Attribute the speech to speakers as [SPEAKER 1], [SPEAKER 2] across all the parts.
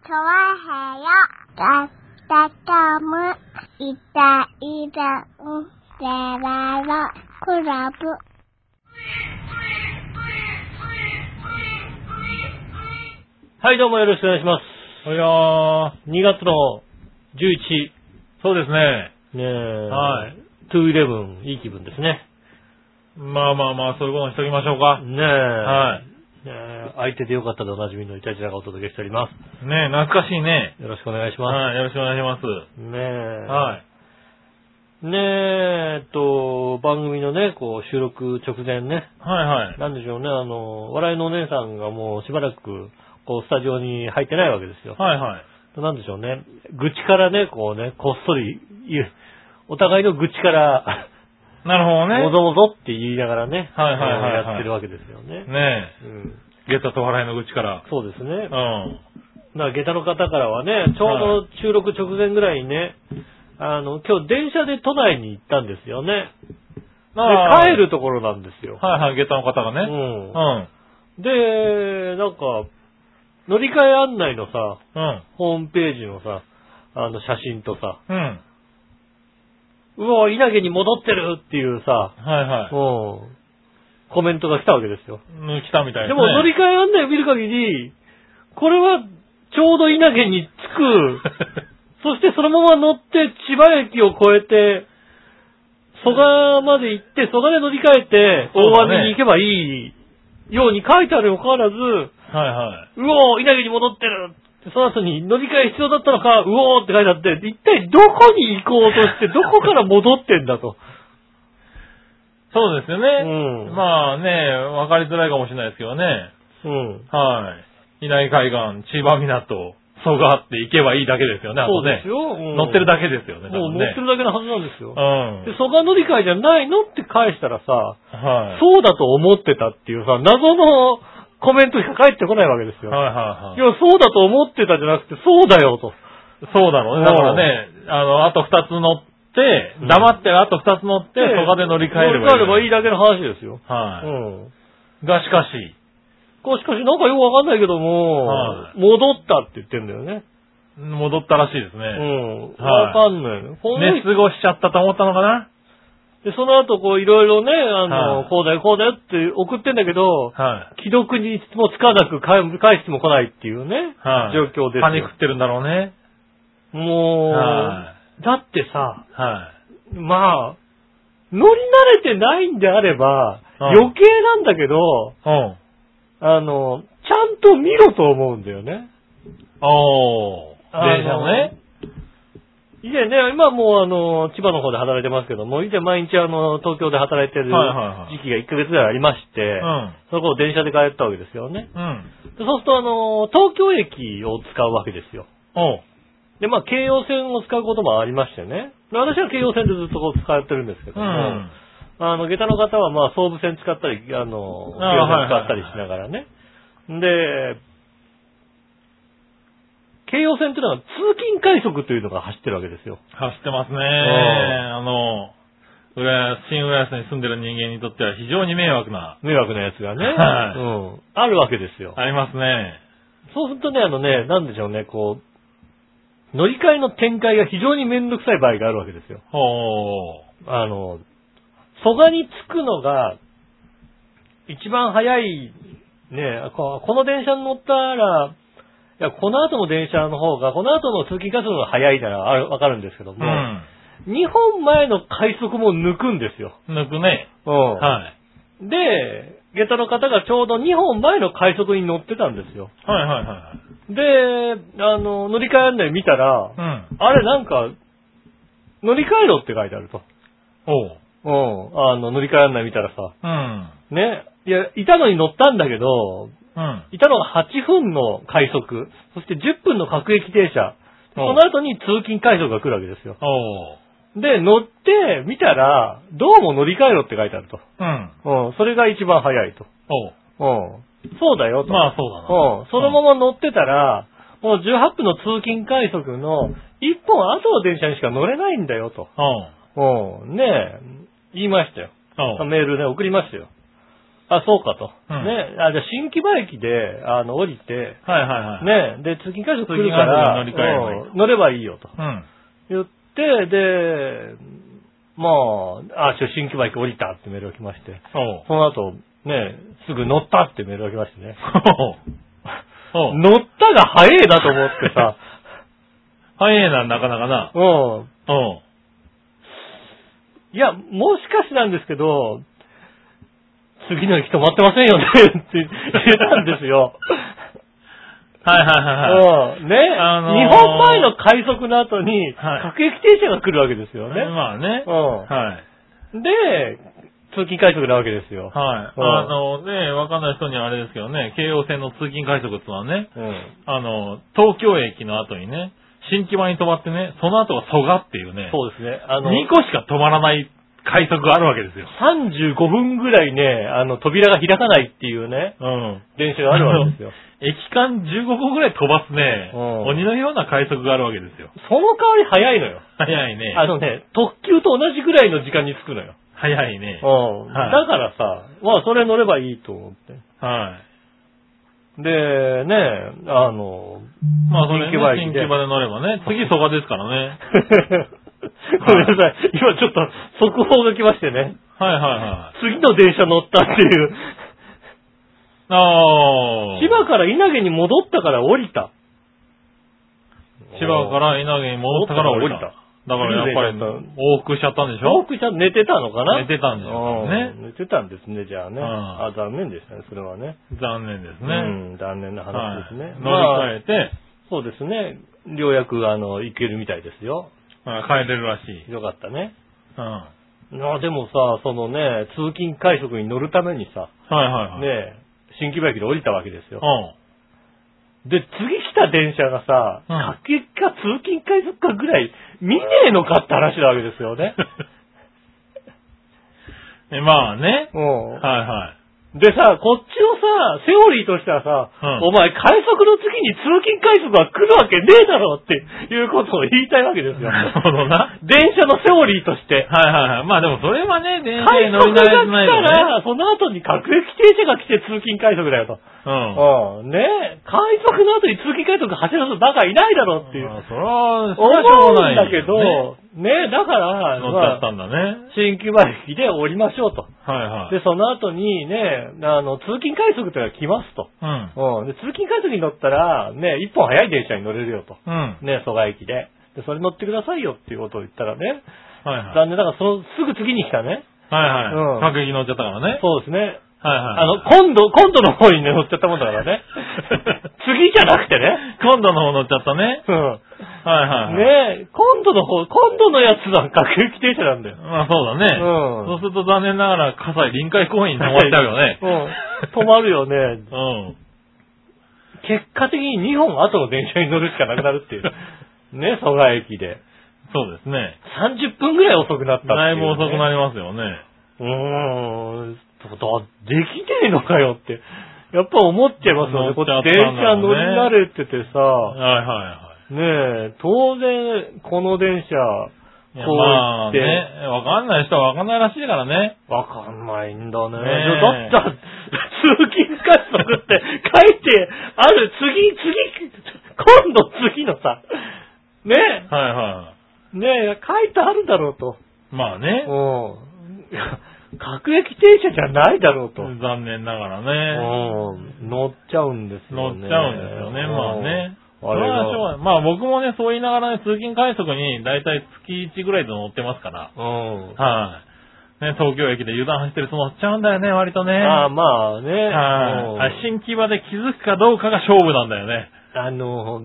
[SPEAKER 1] 좋아해요따뜻함을이따이따운데라로클럽
[SPEAKER 2] はい、どうもよろしくお願いします。
[SPEAKER 3] いやー、
[SPEAKER 2] 2月の11、
[SPEAKER 3] そうですね。
[SPEAKER 2] ねえ、。
[SPEAKER 3] はい
[SPEAKER 2] 211、いい気分ですね。
[SPEAKER 3] まあまあまあ、そういうことにしときましょうか。
[SPEAKER 2] ねえ、
[SPEAKER 3] はい。
[SPEAKER 2] ねえ相手でよかったでおなじみのイタジラがお届けしておりま
[SPEAKER 3] ねえ、懐かしいね。
[SPEAKER 2] す。よろしくお願いしま。
[SPEAKER 3] はい、よろしくお願いします
[SPEAKER 2] ねえ、
[SPEAKER 3] す。はい。
[SPEAKER 2] ねえ、えっと、番組のね、こう、収録直前ね、
[SPEAKER 3] はいはい。
[SPEAKER 2] なんでしょうね、あの、笑いのお姉さんがもうしばらく、こう、スタジオに入ってないわけですよ。
[SPEAKER 3] はいはい。
[SPEAKER 2] なんでしょうね、愚痴からね、こうね、こっそり言う、お互いの愚痴から、
[SPEAKER 3] なるほどね。
[SPEAKER 2] もぞもぞって言いながらね、
[SPEAKER 3] はいはいはいはい
[SPEAKER 2] やってるわけですよね。
[SPEAKER 3] ね
[SPEAKER 2] うん、
[SPEAKER 3] え、ゲタと笑いの口から。
[SPEAKER 2] そうですね。だ
[SPEAKER 3] う
[SPEAKER 2] か
[SPEAKER 3] ん。
[SPEAKER 2] ら下駄の方からはね、ちょうど収録直前ぐらいにね、あの、今日電車で都内に行ったんですよね。で
[SPEAKER 3] あー
[SPEAKER 2] 帰るところなんですよ。
[SPEAKER 3] はいはい、ゲタの方が
[SPEAKER 2] う
[SPEAKER 3] ね。うんん。。うん。
[SPEAKER 2] で、なんか、乗り換え案内のさ、
[SPEAKER 3] うん。
[SPEAKER 2] ホームページのさ、あの写真とさ、
[SPEAKER 3] うん。
[SPEAKER 2] うお、稲毛に戻ってるっていうさ、
[SPEAKER 3] はいは
[SPEAKER 2] うん、コメントが来たわけですよ。
[SPEAKER 3] い。うん、来たみたい
[SPEAKER 2] でも乗り換え案内を見る限り、これはちょうど稲毛に着く、そしてそのまま乗って千葉駅を越えて、蘇我まで行って、蘇我で乗り換えて、
[SPEAKER 3] そう
[SPEAKER 2] 大
[SPEAKER 3] だね
[SPEAKER 2] 網に行けばいいように書いてあるにもかかわらず、
[SPEAKER 3] はいは
[SPEAKER 2] うおー、稲毛に戻ってるその後に乗り換え必要だったのか、うおーって書いてあって、一体どこに行こうとして、どこから戻ってんだと。
[SPEAKER 3] い。そうですよね。
[SPEAKER 2] うん
[SPEAKER 3] まあね、わかりづらいかもしれないですけどね。
[SPEAKER 2] うん。
[SPEAKER 3] はい。稲荷海岸、千葉港、蘇我って行けばいいだけですよね、あ
[SPEAKER 2] そ
[SPEAKER 3] と
[SPEAKER 2] うです
[SPEAKER 3] ね。
[SPEAKER 2] よ。
[SPEAKER 3] 乗ってるだ
[SPEAKER 2] け、
[SPEAKER 3] けですよね、
[SPEAKER 2] もう乗ってるだけのはずなんですよ。
[SPEAKER 3] 多分ね。
[SPEAKER 2] で、蘇我乗り換えじゃないのって返したらさ、
[SPEAKER 3] うん。はい。
[SPEAKER 2] そうだと思ってたっていうさ、謎のコメントしか返ってこないわけですよ。
[SPEAKER 3] はいは
[SPEAKER 2] い
[SPEAKER 3] いはい。
[SPEAKER 2] や、そうだと思ってたじゃなくて、そうだよと。
[SPEAKER 3] そうだろうね。だからね、あの、あと二つ乗って
[SPEAKER 2] うん、
[SPEAKER 3] 黙ってあと二つ乗って、
[SPEAKER 2] で
[SPEAKER 3] 蘇我で乗り換えれば
[SPEAKER 2] 乗
[SPEAKER 3] いい。
[SPEAKER 2] り換えればいいだけの話ですよ。う
[SPEAKER 3] は
[SPEAKER 2] ん。
[SPEAKER 3] い。がしかし、
[SPEAKER 2] こうしかし、なんかよくわかんないけども、
[SPEAKER 3] はい
[SPEAKER 2] 戻ったって言ってんだよね。
[SPEAKER 3] 戻ったらしいです
[SPEAKER 2] う
[SPEAKER 3] ね。
[SPEAKER 2] ん。
[SPEAKER 3] は
[SPEAKER 2] わ
[SPEAKER 3] い
[SPEAKER 2] かんないの。ほん
[SPEAKER 3] 寝
[SPEAKER 2] で、
[SPEAKER 3] 過ごしちゃったと思ったのかな
[SPEAKER 2] でその後、こう、いろいろね、あの、
[SPEAKER 3] はい
[SPEAKER 2] こうだよ、こうだよって送ってんだけど、
[SPEAKER 3] はい。
[SPEAKER 2] 既読にもつかなく返返しても来ないっていうね、
[SPEAKER 3] はい。
[SPEAKER 2] 状況ですよ
[SPEAKER 3] パニックってるんだろうね。
[SPEAKER 2] もう、
[SPEAKER 3] は
[SPEAKER 2] だってさ、
[SPEAKER 3] い。は
[SPEAKER 2] まあ、乗り慣れてないんであれば、
[SPEAKER 3] うん
[SPEAKER 2] 余計なんだけど、
[SPEAKER 3] い。うん。
[SPEAKER 2] あの、ちゃんと見ろと思うんだよね。
[SPEAKER 3] おー。
[SPEAKER 2] あの
[SPEAKER 3] 電車のね。
[SPEAKER 2] 以前ね、今もうあの、千葉の方で働いてますけども、以前毎日あの、東京で働いてる
[SPEAKER 3] はいはいはい
[SPEAKER 2] 時期が1ヶ月ぐらいありまして、
[SPEAKER 3] うん。
[SPEAKER 2] そこを電車で帰ったわけですよね。
[SPEAKER 3] うん。
[SPEAKER 2] でそうするとあの、東京駅を使うわけですよ。
[SPEAKER 3] おう。
[SPEAKER 2] で、まあ、京葉線を使うこともありましてね。で私は京葉線でずっとこう使ってるんですけ
[SPEAKER 3] う
[SPEAKER 2] ども、
[SPEAKER 3] ん。
[SPEAKER 2] あの、下駄の方は、まあ、総武線使ったり、あの、京
[SPEAKER 3] ああ
[SPEAKER 2] 葉線使ったりしながらね。で、京葉線っていうのは通勤快速というのが走ってるわけですよ。
[SPEAKER 3] 走ってますね。
[SPEAKER 2] ん
[SPEAKER 3] あの、浦安、新浦安に住んでる人間にとっては非常に迷惑な、
[SPEAKER 2] 迷惑なやつがね。
[SPEAKER 3] はい
[SPEAKER 2] うん。あるわけですよ。
[SPEAKER 3] ありますね。
[SPEAKER 2] そうするとね、あのね、なんでしょうね、こう、乗り換えの展開が非常にめんどくさい場合があるわけですよ。
[SPEAKER 3] ほう。
[SPEAKER 2] あの、蘇我に着くのが、一番早い、ね、ここの電車に乗ったら、いや、この後の電車の方が、この後の通勤活動が早いならあるわかるんですけど
[SPEAKER 3] う
[SPEAKER 2] も、
[SPEAKER 3] ん。
[SPEAKER 2] 日本前の快速も抜くんですよ。
[SPEAKER 3] 抜くね。
[SPEAKER 2] うん
[SPEAKER 3] はい。
[SPEAKER 2] で、下駄の方がちょうど2本前の快速に乗ってたんですよ。
[SPEAKER 3] はいはいは
[SPEAKER 2] で、あの、乗り換え案内見たら
[SPEAKER 3] い。、うん。
[SPEAKER 2] あれなんか、乗り換えろって書いてあると。
[SPEAKER 3] ほう。
[SPEAKER 2] うん。あの、乗り換え案内見たらさ、
[SPEAKER 3] うん。
[SPEAKER 2] ね。いや、いたのに乗ったんだけど、
[SPEAKER 3] うん。
[SPEAKER 2] いたのが8分の快速、そして10分の各駅停車、その
[SPEAKER 3] おう
[SPEAKER 2] 後に通勤快速が来るわけですよ。
[SPEAKER 3] ほう。
[SPEAKER 2] で、乗ってみたら、どうも乗り換えろって書いてあると。
[SPEAKER 3] うん。
[SPEAKER 2] うん、それが一番早いと。
[SPEAKER 3] ほう。
[SPEAKER 2] うん、そうだよと。
[SPEAKER 3] まあそうだ
[SPEAKER 2] う
[SPEAKER 3] な。
[SPEAKER 2] ん、そのまま乗ってたら、もう18分の通勤快速の1本後の電車にしか乗れないんだよと。
[SPEAKER 3] ほう。
[SPEAKER 2] うん、ねえ、言いましたよ。
[SPEAKER 3] ほう。
[SPEAKER 2] メールで送りましたよ。あ、そうかと。
[SPEAKER 3] うん
[SPEAKER 2] ね。あ、じゃあ新木場駅で、あの、降りて、
[SPEAKER 3] はいはいはい。。
[SPEAKER 2] ね。で、通勤会社来るから、
[SPEAKER 3] 通勤会社に乗り換えればいい
[SPEAKER 2] うん乗ればいいよと。
[SPEAKER 3] うん。
[SPEAKER 2] 言って、で、まあ、あ、新規バイク降りたってメールが来まして、
[SPEAKER 3] おう。
[SPEAKER 2] その後、ね、すぐ乗ったってメールが来ましてね。
[SPEAKER 3] おう。おう。
[SPEAKER 2] 乗ったが早いなと思って さ、
[SPEAKER 3] 早いな、なかなかな。
[SPEAKER 2] うん。
[SPEAKER 3] おう。
[SPEAKER 2] いや、もしかしなんですけど、次の駅止まってませんよねって言ったんですよ。
[SPEAKER 3] はいはいはいはい。
[SPEAKER 2] うん。ね、
[SPEAKER 3] あのー
[SPEAKER 2] 日本前の快速の後に、
[SPEAKER 3] はい
[SPEAKER 2] 各駅停車が来るわけですよね。
[SPEAKER 3] まあね。はい。
[SPEAKER 2] うん。で、通勤快速なわけですよ。
[SPEAKER 3] は
[SPEAKER 2] う
[SPEAKER 3] い。
[SPEAKER 2] ん
[SPEAKER 3] あのね、わかんない人にはあれですけどね、京王線の通勤快速ってのはね、
[SPEAKER 2] うん。
[SPEAKER 3] あの、東京駅の後にね、新木場に止まってね、その後が蘇我っていうね、
[SPEAKER 2] そうですね。あの、
[SPEAKER 3] 2個しか止まらない快速があるわけですよ。
[SPEAKER 2] 35分ぐらいね、あの、扉が開かないっていうね、
[SPEAKER 3] うん。
[SPEAKER 2] 電車があるわけですよ。
[SPEAKER 3] 駅間15個ぐらい飛ばすね、
[SPEAKER 2] うん
[SPEAKER 3] 鬼のような快速があるわけですよ。
[SPEAKER 2] その代わり早いのよ。
[SPEAKER 3] 早いね。
[SPEAKER 2] あのね、特急と同じぐらいの時間に着くのよ。
[SPEAKER 3] 早いね。
[SPEAKER 2] うん。
[SPEAKER 3] はい
[SPEAKER 2] だからさ、まあ、それ乗ればいいと思って。
[SPEAKER 3] は
[SPEAKER 2] で、ね、あの、
[SPEAKER 3] い。まあそれ、ね、
[SPEAKER 2] 新木場駅
[SPEAKER 3] 新
[SPEAKER 2] で
[SPEAKER 3] 木場で乗ればね、次蘇我ですから ね。
[SPEAKER 2] ごめんなさい。今ちょっと速報が来ましてね。
[SPEAKER 3] はいはいはい。
[SPEAKER 2] 次の電車乗ったっていう。
[SPEAKER 3] ああ。
[SPEAKER 2] 千葉から稲毛に戻ったから降りた。
[SPEAKER 3] 千葉から稲毛に戻ったから降りた。
[SPEAKER 2] 戻
[SPEAKER 3] だ
[SPEAKER 2] っ
[SPEAKER 3] からやっぱり
[SPEAKER 2] いいねだっ
[SPEAKER 3] 往復しちゃったんでし
[SPEAKER 2] 多
[SPEAKER 3] ょ
[SPEAKER 2] くちゃんと寝てたのかな
[SPEAKER 3] 寝てたんでしょうね
[SPEAKER 2] う。ん寝てたんですね、じゃあね。
[SPEAKER 3] うん
[SPEAKER 2] あ、残念でしたね、それはね。
[SPEAKER 3] 残念です
[SPEAKER 2] う
[SPEAKER 3] ね。
[SPEAKER 2] ん、残念な話ですね。
[SPEAKER 3] はい
[SPEAKER 2] まあ
[SPEAKER 3] 乗り換えて、
[SPEAKER 2] そうですね。ようやく、あの、行けるみたいですよ。
[SPEAKER 3] はい帰れるらしい。
[SPEAKER 2] よかったね。
[SPEAKER 3] うん。は
[SPEAKER 2] なあ、でもさ、そのね、通勤快速に乗るためにさ、
[SPEAKER 3] いはいはい。
[SPEAKER 2] ね、新規駅で降りたわけですよ
[SPEAKER 3] う。ん。
[SPEAKER 2] で、次来た電車がさ、
[SPEAKER 3] うん
[SPEAKER 2] 各駅か通勤快速かぐらい見ねえのかって話なわけですよ ね。
[SPEAKER 3] えまあね。
[SPEAKER 2] うん
[SPEAKER 3] はいはい。
[SPEAKER 2] でさ、こっちのさ、セオリーとしてはさ、
[SPEAKER 3] うん
[SPEAKER 2] お前、快速の次に通勤快速が来るわけねえだろっていうことを言いたいわけですよ。
[SPEAKER 3] なるほどな。
[SPEAKER 2] 電車のセオリーとして。
[SPEAKER 3] はいはいはい。まあでもそれはね、電車
[SPEAKER 2] 快
[SPEAKER 3] に乗
[SPEAKER 2] 速
[SPEAKER 3] り
[SPEAKER 2] が
[SPEAKER 3] 慣
[SPEAKER 2] 来
[SPEAKER 3] れ
[SPEAKER 2] た
[SPEAKER 3] てないとね。
[SPEAKER 2] ら、その後に各駅停車が来て通勤快速だよと。
[SPEAKER 3] うん。
[SPEAKER 2] うん。ねえ、快速の後に通勤快速走る人バカいないだろっていう。
[SPEAKER 3] まあそれは、そ
[SPEAKER 2] 思
[SPEAKER 3] れはしょう
[SPEAKER 2] うん
[SPEAKER 3] がないよ
[SPEAKER 2] だ
[SPEAKER 3] ね。
[SPEAKER 2] けど、ねえ、だから、
[SPEAKER 3] 乗っちゃっ
[SPEAKER 2] まあ
[SPEAKER 3] たんだね。
[SPEAKER 2] 新木場駅で降りましょうと。
[SPEAKER 3] はいはい。
[SPEAKER 2] で、その後にね、あの、通勤快速というのが来ますと。
[SPEAKER 3] うん。
[SPEAKER 2] うん。で、通勤快速に乗ったら、ね、一本早い電車に乗れるよと。
[SPEAKER 3] うん。はい
[SPEAKER 2] ね、蘇我駅で。で、それ乗ってくださいよっていうことを言ったらね、
[SPEAKER 3] はい。
[SPEAKER 2] 残念だから、その、すぐ次に来たね。
[SPEAKER 3] はい
[SPEAKER 2] うん
[SPEAKER 3] はい。各駅乗っちゃったからね。
[SPEAKER 2] そうですね。
[SPEAKER 3] はいはい。
[SPEAKER 2] あの、今度、今度の方にね、乗っちゃったもんだから ね。次じゃなくてね。
[SPEAKER 3] 今度の方乗っちゃったね。
[SPEAKER 2] うん。
[SPEAKER 3] はいはいはい。
[SPEAKER 2] ね今度の方、今度のやつは各駅停車なんだよ。
[SPEAKER 3] まあそうだね。
[SPEAKER 2] うん
[SPEAKER 3] そうすると残念ながら、葛西臨海公園に止まっちゃうよ ね。
[SPEAKER 2] うん。止まるよね。
[SPEAKER 3] うん。
[SPEAKER 2] 結果的に2本後の電車に乗るしかなくなる っていう。ね、蘇我駅で。
[SPEAKER 3] そうですね。
[SPEAKER 2] 30分ぐらい遅くなったっていう、
[SPEAKER 3] だいぶ遅くな
[SPEAKER 2] る。
[SPEAKER 3] りますよね。
[SPEAKER 2] うーん。だできねえのかよって。やっぱ思っちゃいますよね。
[SPEAKER 3] 思
[SPEAKER 2] こ
[SPEAKER 3] っちゃったんだろうね
[SPEAKER 2] 電車乗り慣れてて
[SPEAKER 3] はい
[SPEAKER 2] さ、
[SPEAKER 3] はいは
[SPEAKER 2] ねえ、当然、この電車、
[SPEAKER 3] いいや。
[SPEAKER 2] こう
[SPEAKER 3] ま
[SPEAKER 2] 言
[SPEAKER 3] あ
[SPEAKER 2] って
[SPEAKER 3] ね、わかんない人はわかんないらしいからね。
[SPEAKER 2] わかんないんだね。
[SPEAKER 3] ねえ
[SPEAKER 2] だって、通勤快速って書いてある、次、次、今度次のさ、ね
[SPEAKER 3] はいは
[SPEAKER 2] え、ねえ、書いてあるだろうと。
[SPEAKER 3] い。まあね、
[SPEAKER 2] うんいや。各駅停車じゃないだろうと。
[SPEAKER 3] 残念ながらね。
[SPEAKER 2] うん乗っちゃうんです
[SPEAKER 3] 乗
[SPEAKER 2] よ
[SPEAKER 3] っち
[SPEAKER 2] ね。
[SPEAKER 3] ゃうんですよね、まあね。
[SPEAKER 2] うん。
[SPEAKER 3] それはしょう
[SPEAKER 2] あ
[SPEAKER 3] がない。まあ僕もね、そう言いながらね、通勤快速にだいたい月1ぐらいで乗ってますから。
[SPEAKER 2] れがうん。
[SPEAKER 3] はい。ね、東京駅で油断してると乗っちゃうんだよね、割とね。
[SPEAKER 2] ああ、まあね。うん
[SPEAKER 3] はい。あ新木場で気づくかどうかが勝負なんだよね。
[SPEAKER 2] あの、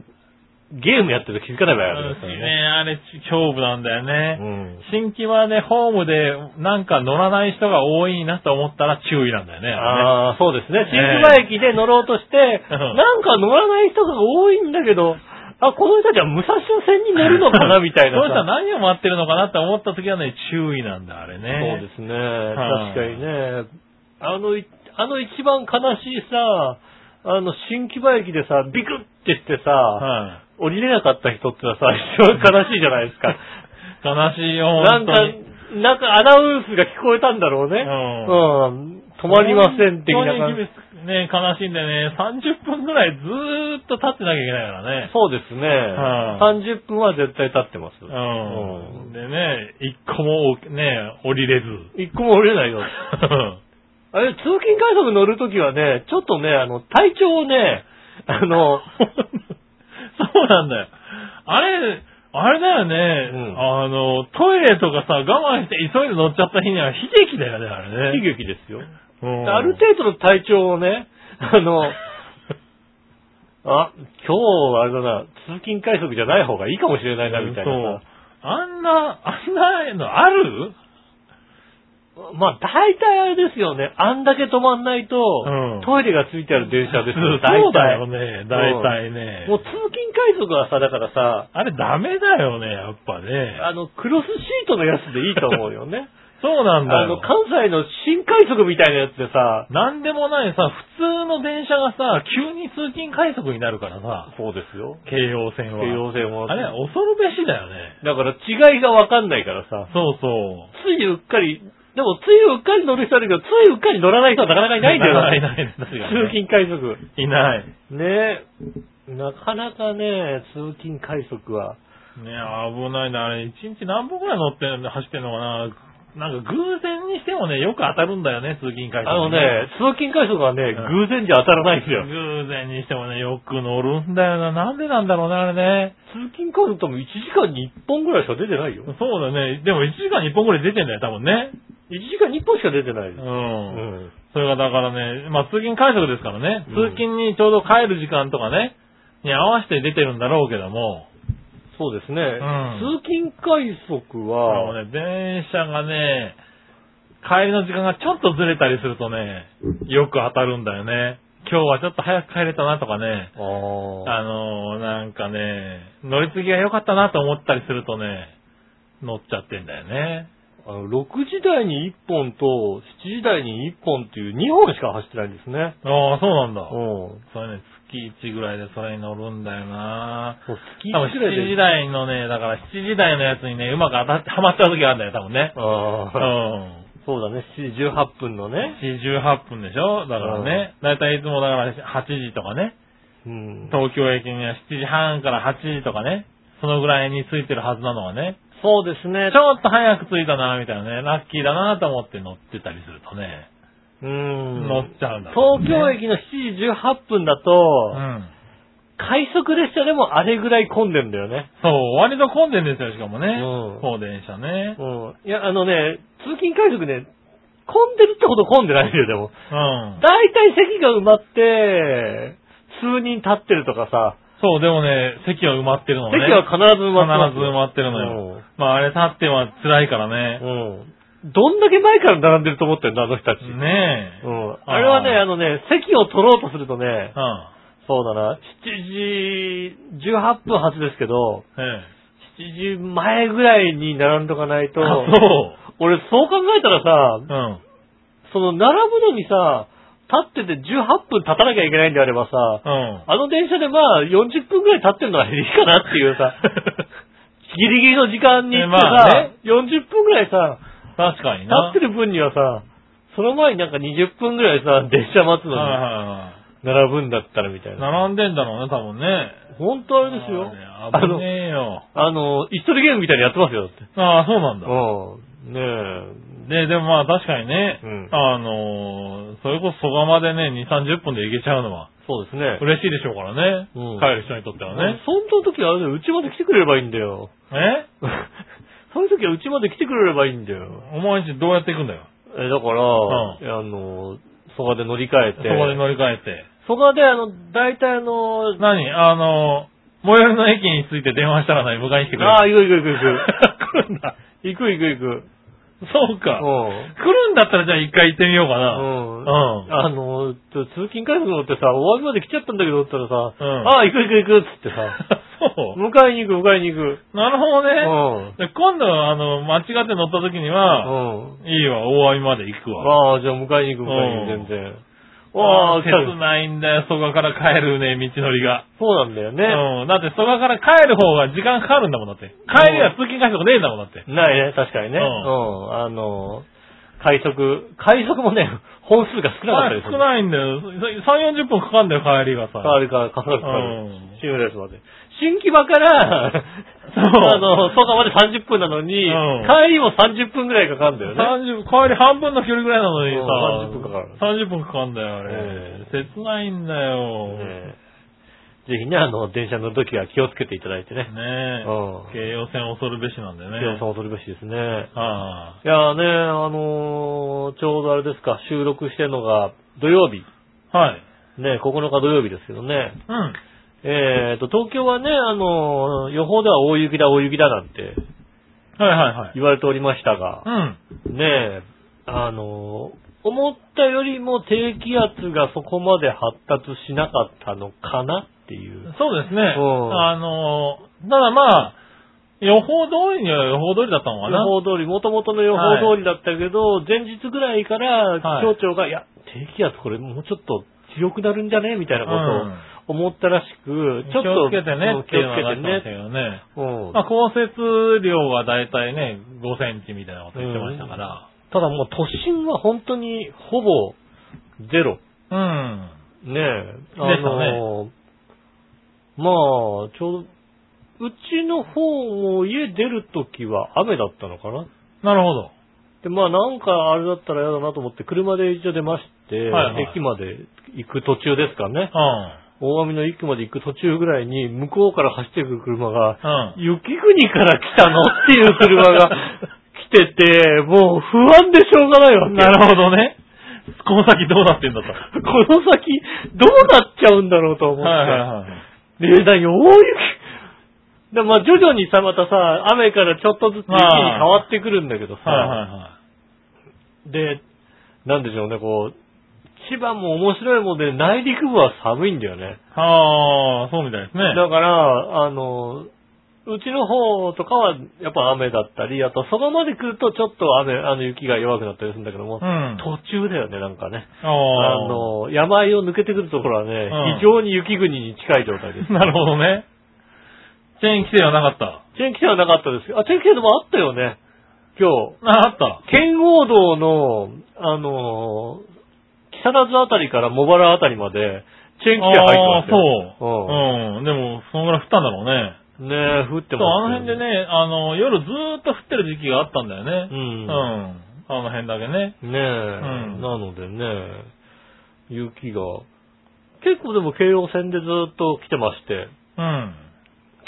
[SPEAKER 2] ゲームやってると気づかない場合あるんですよね。
[SPEAKER 3] ね、あれ、勝負なんだよ
[SPEAKER 2] う
[SPEAKER 3] ね。
[SPEAKER 2] ん。
[SPEAKER 3] 新規はね、ホームでなんか乗らない人が多いなと思ったら注意なんだよね。あ
[SPEAKER 2] ああ、そうですね。
[SPEAKER 3] ね
[SPEAKER 2] 新木場駅で乗ろうとして、
[SPEAKER 3] うん
[SPEAKER 2] なんか乗らない人が多いんだけど、あ、この人たちは武蔵野線に乗るのかな、みたい
[SPEAKER 3] れね
[SPEAKER 2] な
[SPEAKER 3] そうしたら
[SPEAKER 2] さ。
[SPEAKER 3] 何を待ってるのかなって思った時はね、注意なんだ、あれ
[SPEAKER 2] そうで
[SPEAKER 3] ね。
[SPEAKER 2] すね。
[SPEAKER 3] は
[SPEAKER 2] 確
[SPEAKER 3] い
[SPEAKER 2] かにね。あのい、あの一番悲しいさ、あの、新木場駅でさ、ビクってしてさ、
[SPEAKER 3] は
[SPEAKER 2] 降りれなかった人ってのはさ、一番悲しいじゃないですか。
[SPEAKER 3] い。悲しいよ、
[SPEAKER 2] なん か
[SPEAKER 3] 本当に。、
[SPEAKER 2] なんかアナウンスが聞こえたんだろうね。
[SPEAKER 3] う
[SPEAKER 2] うん。止まりません的な感じ。
[SPEAKER 3] じ。ね、悲しいんでね、30分ぐらいずーっと立ってなきゃいけないからね。
[SPEAKER 2] そうですね。
[SPEAKER 3] は
[SPEAKER 2] 30分は絶対経ってます。
[SPEAKER 3] うん。でね、一個も、ね、降り れず。
[SPEAKER 2] うん一個も降りれ ないよ。あれ、通勤快速乗るときはね、ちょっとね、あの、体調をね、あ の、
[SPEAKER 3] そうなんだよ。あれ、あれだよね、
[SPEAKER 2] うん
[SPEAKER 3] あの、トイレとかさ、我慢して急いで乗っちゃった日には悲劇だよね、あれね。
[SPEAKER 2] 悲劇ですよ。
[SPEAKER 3] うん
[SPEAKER 2] ある程度の体調をね、あの、あ、今日、あれだな、通勤快速じゃない方がいいかもしれないな、みたいなさ。
[SPEAKER 3] あんな、あんなのある
[SPEAKER 2] まあ、大体あれですよね。あんだけ止まんないと、
[SPEAKER 3] うん
[SPEAKER 2] トイレがついてある電車です よ、大体。
[SPEAKER 3] そうだよね、大体ね。
[SPEAKER 2] もう通勤快速はさ、だからさ、
[SPEAKER 3] あれダメだよね、やっぱね。
[SPEAKER 2] あの、クロスシートのやつでいいと思うよ ね。
[SPEAKER 3] そうなんだ
[SPEAKER 2] あの、
[SPEAKER 3] よ。
[SPEAKER 2] 関西の新快速みたいなやつでさ、
[SPEAKER 3] なんでもないさ、普通の電車がさ、急に通勤快速になるからさ、
[SPEAKER 2] そうですよ。
[SPEAKER 3] 京葉線は。
[SPEAKER 2] 京葉線は。
[SPEAKER 3] あれ、恐るべしだよね。
[SPEAKER 2] だから違いがわかんないからさ、
[SPEAKER 3] そうそう。
[SPEAKER 2] ついうっかり、でもついうっかり乗る人あるけど、ついうっかり乗らない人はなかなかいないんだよな。
[SPEAKER 3] いないいない確かにね
[SPEAKER 2] 通勤快速。
[SPEAKER 3] いない。
[SPEAKER 2] ねえ。なかなかね、通勤快速は。
[SPEAKER 3] ね危ないな。あれ、一日何本くらい乗ってんの走ってんのかな。なんか偶然にしてもね、よく当たるんだよね、通勤
[SPEAKER 2] あ
[SPEAKER 3] 快速。
[SPEAKER 2] のね、通勤快速はね、
[SPEAKER 3] う
[SPEAKER 2] 偶然じゃ当たらないんですよ。
[SPEAKER 3] 偶然にしてもね、よく乗るんだよな。なんでなんだろうね、あれね。
[SPEAKER 2] 通勤快速多分1時間に1本ぐらいしか出てないよ。
[SPEAKER 3] そうだね。でも1時間に1本くらい出てんだよ、多分ね。
[SPEAKER 2] 1時間に1本しか出てないです。う
[SPEAKER 3] うん。
[SPEAKER 2] ん。
[SPEAKER 3] それがだからね、まあ通勤快速ですからね、
[SPEAKER 2] う
[SPEAKER 3] 通
[SPEAKER 2] ん
[SPEAKER 3] 勤にちょうど帰る時間とかね、に合わせて出てるんだろうけども、
[SPEAKER 2] そうですね。
[SPEAKER 3] ん
[SPEAKER 2] 通勤快速
[SPEAKER 3] あの
[SPEAKER 2] は、
[SPEAKER 3] ね、電車がね、帰りの時間がちょっとずれたりするとね、よく当たるんだよね。今日はちょっと早く帰れたなとかね、
[SPEAKER 2] あー
[SPEAKER 3] あのーなんかね、乗り継ぎが良かったなと思ったりするとね、乗っちゃってんだよね。
[SPEAKER 2] あの、6時台に1本と7時台に1本っていう2本しか走ってないんですね。
[SPEAKER 3] ああ、そうなんだ。
[SPEAKER 2] うん。
[SPEAKER 3] それね、月1ぐらいでそれに乗るんだよな
[SPEAKER 2] そう、月
[SPEAKER 3] 多分
[SPEAKER 2] 一ぐらいで
[SPEAKER 3] 7時台のね、だから7時台のやつにね、うまく当たって、ハマっちゃう時があるんだよ、多分ね。う
[SPEAKER 2] ああ、
[SPEAKER 3] ん。
[SPEAKER 2] そうだね、7時18分のね。
[SPEAKER 3] 7時18分でしょだからね、だいたいいつもだから8時とかね、
[SPEAKER 2] うん。
[SPEAKER 3] 東京駅には7時半から8時とかね、そのぐらいに着いてるはずなのがね、
[SPEAKER 2] そうですね
[SPEAKER 3] ち。ょっと早く着いたな、みたいなね、ラッキーだなと思って乗ってたりするとね、
[SPEAKER 2] うん。
[SPEAKER 3] 乗っちゃうんだろうね、
[SPEAKER 2] 東京駅の7時18分だと、
[SPEAKER 3] うん。
[SPEAKER 2] 快速列車でもあれぐらい混んでんだよね。
[SPEAKER 3] そう、割と混んでんですよ、しかもね。
[SPEAKER 2] うん
[SPEAKER 3] そう、電車ね。
[SPEAKER 2] うん。いや、あのね、通勤快速ね、混んでるってほど混んでないんだよ、でも。
[SPEAKER 3] うん。
[SPEAKER 2] 大体席が埋まって、数人立ってるとかさ、
[SPEAKER 3] そう、でもね、席は埋まってるのね。
[SPEAKER 2] 席は必ず埋まってます
[SPEAKER 3] 必ず埋まってるのよ。まあ、あれ立っては辛いから
[SPEAKER 2] う
[SPEAKER 3] ね。
[SPEAKER 2] ん。うん。どんだけ前から並んでると思ってんだ、あの人たち。
[SPEAKER 3] ねえ。
[SPEAKER 2] う
[SPEAKER 3] うん。
[SPEAKER 2] ん。あれはね、
[SPEAKER 3] あー
[SPEAKER 2] あのね、席を取ろうとするとね、そうだな、7時18分発ですけど、
[SPEAKER 3] え
[SPEAKER 2] 7時前ぐらいに並んどかない
[SPEAKER 3] え。
[SPEAKER 2] と、
[SPEAKER 3] あ、そう。
[SPEAKER 2] 俺そう考えたらさ、
[SPEAKER 3] うん。
[SPEAKER 2] その並ぶのにさ、立ってて18分立たなきゃいけないんであればさ、
[SPEAKER 3] うん。
[SPEAKER 2] あの電車でまあ40分ぐらい経ってるのはいいかなっていうさ、 ギリギリの時間に行ってさ、
[SPEAKER 3] まあね
[SPEAKER 2] 40分ぐらいさ、
[SPEAKER 3] 確かに
[SPEAKER 2] 立
[SPEAKER 3] な。
[SPEAKER 2] ってる分にはさ、その前になんか20分ぐらいさ、電車待つ
[SPEAKER 3] はい
[SPEAKER 2] のに
[SPEAKER 3] は
[SPEAKER 2] 並ぶんだったらみたい
[SPEAKER 3] いはい。
[SPEAKER 2] な。
[SPEAKER 3] 並んでんだろうね、多分ね。
[SPEAKER 2] 本当あれですよ。
[SPEAKER 3] あ
[SPEAKER 2] あ
[SPEAKER 3] ーね
[SPEAKER 2] の
[SPEAKER 3] 危、ねえよ。
[SPEAKER 2] あの、一人ゲームみたいにやってますよ、だって。
[SPEAKER 3] ああ、そうなんだ。
[SPEAKER 2] うん。ね
[SPEAKER 3] で、でもまあ確かにね、
[SPEAKER 2] うん
[SPEAKER 3] あのーそれこそ蘇我までね、2、30分で行けちゃうのは
[SPEAKER 2] え。そうですね。
[SPEAKER 3] 嬉しいでしょうからね。
[SPEAKER 2] うん
[SPEAKER 3] 帰る人にとってはね。
[SPEAKER 2] そんな時はあれだようちまで来てくれればいいんだ よ。
[SPEAKER 3] え
[SPEAKER 2] そういう時はうちまで来てくれればいいんだよ。
[SPEAKER 3] お前んちどうやって行くんだよ。
[SPEAKER 2] え、だから、あの、蘇我で乗り換え
[SPEAKER 3] そ
[SPEAKER 2] て
[SPEAKER 3] こ、で乗り換えて。
[SPEAKER 2] 蘇我であの、大体あの、
[SPEAKER 3] 何あの、最寄りの駅に着いて電話したら何迎えに来てくれる
[SPEAKER 2] ああ、行く行く行
[SPEAKER 3] 来るんだ。
[SPEAKER 2] く行く。行く行く行く。
[SPEAKER 3] そう
[SPEAKER 2] う
[SPEAKER 3] か。来るんだったらじゃあ一回行ってみようかな。
[SPEAKER 2] ん。うん。
[SPEAKER 3] うん。
[SPEAKER 2] あの、ちょ通勤快速乗ってさ、終わりまで来ちゃったんだけどって言ったらさ、
[SPEAKER 3] うん
[SPEAKER 2] ああ、行く行く行くっつってさ、
[SPEAKER 3] そう。
[SPEAKER 2] 迎えに行く迎えに行く。
[SPEAKER 3] なるほど
[SPEAKER 2] う
[SPEAKER 3] ね。
[SPEAKER 2] ん。
[SPEAKER 3] で今度、あの、間違って乗った時には、
[SPEAKER 2] うん。
[SPEAKER 3] いいわ、大網まで行くわ。
[SPEAKER 2] ああ、じゃあ迎えに行く迎えに行く、全然。ああ、来
[SPEAKER 3] 切
[SPEAKER 2] たね
[SPEAKER 3] ないんだよ、蘇我から帰るね、道のりが。
[SPEAKER 2] そうなんだよね。
[SPEAKER 3] うん。だって蘇我から帰る方が時間かかるんだもん、だって。帰りは通勤快速ねえんだもん、だって。
[SPEAKER 2] ないね、確かにね。
[SPEAKER 3] う
[SPEAKER 2] うんん。あの、快速、快速もね、 本数が少なかったです
[SPEAKER 3] 少ないんだよ。3、40分かかんだよ、帰りがさ。
[SPEAKER 2] 変わるか、かかるか
[SPEAKER 3] うん、
[SPEAKER 2] シームレスまで。新木場から、 あの、蘇我まで30分なのに、
[SPEAKER 3] うん
[SPEAKER 2] 帰りも30分くらいかかるんだよね。
[SPEAKER 3] 30帰り半分の距離ぐらいなのにさ、
[SPEAKER 2] うん30分かかる
[SPEAKER 3] 30分かかんだよ、あれ。切ないんだよ。
[SPEAKER 2] ねぜひね、あの、電車の時は気をつけていただいてね。
[SPEAKER 3] ねえ
[SPEAKER 2] うん。
[SPEAKER 3] 京葉線恐るべしなんでね。
[SPEAKER 2] 気をさん恐るべしですね。
[SPEAKER 3] ああ。
[SPEAKER 2] いやーね、あのーちょうどあれですか、収録してるのが土曜日、
[SPEAKER 3] はい。
[SPEAKER 2] ね、9日土曜日ですけどね。
[SPEAKER 3] うん。
[SPEAKER 2] えーと、東京はね、あのー予報では大雪だ、大雪だなんて
[SPEAKER 3] はいはいはい。
[SPEAKER 2] 言われておりましたが
[SPEAKER 3] う、ん。
[SPEAKER 2] ねえ、あのー思ったよりも低気圧がそこまで発達しなかったのかなっていう。
[SPEAKER 3] そうです
[SPEAKER 2] う
[SPEAKER 3] ね。
[SPEAKER 2] ん
[SPEAKER 3] あのー、ただまあ、予報通りには予報通りだったのか
[SPEAKER 2] 予
[SPEAKER 3] な。
[SPEAKER 2] 報通り、元々の予報通りだったけど、前日ぐらいから
[SPEAKER 3] はい
[SPEAKER 2] 気象庁が、い、や、低気圧これもうちょっと強くなるんじゃねみたいなことを思ったらしく、ちょっと
[SPEAKER 3] 気をつけて
[SPEAKER 2] う
[SPEAKER 3] ね
[SPEAKER 2] ん
[SPEAKER 3] って
[SPEAKER 2] 気
[SPEAKER 3] い
[SPEAKER 2] を
[SPEAKER 3] うの
[SPEAKER 2] つ
[SPEAKER 3] は
[SPEAKER 2] け
[SPEAKER 3] 出
[SPEAKER 2] てね
[SPEAKER 3] してました。けどね。
[SPEAKER 2] うん
[SPEAKER 3] まあ、降雪量はだいたいね、5センチみたいなこと言ってましたから。
[SPEAKER 2] ただもう都心は本当にほぼゼロ。
[SPEAKER 3] うん。
[SPEAKER 2] ねえ、
[SPEAKER 3] でしたね
[SPEAKER 2] まあ、ちょうど、うちの方も家出るときは雨だったのかな
[SPEAKER 3] なるほど。
[SPEAKER 2] で、まあなんかあれだったら嫌だなと思って、車で一応出まして、
[SPEAKER 3] はいはい
[SPEAKER 2] 駅まで行く途中ですかね。
[SPEAKER 3] う
[SPEAKER 2] 大網の駅まで行く途中ぐらいに、向こうから走ってくる車が、
[SPEAKER 3] ん。うん。
[SPEAKER 2] 雪国から来たのっていう車が来てて、もう不安でしょうがないわけ。
[SPEAKER 3] なるほどね。この先どうなってんだと。は
[SPEAKER 2] この先、どうなっちゃうんだろうと思って。
[SPEAKER 3] いはいはい。
[SPEAKER 2] で、だ大雪。で、まあ徐々にさ、またさ、雨からちょっとずつ雪に変わってくるんだけどさ、
[SPEAKER 3] はいはいは
[SPEAKER 2] で、なんでしょうね、こう、千葉も面白いもんで、内陸部は寒いんだよね。
[SPEAKER 3] い。ああ、そうみたいですね。
[SPEAKER 2] だから、あの、うちの方とかはやっぱ雨だったり、あとそこまで来るとちょっと雨、あの雪が弱くなったりするんだけども、
[SPEAKER 3] うん。
[SPEAKER 2] 途中だよね、なんかね。
[SPEAKER 3] あ
[SPEAKER 2] あ
[SPEAKER 3] あ
[SPEAKER 2] の、山あいを抜けてくるところはね、
[SPEAKER 3] うん
[SPEAKER 2] 非常に雪国に近い状態です。
[SPEAKER 3] なるほどね。チェーン規制はなかった。
[SPEAKER 2] チェーン規制はなかったですけど、あ、チェーン規制でもあったよね、今日。
[SPEAKER 3] あ、あった。
[SPEAKER 2] 圏央道の、あのー木更津あたりから茂原あたりまで、チェーン規制入ってま
[SPEAKER 3] ああ
[SPEAKER 2] し
[SPEAKER 3] ー、
[SPEAKER 2] たよ。
[SPEAKER 3] そう。うん。でも、そのぐらい降ったんだろうね。
[SPEAKER 2] ねえ、降って
[SPEAKER 3] そう、
[SPEAKER 2] ま
[SPEAKER 3] あ
[SPEAKER 2] す
[SPEAKER 3] の辺で。ね、あの、夜ずーっと降ってる時期があったんだよ
[SPEAKER 2] う。
[SPEAKER 3] ね。うんあの辺だけね。
[SPEAKER 2] ねえ、
[SPEAKER 3] ん
[SPEAKER 2] なのでね、雪が、結構でも京葉線でずっと来てまして、
[SPEAKER 3] うん。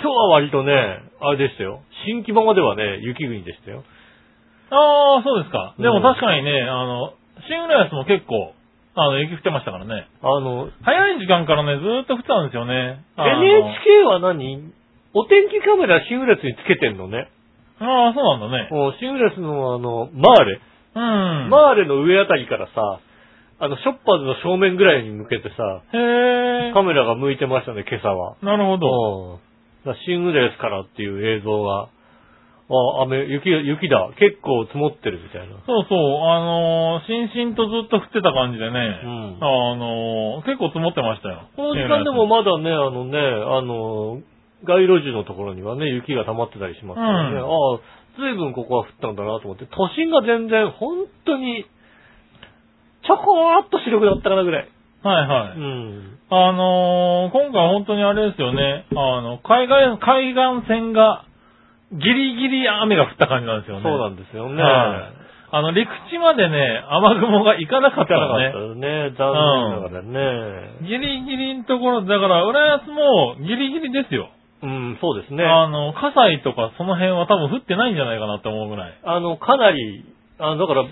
[SPEAKER 2] 今日は割とね、あれでしたよ。新木場まではね、雪国でしたよ。
[SPEAKER 3] ああ、そうですか。で
[SPEAKER 2] う
[SPEAKER 3] も
[SPEAKER 2] ん
[SPEAKER 3] 確かにね、あの、シングルアスも結構、あの、雪降ってましたからね。
[SPEAKER 2] あの、
[SPEAKER 3] 早い時間からね、ずーっと降ってたんですよね。あの
[SPEAKER 2] NHK は何お天気カメラシングレスにつけてんのね。
[SPEAKER 3] ああ、そうなんだね。
[SPEAKER 2] うんシングレスのあの、マーレ。
[SPEAKER 3] うん。
[SPEAKER 2] マーレの上あたりからさ、あの、ショッパーズの正面ぐらいに向けてさ、
[SPEAKER 3] へえ。
[SPEAKER 2] カメラが向いてましたね、今朝は。
[SPEAKER 3] なるほど。
[SPEAKER 2] うん。だからシングレースからっていう映像が、あ、雨、雪、雪だ。結構積もってるみたいな。
[SPEAKER 3] そうそう、あのー、しんしんとずっと降ってた感じでね、
[SPEAKER 2] ん
[SPEAKER 3] あのー、結構積もってましたよ。
[SPEAKER 2] この時間でもまだね、あのね、あの、街路樹のところにはね、雪が溜まってたりしますからね。
[SPEAKER 3] うん
[SPEAKER 2] ああ、随分ここは降ったんだなと思って、都心が全然、本当に、ちょこーっと白くなったかなぐらい。
[SPEAKER 3] はいは
[SPEAKER 2] う
[SPEAKER 3] い。
[SPEAKER 2] ん。
[SPEAKER 3] あのー、今回本当にあれですよね、あの、海岸、海岸線が、ギリギリ雨が降った感じなんですよ
[SPEAKER 2] そう
[SPEAKER 3] ね。
[SPEAKER 2] なんですよね。
[SPEAKER 3] はいあの、陸地までね、雨雲が行かな
[SPEAKER 2] 行
[SPEAKER 3] かっ
[SPEAKER 2] か
[SPEAKER 3] た
[SPEAKER 2] な
[SPEAKER 3] の
[SPEAKER 2] かっ
[SPEAKER 3] ね
[SPEAKER 2] た。よね。残念ながらね。
[SPEAKER 3] ギリギリのところ、だから、浦安もギリギリですよ。
[SPEAKER 2] うん、そうですね。
[SPEAKER 3] あの、火災とかその辺は多分降ってないんじゃないかなって思うぐらい。
[SPEAKER 2] あの、かなり、あだから、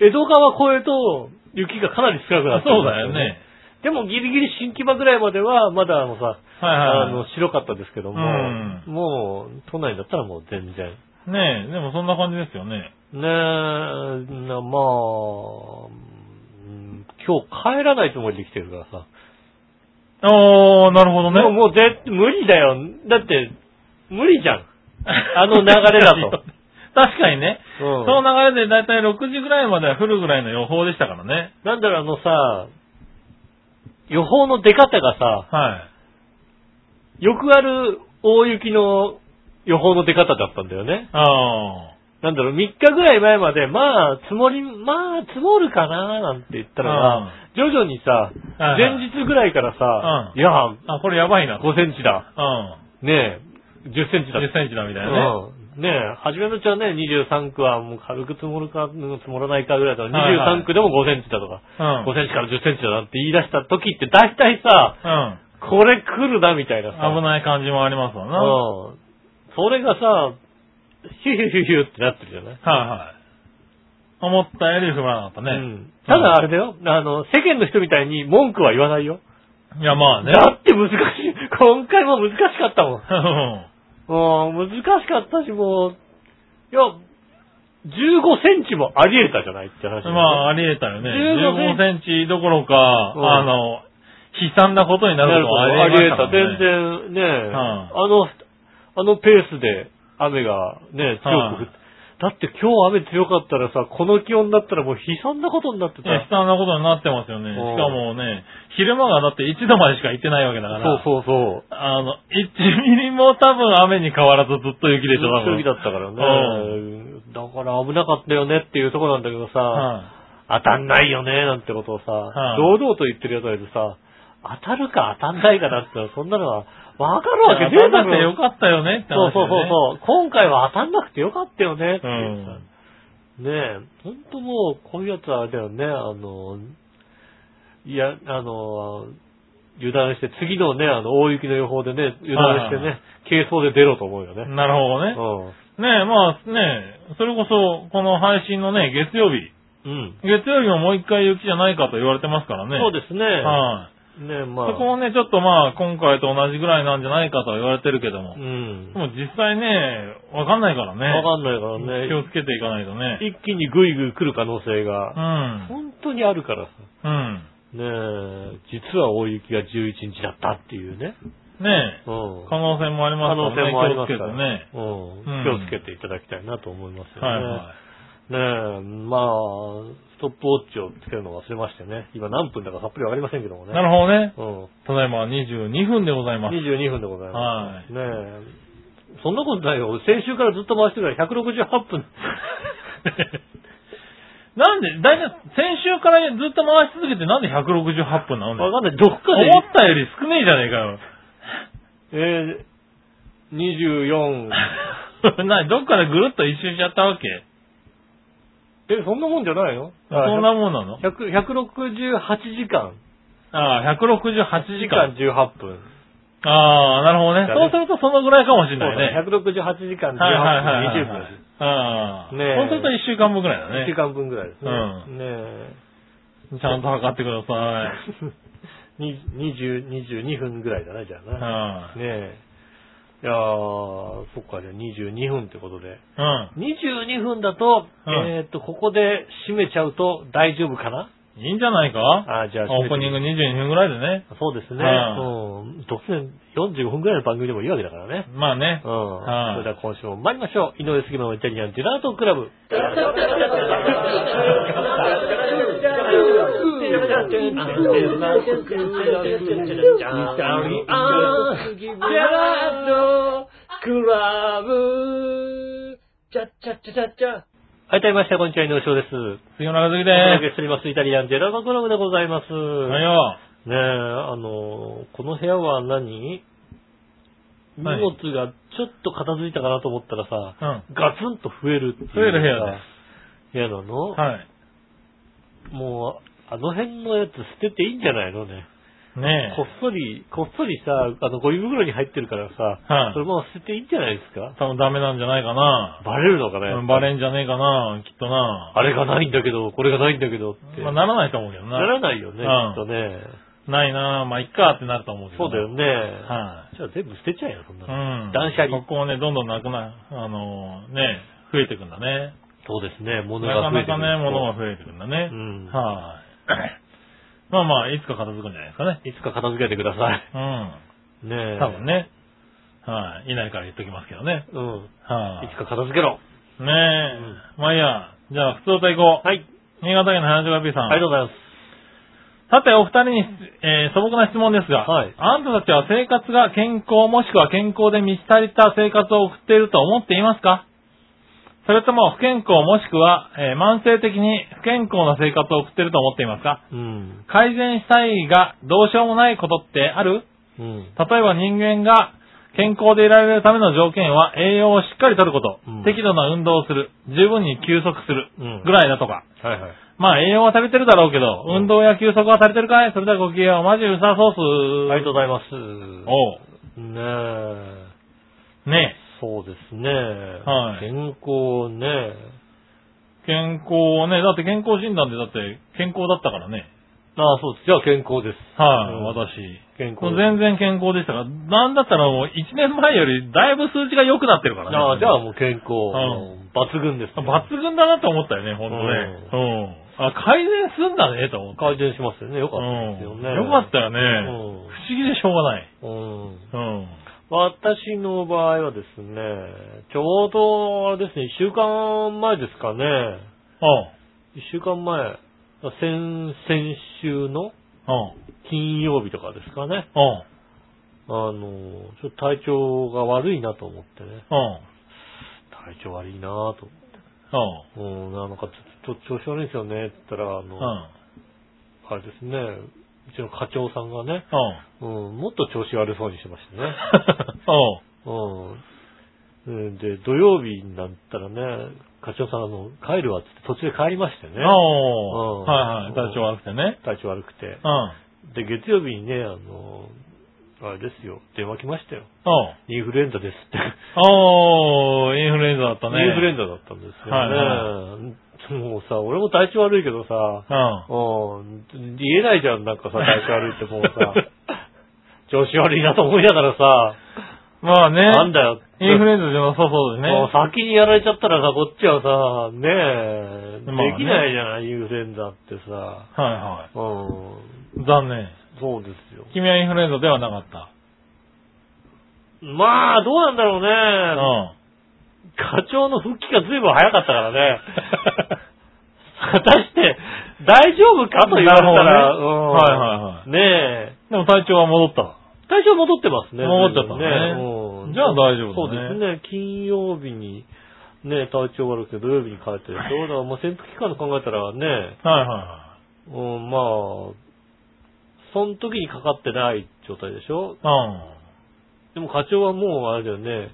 [SPEAKER 2] 江戸川越えと雪がかなり少なく
[SPEAKER 3] そ
[SPEAKER 2] な
[SPEAKER 3] う
[SPEAKER 2] ってるんです
[SPEAKER 3] だよね。。
[SPEAKER 2] でもギリギリ新木場ぐらいまでは、まだあのさ、
[SPEAKER 3] はいはい、
[SPEAKER 2] あ
[SPEAKER 3] はい。
[SPEAKER 2] の、白かったですけども、
[SPEAKER 3] うん
[SPEAKER 2] もう、都内だったらもう全然。
[SPEAKER 3] ねえ、でもそんな感じですよね。
[SPEAKER 2] ねえ、なまあ、うん今日帰らないつもりで来てるからさ。
[SPEAKER 3] ああ、なるほどね。
[SPEAKER 2] もう、もうぜ、無理だよ。だって、無理じゃん。 あの流れだと。
[SPEAKER 3] 確かにね。
[SPEAKER 2] うん
[SPEAKER 3] その流れでだいたい6時ぐらいまでは降るぐらいの予報でしたからね。
[SPEAKER 2] なんだろう、あのさ、予報の出方がさ、
[SPEAKER 3] はい。
[SPEAKER 2] よくある大雪の予報の出方だったんだよね。
[SPEAKER 3] ああ。
[SPEAKER 2] なんだろう、3日ぐらい前まで、まあ、積もり、まあ、積もるかななんて言ったらさ、徐々にさ、
[SPEAKER 3] はいはい
[SPEAKER 2] 前日ぐらいからさ、
[SPEAKER 3] うん
[SPEAKER 2] いや、
[SPEAKER 3] あ、これやばいな。
[SPEAKER 2] 5センチだ、
[SPEAKER 3] う
[SPEAKER 2] ねえ、10センチだ
[SPEAKER 3] ん。10センチだみたいなね。
[SPEAKER 2] うんねえ、初めのうちはね、23区はもう軽く積もるか、うん積もらないかぐらいだから、
[SPEAKER 3] はいはい
[SPEAKER 2] 23区でも5センチだとか、
[SPEAKER 3] うん。
[SPEAKER 2] 5センチから10センチだなって言い出した時って、大体さ、
[SPEAKER 3] うん。
[SPEAKER 2] これ来るなみたいなさ、
[SPEAKER 3] 危ない感じもありますわな。はい
[SPEAKER 2] うん。それがさ、ヒュヒュヒュヒュってなってるじゃない
[SPEAKER 3] はい。思ったより不安だった
[SPEAKER 2] う
[SPEAKER 3] ね。
[SPEAKER 2] んただあれだよ、あの、世間の人みたいに文句は言わないよ。
[SPEAKER 3] いや、まあね。
[SPEAKER 2] だって難しい。今回も難しかったもん。
[SPEAKER 3] うん
[SPEAKER 2] もう難しかったし、もう、いや、15センチもあり得たじゃないって話。
[SPEAKER 3] まあ、あり得たよね。
[SPEAKER 2] 15
[SPEAKER 3] 15センチどころか、
[SPEAKER 2] ん
[SPEAKER 3] あの、悲惨なことになることはあ
[SPEAKER 2] あ
[SPEAKER 3] り
[SPEAKER 2] り
[SPEAKER 3] 得
[SPEAKER 2] 得た。
[SPEAKER 3] たもん
[SPEAKER 2] 全然
[SPEAKER 3] ね。
[SPEAKER 2] ね、
[SPEAKER 3] ん
[SPEAKER 2] あの、あのペースで雨がね、強く降って。だって今日雨強かったらさ、この気温だったらもう悲惨なことになってた。
[SPEAKER 3] いや悲惨なことになってますよね。しか
[SPEAKER 2] うん
[SPEAKER 3] もね、昼間がだって1度までしか行ってないわけだから。
[SPEAKER 2] そうそうそう。
[SPEAKER 3] あの、1ミリも多分雨に変わらずずっと雪でしょ、多分。
[SPEAKER 2] 雪だったからね。だから危なかったよねっていうところなんだけどさ、
[SPEAKER 3] は
[SPEAKER 2] 当たんないよねなんてことをさ、
[SPEAKER 3] はい
[SPEAKER 2] 堂々と言ってるやつがいてさ、当たるか当たんないかなって言ったらそんなのはわかるわけ
[SPEAKER 3] い。当たんなくてよ
[SPEAKER 2] よ
[SPEAKER 3] かったよねって話、
[SPEAKER 2] そうそ
[SPEAKER 3] ね。
[SPEAKER 2] うそうそう。今回は当たんなくてよかったよねって
[SPEAKER 3] う
[SPEAKER 2] いうさ
[SPEAKER 3] ん。
[SPEAKER 2] ねえ、ほんともう、こういうやつはあれだよね、あの、いや、あの、油断して、次のね、あの、大雪の予報でね、油断して
[SPEAKER 3] はいはいは
[SPEAKER 2] ね、軽装で出ろと思うよね。
[SPEAKER 3] なるほどね。ねえ、まあねえ、それこそ、この配信のね、月曜日。
[SPEAKER 2] うん。うん。
[SPEAKER 3] 月曜日ももう一回雪じゃないかと言われてますからね。
[SPEAKER 2] そうですね。
[SPEAKER 3] はい。
[SPEAKER 2] ねまあ。
[SPEAKER 3] そこもね、ちょっとまあ、今回と同じぐらいなんじゃないかとは言われてるけども
[SPEAKER 2] う。ん
[SPEAKER 3] で。も実際ね、わかんないからね。
[SPEAKER 2] わかんないから
[SPEAKER 3] 気を
[SPEAKER 2] ね。
[SPEAKER 3] つけていかないとね。
[SPEAKER 2] 一気にぐいぐい来る可能性
[SPEAKER 3] う
[SPEAKER 2] が、
[SPEAKER 3] ん。
[SPEAKER 2] 本当にあるからさ。
[SPEAKER 3] うん。
[SPEAKER 2] ねえ、実は大雪が11日だったっていうね。
[SPEAKER 3] ねえ。
[SPEAKER 2] うん。
[SPEAKER 3] 可能性もありま
[SPEAKER 2] 可
[SPEAKER 3] すか
[SPEAKER 2] 能
[SPEAKER 3] らね。
[SPEAKER 2] 性もありますから
[SPEAKER 3] 気をつけてね。
[SPEAKER 2] うん
[SPEAKER 3] うん
[SPEAKER 2] 気をつけていただきたいなと思いますよね。
[SPEAKER 3] はいは
[SPEAKER 2] ねえ、まあ、ストップウォッチをつけるのを忘れましてね。今何分だかさっぱりわかりませんけども
[SPEAKER 3] い。
[SPEAKER 2] ね。
[SPEAKER 3] なるほどね。
[SPEAKER 2] うん。
[SPEAKER 3] ただいま22分でございます。
[SPEAKER 2] 22分でございます。ねえ。そんなことないよ。先週からずっと回してるから168分。
[SPEAKER 3] なんで、だいたい先週からずっと回し続けてなんで168分なの
[SPEAKER 2] わ
[SPEAKER 3] ね
[SPEAKER 2] かんない。どっかで
[SPEAKER 3] 思、ったより少ねえじゃねえかよ。
[SPEAKER 2] えー、24。
[SPEAKER 3] なにどっかでぐるっと一周しちゃったわけ
[SPEAKER 2] え、そんなもんじゃないの
[SPEAKER 3] そんなもんなの
[SPEAKER 2] 100 168時間。
[SPEAKER 3] ああ、168
[SPEAKER 2] 1時
[SPEAKER 3] 時
[SPEAKER 2] 間
[SPEAKER 3] 間。
[SPEAKER 2] 18分。
[SPEAKER 3] ああ、なるほどね。
[SPEAKER 2] だね
[SPEAKER 3] そうするとそのぐらいかもしれないね。
[SPEAKER 2] そうだ168時間18分
[SPEAKER 3] はいはいはいはい
[SPEAKER 2] 20分です。
[SPEAKER 3] ああ。
[SPEAKER 2] ねえ
[SPEAKER 3] そうすると1週間分ぐらい
[SPEAKER 2] 1
[SPEAKER 3] だ
[SPEAKER 2] 時
[SPEAKER 3] ね。
[SPEAKER 2] 間分ぐらいですね。
[SPEAKER 3] う
[SPEAKER 2] ね
[SPEAKER 3] ちゃんと測ってください。
[SPEAKER 2] え。に20、22分ぐらいだな、じゃあな。
[SPEAKER 3] は
[SPEAKER 2] ねえ。いやー、そっか、じゃあ22分ってことで。
[SPEAKER 3] いうん。
[SPEAKER 2] 22分だと、
[SPEAKER 3] うん
[SPEAKER 2] えーっと、ここで締めちゃうと大丈夫かない
[SPEAKER 3] いんじゃないか
[SPEAKER 2] あじゃあ
[SPEAKER 3] オープニング22分ぐらいでね。
[SPEAKER 2] そうですね。う
[SPEAKER 3] うん
[SPEAKER 2] ん。突然45分ぐらいの番組でもいいわけだからね。
[SPEAKER 3] まあね
[SPEAKER 2] う。ん。
[SPEAKER 3] はい
[SPEAKER 2] それでは今週も参りましょう。井上杉村のイタリアンジェラートクラブ。はい、どうもみなさん、こんにちは、井上翔です。
[SPEAKER 3] 杉村和樹で
[SPEAKER 2] お届
[SPEAKER 3] ー
[SPEAKER 2] けしております、イタリアンジェラートクラブでございます。
[SPEAKER 3] す。はいよ。
[SPEAKER 2] ねえ、あの、この部屋は何荷
[SPEAKER 3] はい
[SPEAKER 2] 物がちょっと片付いたかなと思ったらさ、
[SPEAKER 3] うん。
[SPEAKER 2] ガツンと増えるっていう。
[SPEAKER 3] 増える部屋で
[SPEAKER 2] 部屋なの、
[SPEAKER 3] す。はい。
[SPEAKER 2] もう、あの辺のやつ捨てていいんじゃないのね。
[SPEAKER 3] ね
[SPEAKER 2] こっそり、こっそりさ、あの、ゴミ袋に入ってるからさ、
[SPEAKER 3] え。はい
[SPEAKER 2] それ。も捨てていいんじゃないですか
[SPEAKER 3] 多分ダメなんじゃないかな。
[SPEAKER 2] バレるのかね、
[SPEAKER 3] うんバレ
[SPEAKER 2] る。
[SPEAKER 3] んじゃねえかな、きっとな。
[SPEAKER 2] あれがないんだけど、これがないんだけどって。
[SPEAKER 3] まあならないと思うけど
[SPEAKER 2] なら
[SPEAKER 3] な。
[SPEAKER 2] ないよね、
[SPEAKER 3] う
[SPEAKER 2] き
[SPEAKER 3] ん
[SPEAKER 2] っとね。
[SPEAKER 3] ないな、まあいっかってなると思うけ
[SPEAKER 2] そ
[SPEAKER 3] ど。
[SPEAKER 2] うだよね。
[SPEAKER 3] は
[SPEAKER 2] じゃあ全部捨てちゃえよ、そん
[SPEAKER 3] い。
[SPEAKER 2] な
[SPEAKER 3] う
[SPEAKER 2] の。
[SPEAKER 3] ん。
[SPEAKER 2] 断捨離
[SPEAKER 3] ここをね、どんどんなくな、あのー、ね、増えてくんだね。
[SPEAKER 2] そうですね、物
[SPEAKER 3] な
[SPEAKER 2] が
[SPEAKER 3] か
[SPEAKER 2] 増えてく
[SPEAKER 3] なか
[SPEAKER 2] る
[SPEAKER 3] ね、物が増えてくんだね
[SPEAKER 2] う。ん。
[SPEAKER 3] はい。まあまあ、いつか片付くんじゃないですかね。
[SPEAKER 2] いつか片付けてください。
[SPEAKER 3] うん。
[SPEAKER 2] ねえ。
[SPEAKER 3] 多分。ね。はい。いないから言っときますけどね。
[SPEAKER 2] うん。
[SPEAKER 3] はい
[SPEAKER 2] いつ。か片付けろ。
[SPEAKER 3] ねえ。まあいいや。じゃあ、普通歌行こう。
[SPEAKER 2] はい。
[SPEAKER 3] 新潟県の花島 P さん。
[SPEAKER 2] ありがとうございます。
[SPEAKER 3] さて、お二人に、えー素朴な質問ですが、
[SPEAKER 2] はい
[SPEAKER 3] あんたたちは生活が健康もしくは健康で満ち足りた生活を送っていると思っていますかそれとも不健康もしくは、えー慢性的に不健康な生活を送っていると思っていますか
[SPEAKER 2] うん。
[SPEAKER 3] 改善したいがどうしようもないことってある
[SPEAKER 2] うん。
[SPEAKER 3] 例えば人間が健康でいられるための条件は栄養をしっかりとること、
[SPEAKER 2] うん
[SPEAKER 3] 適度な運動をする、十分に休息する
[SPEAKER 2] うん
[SPEAKER 3] ぐらいだとか。
[SPEAKER 2] はいはい。
[SPEAKER 3] まあ栄養は足りてるだろうけど、
[SPEAKER 2] うん
[SPEAKER 3] 運動や休息は足りてるかいそれではご機嫌をマジうさそうす。
[SPEAKER 2] ありがとうございます。
[SPEAKER 3] お
[SPEAKER 2] ねえ。
[SPEAKER 3] う。ね
[SPEAKER 2] そうですね。
[SPEAKER 3] はい
[SPEAKER 2] 健康ね。
[SPEAKER 3] え。健康をね、だって健康診断でだって健康だったからね。
[SPEAKER 2] ああ、そうです。じゃあ健康です。
[SPEAKER 3] はい、
[SPEAKER 2] うん
[SPEAKER 3] 私。
[SPEAKER 2] 健
[SPEAKER 3] も
[SPEAKER 2] 康で
[SPEAKER 3] う
[SPEAKER 2] す。
[SPEAKER 3] 全然健康でしたから、なんだったらもう1年前よりだいぶ数字が良くなってるからね。
[SPEAKER 2] ああ、じゃあもう健康。抜
[SPEAKER 3] ん
[SPEAKER 2] 群です、
[SPEAKER 3] 抜群だなと思ったよね、ほんとね。うん。あ、改善すんだね、と思った。
[SPEAKER 2] 改善しますよね。よかったですよね。
[SPEAKER 3] うんよかったよね。
[SPEAKER 2] う
[SPEAKER 3] 不思議でしょうがない。
[SPEAKER 2] ん。うん。
[SPEAKER 3] うん。
[SPEAKER 2] 私の場合はですね、ちょうど、あれですね、一週間前ですかね。
[SPEAKER 3] あ
[SPEAKER 2] 一週間前。先、先週の
[SPEAKER 3] あ、うん。
[SPEAKER 2] 金曜日とかですかね。
[SPEAKER 3] うん。
[SPEAKER 2] あの、ちょっと体調が悪いなと思ってね。
[SPEAKER 3] うん。
[SPEAKER 2] 体調悪いなぁと。
[SPEAKER 3] うん。
[SPEAKER 2] うん、なんかちょっと調子悪いんですよねって言ったら、あの、
[SPEAKER 3] うん。
[SPEAKER 2] あれですね、うちの課長さんがね、
[SPEAKER 3] うん。
[SPEAKER 2] うん、もっと調子悪そうにしてましたね。
[SPEAKER 3] おう
[SPEAKER 2] うん。で、土曜日になったらね、課長さん、あの、帰るわって言って途中で帰りましてね。うん
[SPEAKER 3] おうはいはい。体調悪くてね。
[SPEAKER 2] 体調悪くて。
[SPEAKER 3] うん。
[SPEAKER 2] で、月曜日にね、あの、あれですよ、電話来ましたよ。
[SPEAKER 3] おう
[SPEAKER 2] インフルエンザですって。
[SPEAKER 3] おうインフルエンザだったね。
[SPEAKER 2] インフルエン
[SPEAKER 3] ザ。
[SPEAKER 2] ザだったんですよね。
[SPEAKER 3] はい
[SPEAKER 2] もうさ、俺も体調悪いけどさ、
[SPEAKER 3] うん。
[SPEAKER 2] うん、言えないじゃん、なんかさ、体調悪いってもうさ、 調子悪いなと思いながらさ、
[SPEAKER 3] まあね。
[SPEAKER 2] なんだよ。
[SPEAKER 3] インフルエンザじゃなさそうですね。
[SPEAKER 2] もう先にやられちゃったらさ、こっちはさ、ねえ、
[SPEAKER 3] まあね
[SPEAKER 2] できないじゃない、インフルエンザってさ。
[SPEAKER 3] は
[SPEAKER 2] うん、
[SPEAKER 3] いはい。残念。
[SPEAKER 2] そうですよ。
[SPEAKER 3] 君はインフルエンザではなかった。
[SPEAKER 2] まあ、どうなんだろう
[SPEAKER 3] う
[SPEAKER 2] ね。
[SPEAKER 3] ん。
[SPEAKER 2] 課長の復帰が随分早かったからね。 果たして、大丈夫かと言われた
[SPEAKER 3] な
[SPEAKER 2] ら、
[SPEAKER 3] るほ
[SPEAKER 2] う
[SPEAKER 3] ど
[SPEAKER 2] ん
[SPEAKER 3] ねはいはいはい
[SPEAKER 2] ねえ、
[SPEAKER 3] でも体調は戻った。
[SPEAKER 2] 体調戻ってますね。
[SPEAKER 3] 戻っちゃったね
[SPEAKER 2] うん
[SPEAKER 3] じゃあ大丈夫
[SPEAKER 2] そう
[SPEAKER 3] だね
[SPEAKER 2] ですね。金曜日に、ね、体調悪くて土曜日に帰ってるでしょ。だからまあ潜伏期間の考えたらね、
[SPEAKER 3] はいは
[SPEAKER 2] うん、まあ、その時にかかってない状態でしょ。
[SPEAKER 3] いは
[SPEAKER 2] でも課長はもうあれだよね、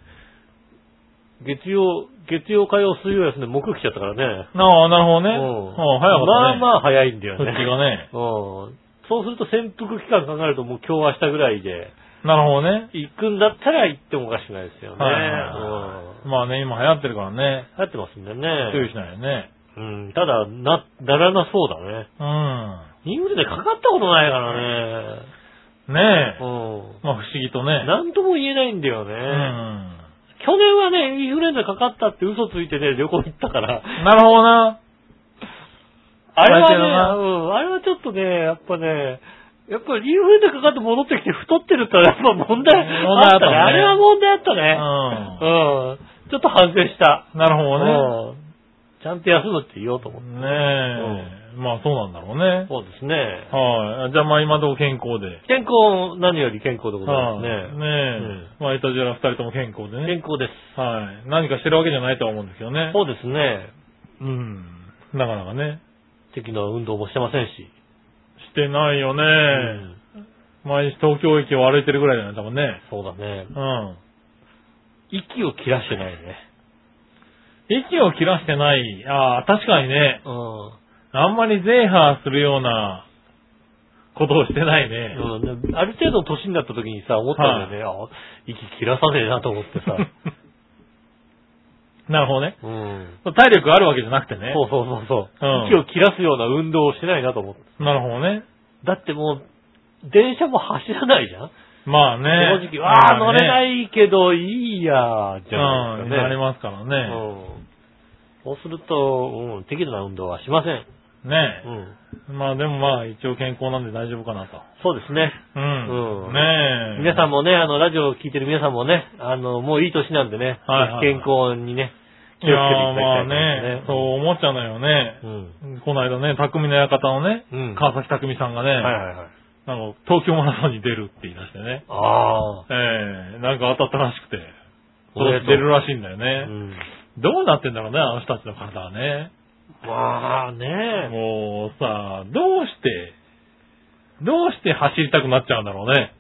[SPEAKER 2] 月曜、月曜、火曜、水曜休んで木曜来ちゃったからね。
[SPEAKER 3] い。うん。ああ、なるほどね。
[SPEAKER 2] う
[SPEAKER 3] うん、早かったね。
[SPEAKER 2] まあま
[SPEAKER 3] あ、
[SPEAKER 2] あ早いんだよ
[SPEAKER 3] 復
[SPEAKER 2] ね。
[SPEAKER 3] 帰がね。
[SPEAKER 2] うん。そうすると潜伏期間考えるともう今日明日ぐらいで、
[SPEAKER 3] なるほどね。
[SPEAKER 2] 行くんだったら行ってもおかしくないですよね。
[SPEAKER 3] はいは
[SPEAKER 2] う
[SPEAKER 3] い。
[SPEAKER 2] ん
[SPEAKER 3] まあね、今流行ってるからね。
[SPEAKER 2] 流行ってますんでね。
[SPEAKER 3] 注意しないよね。
[SPEAKER 2] うん、ただ、な、ならなそうだね。
[SPEAKER 3] う
[SPEAKER 2] インフルでかかったことないからね。
[SPEAKER 3] ん。ねえ。
[SPEAKER 2] う
[SPEAKER 3] まあ不思議 と
[SPEAKER 2] ん。
[SPEAKER 3] ね。
[SPEAKER 2] なんとも言えないんだよね。
[SPEAKER 3] うん。
[SPEAKER 2] 去年はね、インフルエンザかかったって嘘ついてね、旅行行ったから。
[SPEAKER 3] なるほどな。
[SPEAKER 2] あれはね、
[SPEAKER 3] だけどな
[SPEAKER 2] うん、あれはちょっとね、やっぱね、やっぱりインフルエンザかかって戻ってきて太ってるったらやっぱ問題
[SPEAKER 3] 問題
[SPEAKER 2] あ
[SPEAKER 3] あ
[SPEAKER 2] っ
[SPEAKER 3] ったた
[SPEAKER 2] ね。
[SPEAKER 3] ね
[SPEAKER 2] あれは問題あった
[SPEAKER 3] う
[SPEAKER 2] ね。
[SPEAKER 3] ん。
[SPEAKER 2] うん。ちょっと反省した。
[SPEAKER 3] なるほどね。
[SPEAKER 2] うんちゃんと休むって言おうと思って。
[SPEAKER 3] ねえ。まあそうなんだろうね。
[SPEAKER 2] そうですね。
[SPEAKER 3] はい。じゃあまあ今のとこ健康で。
[SPEAKER 2] 健康、何より健康でございま
[SPEAKER 3] は
[SPEAKER 2] す
[SPEAKER 3] い
[SPEAKER 2] ね。
[SPEAKER 3] ねえ。まあイタジェラ二人とも健康でね。
[SPEAKER 2] 健康です。
[SPEAKER 3] はい。何かしてるわけじゃないとは思うんですけどね。
[SPEAKER 2] そうですね。
[SPEAKER 3] うん。なかなかね。
[SPEAKER 2] 適な運動もしてませんし。
[SPEAKER 3] してないよ
[SPEAKER 2] う
[SPEAKER 3] ね。
[SPEAKER 2] ん
[SPEAKER 3] 毎日東京駅を歩いてるぐらいじゃない多分ね。
[SPEAKER 2] そうだね。
[SPEAKER 3] うん。
[SPEAKER 2] 息を切らしてないね。
[SPEAKER 3] 息を切らしてない。ああ、確かにね。
[SPEAKER 2] うん。
[SPEAKER 3] あんまりゼーハーするようなことをしてないね。
[SPEAKER 2] うんある程度の年になった時にさ、思ったんだよね。あ息切らさねえなと思ってさ。
[SPEAKER 3] なるほどね。
[SPEAKER 2] うん。
[SPEAKER 3] 体力あるわけじゃなくてね。
[SPEAKER 2] そうそうそうそう、
[SPEAKER 3] うん
[SPEAKER 2] 息を切らすような運動をしてないなと思って。
[SPEAKER 3] なるほどね。
[SPEAKER 2] だってもう、電車も走らないじゃん、
[SPEAKER 3] まあね。
[SPEAKER 2] 正直、わあ、
[SPEAKER 3] ま
[SPEAKER 2] 乗
[SPEAKER 3] あ
[SPEAKER 2] れ
[SPEAKER 3] ね
[SPEAKER 2] ないけど、いいやじゃ
[SPEAKER 3] う、
[SPEAKER 2] なんいですかね。
[SPEAKER 3] なりますからね。
[SPEAKER 2] うんそうすると、うん、適度な運動はしません。う
[SPEAKER 3] ね
[SPEAKER 2] ん。
[SPEAKER 3] まあでもまあ一応健康なんで大丈夫かなと。
[SPEAKER 2] そうですね。
[SPEAKER 3] うん。
[SPEAKER 2] うん
[SPEAKER 3] ねえ。
[SPEAKER 2] 皆さん
[SPEAKER 3] も。
[SPEAKER 2] もね、あの、ラジオを聞いてる皆さんもね、あの、もういい年なんでね、
[SPEAKER 3] はいはい
[SPEAKER 2] 健康にね、
[SPEAKER 3] い
[SPEAKER 2] 気をつけていた
[SPEAKER 3] や
[SPEAKER 2] だき
[SPEAKER 3] ま
[SPEAKER 2] た
[SPEAKER 3] あ
[SPEAKER 2] い
[SPEAKER 3] ね、
[SPEAKER 2] です
[SPEAKER 3] そう思っちゃうのよね。
[SPEAKER 2] うん。
[SPEAKER 3] この間ね、匠の館のね、
[SPEAKER 2] うん
[SPEAKER 3] 川崎匠さんがね、
[SPEAKER 2] はいはいはい。
[SPEAKER 3] あの、東京マラソンに出るって言い出してね。
[SPEAKER 2] ああ。
[SPEAKER 3] ええなんか当たったらしくて、
[SPEAKER 2] おめでとう
[SPEAKER 3] 出るらしいんだよ
[SPEAKER 2] う
[SPEAKER 3] ね。
[SPEAKER 2] ん。
[SPEAKER 3] どうなってんだろうね、あの人たちの体はね。
[SPEAKER 2] まあね。
[SPEAKER 3] もうさ、どうして、どうして走りたくなっちゃうんだろうね。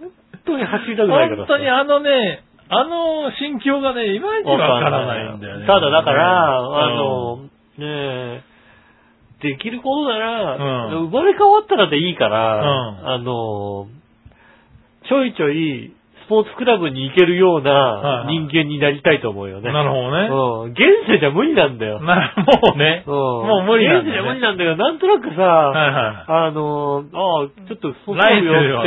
[SPEAKER 2] 本当に走りたくないから
[SPEAKER 3] 本当にあのね、あの心境がね、いまいちわからないんだよね。
[SPEAKER 2] ただだから、
[SPEAKER 3] うん
[SPEAKER 2] あの、ねえ、できることなら、
[SPEAKER 3] うん
[SPEAKER 2] 生まれ変わったらでいいから、
[SPEAKER 3] うん
[SPEAKER 2] あの、ちょいちょいスポーツクラブに行けるようない
[SPEAKER 3] はい
[SPEAKER 2] 人間になりたいと思うよね。
[SPEAKER 3] なるほ
[SPEAKER 2] うん。現世じゃ無理なんだよ。
[SPEAKER 3] どね。な、もうね。
[SPEAKER 2] うん
[SPEAKER 3] もう無理なんだ、ね。
[SPEAKER 2] 現世じゃ無理なんだけど、なんとなくさ、
[SPEAKER 3] はいは
[SPEAKER 2] あ
[SPEAKER 3] い。
[SPEAKER 2] の、ああ、ちょっとスポーツ
[SPEAKER 3] ライ
[SPEAKER 2] ク
[SPEAKER 3] ブ
[SPEAKER 2] ラブよ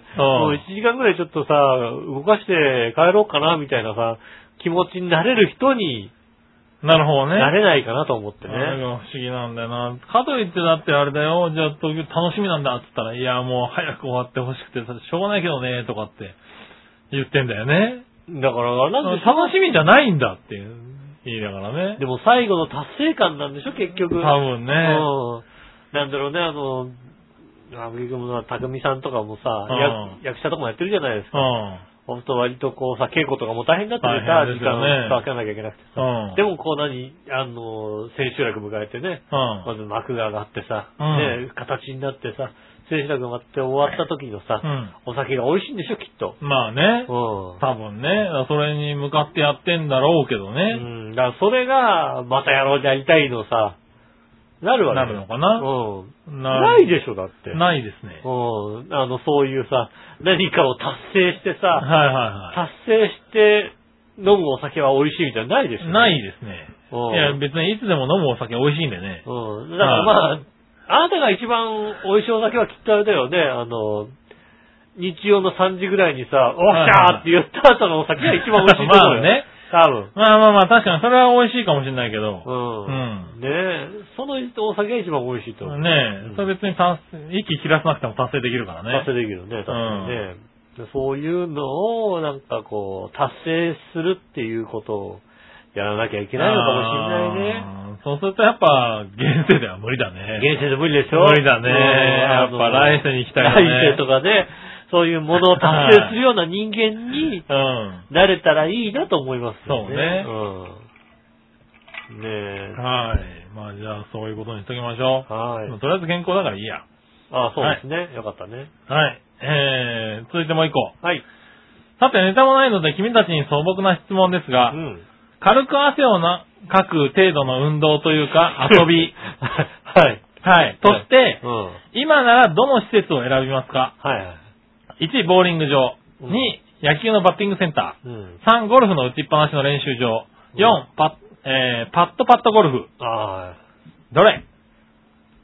[SPEAKER 2] っ
[SPEAKER 3] ね
[SPEAKER 2] て、
[SPEAKER 3] うん
[SPEAKER 2] もう1時間ぐらいちょっとさ、動かして帰ろうかな、みたいなさ、気持ちになれる人に
[SPEAKER 3] なるほどね。
[SPEAKER 2] なれないかなと思って
[SPEAKER 3] あれ
[SPEAKER 2] ね。
[SPEAKER 3] が不思議なんだよな。かといってだってあれだよ、じゃあ東京楽しみなんだって言ったら、いやもう早く終わってほしくて、しょうがないけどね、とかって言ってんだよね。
[SPEAKER 2] だから、なんで
[SPEAKER 3] 楽しみじゃないんだっていう意味だからね。
[SPEAKER 2] でも最後の達成感なんでしょ、結
[SPEAKER 3] 多
[SPEAKER 2] 局。
[SPEAKER 3] 分ね。
[SPEAKER 2] うん。なんだろうね、あの、あ結局もたくみさんとかもさ、
[SPEAKER 3] うん
[SPEAKER 2] 役役者とかもやってるじゃないです
[SPEAKER 3] う
[SPEAKER 2] か。
[SPEAKER 3] ん。
[SPEAKER 2] ほんと割とこうさ、稽古とかも大変だったりさ、
[SPEAKER 3] 大変で
[SPEAKER 2] 時
[SPEAKER 3] す
[SPEAKER 2] 間
[SPEAKER 3] よね
[SPEAKER 2] をかけなきゃいけなくてさ。
[SPEAKER 3] うん。
[SPEAKER 2] でもこう何、あの、千秋楽迎えてね、
[SPEAKER 3] う
[SPEAKER 2] ま
[SPEAKER 3] ん。
[SPEAKER 2] ず幕が上がってさ、
[SPEAKER 3] うん
[SPEAKER 2] ね、形になってさ、選手が上がって終わった時のさ、
[SPEAKER 3] うん
[SPEAKER 2] お酒が美味しいんでしょ、きっと。
[SPEAKER 3] まあ
[SPEAKER 2] う
[SPEAKER 3] ね。多分ね。それに向かってやってんだろうけどね。
[SPEAKER 2] ん。うん。だからそれが、またやろうやりたいのさ、なるわけ
[SPEAKER 3] なるのか
[SPEAKER 2] う
[SPEAKER 3] な。
[SPEAKER 2] ん。
[SPEAKER 3] な
[SPEAKER 2] ないでしょ、だって。
[SPEAKER 3] ないですね。
[SPEAKER 2] うん。あの、そういうさ、何かを達成して
[SPEAKER 3] はい
[SPEAKER 2] さ、
[SPEAKER 3] は
[SPEAKER 2] 達成して飲むお酒は美味しいみたいなのないで
[SPEAKER 3] い
[SPEAKER 2] し
[SPEAKER 3] は
[SPEAKER 2] ょ。
[SPEAKER 3] い。ないですね。
[SPEAKER 2] うん
[SPEAKER 3] いや、別にいつでも飲むお酒美味しいんでね。
[SPEAKER 2] うん。だからまあ、あなたが一番美味しいお酒はきっとあれだよね。あの、日曜の3時ぐらいにさ、おっしゃーって言った後のお酒が一番美味しいと思う よ。多分。
[SPEAKER 3] まあまあまあ、確かにそれは美味しいかもしれないけど、
[SPEAKER 2] うん。
[SPEAKER 3] う
[SPEAKER 2] ねえ、そのお酒が一番美味しいと思う。
[SPEAKER 3] ね
[SPEAKER 2] うん
[SPEAKER 3] え、それ別に達成息切らさなくても達成できるからね。
[SPEAKER 2] 達成できるね、確かにね。でそういうのを、なんかこう、達成するっていうことをやらなきゃいけないのかもしれないね。
[SPEAKER 3] いね。そうするとやっぱ、現世では無理だね。
[SPEAKER 2] 現世で無理でしょ
[SPEAKER 3] 無理だね。
[SPEAKER 2] うん
[SPEAKER 3] やっぱ来世に行きたいよね。
[SPEAKER 2] 来世とかね、そういうものを達成するような人間に
[SPEAKER 3] うん。
[SPEAKER 2] なれたらいいなと思いますよね。そうね。うん。ねえ。
[SPEAKER 3] はい。まあじゃあ、そういうことにしときましょう。
[SPEAKER 2] はい
[SPEAKER 3] まあとりあえず健康だからいいや。
[SPEAKER 2] あそうですね、よかったね。
[SPEAKER 3] はい。えー、続いてもう一個。
[SPEAKER 2] はい。
[SPEAKER 3] さて、ネタもないので君たちに素朴な質問です
[SPEAKER 2] う
[SPEAKER 3] が、
[SPEAKER 2] ん。
[SPEAKER 3] 軽く汗をなかく程度の運動というか、 遊び。
[SPEAKER 2] はい。
[SPEAKER 3] はい。として
[SPEAKER 2] う、ん。は
[SPEAKER 3] 今ならどの施設を選びますか
[SPEAKER 2] いはい。
[SPEAKER 3] ?1、ボーリング場。
[SPEAKER 2] う
[SPEAKER 3] 2
[SPEAKER 2] ん、
[SPEAKER 3] 野球のバッティングセンタ
[SPEAKER 2] うん。
[SPEAKER 3] ー。3、ゴルフの打ちっぱなしの練習場。
[SPEAKER 2] うん
[SPEAKER 3] 4、パッ、えー、パッドパッドゴルフ。
[SPEAKER 2] あ
[SPEAKER 3] どれ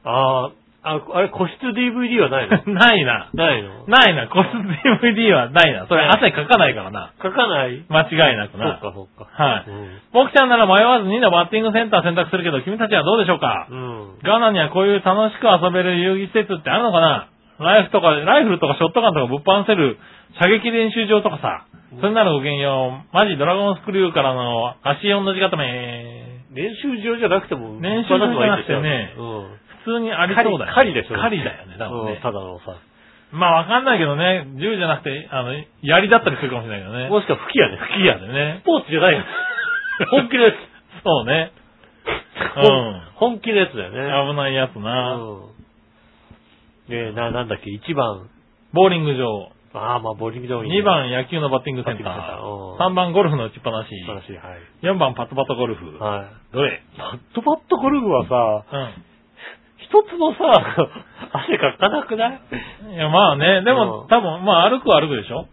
[SPEAKER 2] あ。ああ。あ、あれ、個室 DVD は ないの
[SPEAKER 3] ないな。
[SPEAKER 2] ないの
[SPEAKER 3] ないな。個室 DVD はないな。それ汗かかないからな。
[SPEAKER 2] 書かない
[SPEAKER 3] 間違いな
[SPEAKER 2] そっ
[SPEAKER 3] くな。
[SPEAKER 2] かそっか。。
[SPEAKER 3] はいう
[SPEAKER 2] ん。
[SPEAKER 3] 僕ちゃんなら迷わず2のバッティングセンター選択するけど、君たちはどうでしょうか
[SPEAKER 2] うん。
[SPEAKER 3] ガーナにはこういう楽しく遊べる遊戯施設ってあるのかなライフとか、ライフルとかショットガンとかぶっ放せる射撃練習場とかさ。それならごきげんよう。マジドラゴンスクリューからの足4の字固め。
[SPEAKER 2] 練習場じゃなくても、
[SPEAKER 3] 練習場じゃなくてね
[SPEAKER 2] うん。
[SPEAKER 3] 普通にありそうだよ、ね。
[SPEAKER 2] 狩り狩りでしょ
[SPEAKER 3] 狩りだよね、多分
[SPEAKER 2] うん
[SPEAKER 3] ね。
[SPEAKER 2] ただのさ。
[SPEAKER 3] まあわかんないけどね、銃じゃなくて、あの、槍だったりするかもしれないけどね。
[SPEAKER 2] もしくは吹き矢ね。
[SPEAKER 3] 吹き矢でね
[SPEAKER 2] ス。ポーツじゃないよ。本気のやつ。
[SPEAKER 3] そうね。
[SPEAKER 2] 本本気のやつだよね。
[SPEAKER 3] 危ないやつ
[SPEAKER 2] う
[SPEAKER 3] な。
[SPEAKER 2] ん。で、な、なんだっけ、1番。
[SPEAKER 3] ボーリング場。
[SPEAKER 2] ああ、まあ、ボーリングでもいい、ね。
[SPEAKER 3] 2。番野球のバッティングセンタ
[SPEAKER 2] バッティングセンターうん
[SPEAKER 3] ー。3番ゴルフの打ちっぱなし。
[SPEAKER 2] 素晴らしい、はい。
[SPEAKER 3] 4番パッドパッドゴルフ。
[SPEAKER 2] はい。
[SPEAKER 3] どれ
[SPEAKER 2] パッドパッドゴルフはさ、
[SPEAKER 3] う
[SPEAKER 2] 一つもさ、 汗かかなくない
[SPEAKER 3] ん。いや、まあね、でも、
[SPEAKER 2] うん
[SPEAKER 3] 多分、まあ歩くは歩くでしょ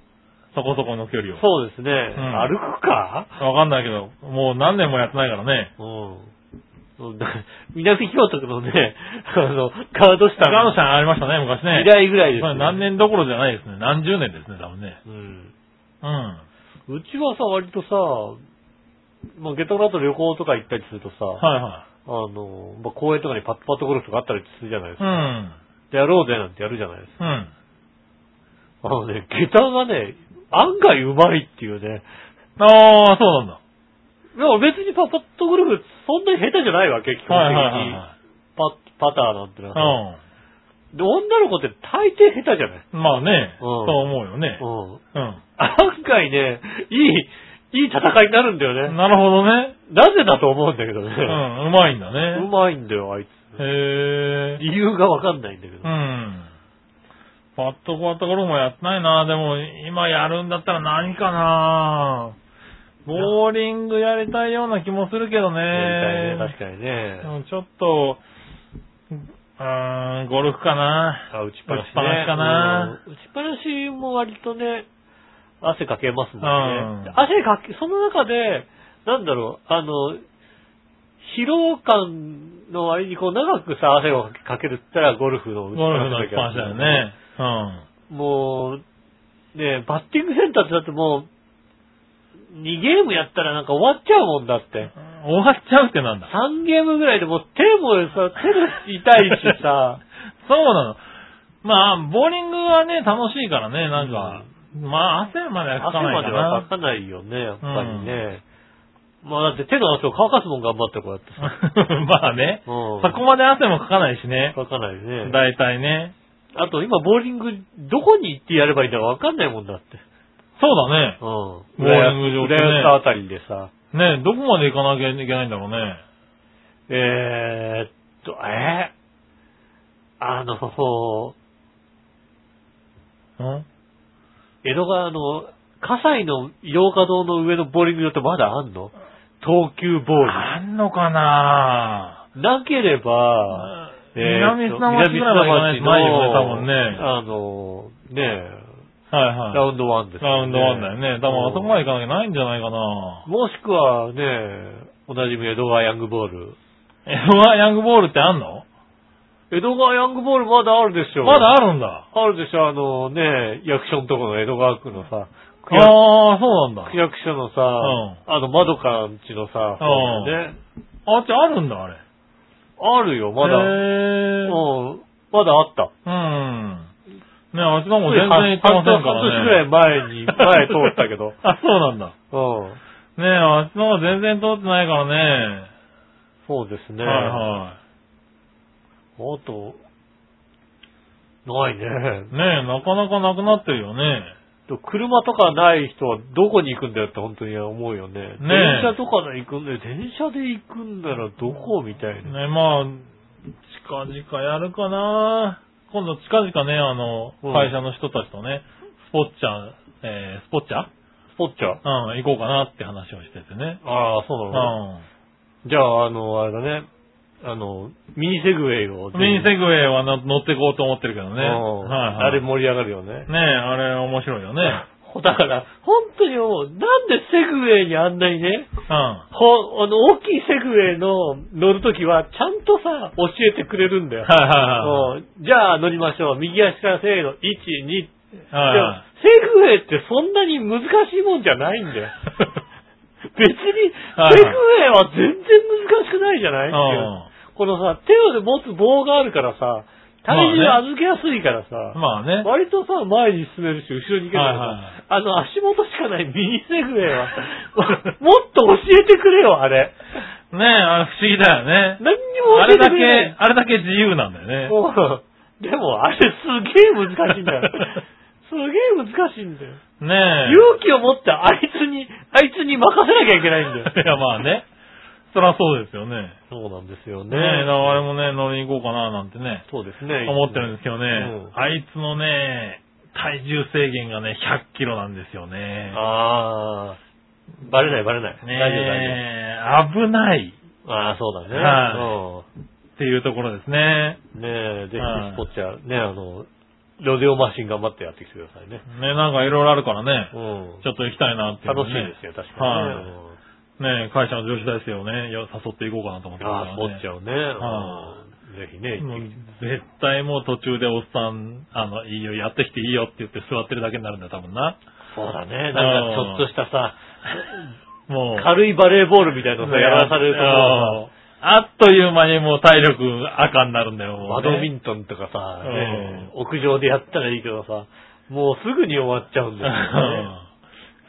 [SPEAKER 3] そこそこの距離を。
[SPEAKER 2] そうですね。
[SPEAKER 3] ん
[SPEAKER 2] 歩くか
[SPEAKER 3] わかんないけど、もう何年もやってないからね。
[SPEAKER 2] うん。 南京都のね、あの、ガード下
[SPEAKER 3] 高野
[SPEAKER 2] の
[SPEAKER 3] さんありましたね、昔ね。
[SPEAKER 2] 以来ぐらいです、
[SPEAKER 3] まあ何年どころじゃないですね。何十年ですね、多分ね。
[SPEAKER 2] うん。
[SPEAKER 3] うん。
[SPEAKER 2] うちはさ、割とさ、まあ、ゲトラと旅行とか行ったりするとさ、
[SPEAKER 3] はいは
[SPEAKER 2] あの、まあ、公園とかにパッドパッドゴルフとかあったりするじゃないです
[SPEAKER 3] い。う
[SPEAKER 2] か。
[SPEAKER 3] ん。
[SPEAKER 2] でやろうぜなんてやるじゃないですか。
[SPEAKER 3] うん。
[SPEAKER 2] あのね、下駄がね、案外うまいっていうね。
[SPEAKER 3] ああ、そうなんだ。
[SPEAKER 2] いや、別にパッドゴルフ、そんなに下手じゃないわけ、基本的に。
[SPEAKER 3] はいはいはいはい。
[SPEAKER 2] パパターなんてのはさ、で、女の子って大抵下手じゃない
[SPEAKER 3] まあね、
[SPEAKER 2] う
[SPEAKER 3] そうん思うよね。
[SPEAKER 2] う
[SPEAKER 3] うん。
[SPEAKER 2] ん。案外ね、いい、いい戦いになるんだよね。
[SPEAKER 3] なるほ どね。
[SPEAKER 2] なぜだと思うんだけど
[SPEAKER 3] う
[SPEAKER 2] ね。
[SPEAKER 3] ん、うまいんだ
[SPEAKER 2] う
[SPEAKER 3] ね。
[SPEAKER 2] まいんだよ、あいつ。
[SPEAKER 3] へえ。
[SPEAKER 2] 理由がわかんないんだけど
[SPEAKER 3] う。ん。パッとこわった頃もやってないな。でも、今やるんだったら何かなボーリングやりたいような気もするけどね。
[SPEAKER 2] やりたいね、確かにね。
[SPEAKER 3] うんちょっと、うーん、ゴルフかな。
[SPEAKER 2] あ、打ちっぱなし、ね。
[SPEAKER 3] 打ちっぱなしかな
[SPEAKER 2] うん打ちっぱなしも割とね、汗かけますもんね。
[SPEAKER 3] うん
[SPEAKER 2] 汗かけ、その中で、なんだろう、あの、疲労感の割にこう長くさ、汗をかけるって言ったらゴルフの打
[SPEAKER 3] ゴルフの打ちっぱなしだよね。うん。
[SPEAKER 2] もう、ねバッティングセンターってだってもう、2ゲームやったらなんか終わっちゃうもんだって。
[SPEAKER 3] 終わっちゃうってなんだ。
[SPEAKER 2] 3ゲームぐらいでもう手もさ、手も痛いしさ、
[SPEAKER 3] そうなの。まあ、ボーリングはね、楽しいからね、なんか。まあ、汗までは
[SPEAKER 2] 汗
[SPEAKER 3] かかな
[SPEAKER 2] ま
[SPEAKER 3] いか
[SPEAKER 2] では
[SPEAKER 3] な
[SPEAKER 2] か。かないよね、やっぱりね。まあだって手の汗を乾かすもん頑張ってこうやってさ。
[SPEAKER 3] まあね。
[SPEAKER 2] うん。
[SPEAKER 3] そこまで汗もかかないしね。
[SPEAKER 2] かかないね。
[SPEAKER 3] 大体ね。
[SPEAKER 2] あと今ボーリング、どこに行ってやればいいんだかわかんないもんだって。
[SPEAKER 3] そうだね
[SPEAKER 2] うん。。ボ
[SPEAKER 3] ボーリング場ってね
[SPEAKER 2] 浦安あたりでさ。
[SPEAKER 3] ねどこまで行かなきゃいけないんだろうね。
[SPEAKER 2] えー、っと、えー、あの、
[SPEAKER 3] うん
[SPEAKER 2] 江戸川の、葛西の洋華堂の上のボーリング場ってまだあんの東急ボー
[SPEAKER 3] あんのかな
[SPEAKER 2] ル。なければ、
[SPEAKER 3] 南砂町ぐらいまで行かないとないよね、
[SPEAKER 2] あの、ね
[SPEAKER 3] 多分ね。はいはい。
[SPEAKER 2] ラウンドワンです、
[SPEAKER 3] ラウンドワンだよね。多分あそこま
[SPEAKER 2] で。
[SPEAKER 3] で行かなきゃないんじゃないかな。
[SPEAKER 2] もしくはね、おなじみ江戸川ヤングボール。
[SPEAKER 3] エドワヤングボールってあんの
[SPEAKER 2] 江戸川ヤングボールまだあるでしょ。
[SPEAKER 3] まだあるんだ。
[SPEAKER 2] あるでしょ、あのね、役所のとこの江戸川区のさ、区役
[SPEAKER 3] ああ、そうなんだ。
[SPEAKER 2] 区役所のさ、
[SPEAKER 3] う
[SPEAKER 2] あの、窓かんちのさ、
[SPEAKER 3] うん
[SPEAKER 2] ね、
[SPEAKER 3] あっちあるんだ、あれ。
[SPEAKER 2] あるよ、まだ。
[SPEAKER 3] へー
[SPEAKER 2] うん、まだあった。
[SPEAKER 3] うん。ねあっちのも全然行ってませんか
[SPEAKER 2] 半年
[SPEAKER 3] らね。
[SPEAKER 2] ぐらい前に、前通ったけど。。
[SPEAKER 3] あ、そうなんだ。
[SPEAKER 2] うん。
[SPEAKER 3] ねあっちのも全然通ってないからね。
[SPEAKER 2] そうですね。
[SPEAKER 3] はいは
[SPEAKER 2] あと、ないね
[SPEAKER 3] い。。ねなかなかなくなってるよね。
[SPEAKER 2] 車とかない人はどこに行くんだよって本当に思うよね。電車とかで行くんだよ。電車で行くんならどこみたいな。
[SPEAKER 3] ねまあ、近々やるかな今度近々ね、あの、
[SPEAKER 2] うん
[SPEAKER 3] 会社の人たちとね、スポッチャ、えー、スポッチャ
[SPEAKER 2] スポッチャ
[SPEAKER 3] うん、行こうかなって話をしててね。
[SPEAKER 2] ああ、そううなの、
[SPEAKER 3] ん。
[SPEAKER 2] じゃあ、あの、あれだね。あの、ミニセグウェイを。
[SPEAKER 3] ミニセグウェイはな乗ってこうと思ってるけど
[SPEAKER 2] グ
[SPEAKER 3] ね。
[SPEAKER 2] うん
[SPEAKER 3] はいはい、
[SPEAKER 2] あれ盛り上がるよね。
[SPEAKER 3] ねえ、あれ面 白いよね。
[SPEAKER 2] だから、本当にもう、なんでセグウェイにあんなにね、
[SPEAKER 3] うん。
[SPEAKER 2] ほ、あの、大きいセグウェイの乗るときは、ちゃんとさ、教えてくれるんだよ。
[SPEAKER 3] はいは
[SPEAKER 2] うんじゃあ乗りましょう。右足からせーの、1、2、
[SPEAKER 3] いはい。はいはい
[SPEAKER 2] セグウェイってそんなに難しいもんじゃないんだ よ。別に、セ
[SPEAKER 3] はいはい
[SPEAKER 2] グウェイは全然難しくないじゃない、このさ、手を持つ棒があるからさ、体重
[SPEAKER 3] まあ
[SPEAKER 2] 預けやすいからさ、
[SPEAKER 3] うん。まあね。
[SPEAKER 2] 割とさ、前に進めるし、後ろに行けるからさ、あ
[SPEAKER 3] はいはい
[SPEAKER 2] の、足元しかないミニセグウェイは、もっと教えてくれよ、あれ。
[SPEAKER 3] ねえ、あれ不思議だよね。
[SPEAKER 2] 何にも
[SPEAKER 3] あ
[SPEAKER 2] 教えて
[SPEAKER 3] れだ
[SPEAKER 2] く
[SPEAKER 3] け
[SPEAKER 2] れない。、
[SPEAKER 3] あれだけ自由なんだよね。
[SPEAKER 2] もう、でもあれすげえ難しい んだよ。すげえ難しいんだよ。
[SPEAKER 3] ねえ。
[SPEAKER 2] 勇気を持ってあいつに、あいつに任せなきゃいけないんだよ。
[SPEAKER 3] いや、まあね。そりゃそうですよね。
[SPEAKER 2] そうなんですよ
[SPEAKER 3] ねえ、だからあれもね、乗りに行こうかななんてね、
[SPEAKER 2] そうですね。
[SPEAKER 3] 思ってるんですけどね、
[SPEAKER 2] うん
[SPEAKER 3] あいつのね、体重制限がね、100キロなんですよね。
[SPEAKER 2] ああ、バレないバレない。
[SPEAKER 3] ね
[SPEAKER 2] 大丈夫大丈
[SPEAKER 3] え、危ない
[SPEAKER 2] 夫。ああ、そうだね。
[SPEAKER 3] はっていうところですね。
[SPEAKER 2] うんねえ、ぜ
[SPEAKER 3] は
[SPEAKER 2] ひ
[SPEAKER 3] い
[SPEAKER 2] スポッチャー、ね、あの、ロデオマシン頑張ってやってきてくださいね。
[SPEAKER 3] ね、なんかいろいろあるからね
[SPEAKER 2] う、ん。
[SPEAKER 3] ちょっと行きたいなっていう、ね。
[SPEAKER 2] 楽しいですよ、確か
[SPEAKER 3] はい
[SPEAKER 2] にね。うん
[SPEAKER 3] ね会社の上司大生をね、よ誘っていこうかなと思ってます
[SPEAKER 2] ああ、スポッ
[SPEAKER 3] ね
[SPEAKER 2] チャーをね。
[SPEAKER 3] は
[SPEAKER 2] うんぜひね、行
[SPEAKER 3] も
[SPEAKER 2] っ
[SPEAKER 3] う
[SPEAKER 2] てきて
[SPEAKER 3] 絶対もう途中でおっさん、あの、いいよ、やってきていいよって言って座ってるだけになるんだよ、多分な。
[SPEAKER 2] そうだね。なんかちょっとしたさ、
[SPEAKER 3] もう。
[SPEAKER 2] 軽いバレーボールみたいなのさ、やらされると
[SPEAKER 3] うんあっという間にもう体力赤になるんだよ、も
[SPEAKER 2] バ
[SPEAKER 3] うね
[SPEAKER 2] ドミントンとかさ、ね
[SPEAKER 3] う
[SPEAKER 2] 屋上でやったらいいけどさ、もうすぐに終わっちゃうんだよね。
[SPEAKER 3] うん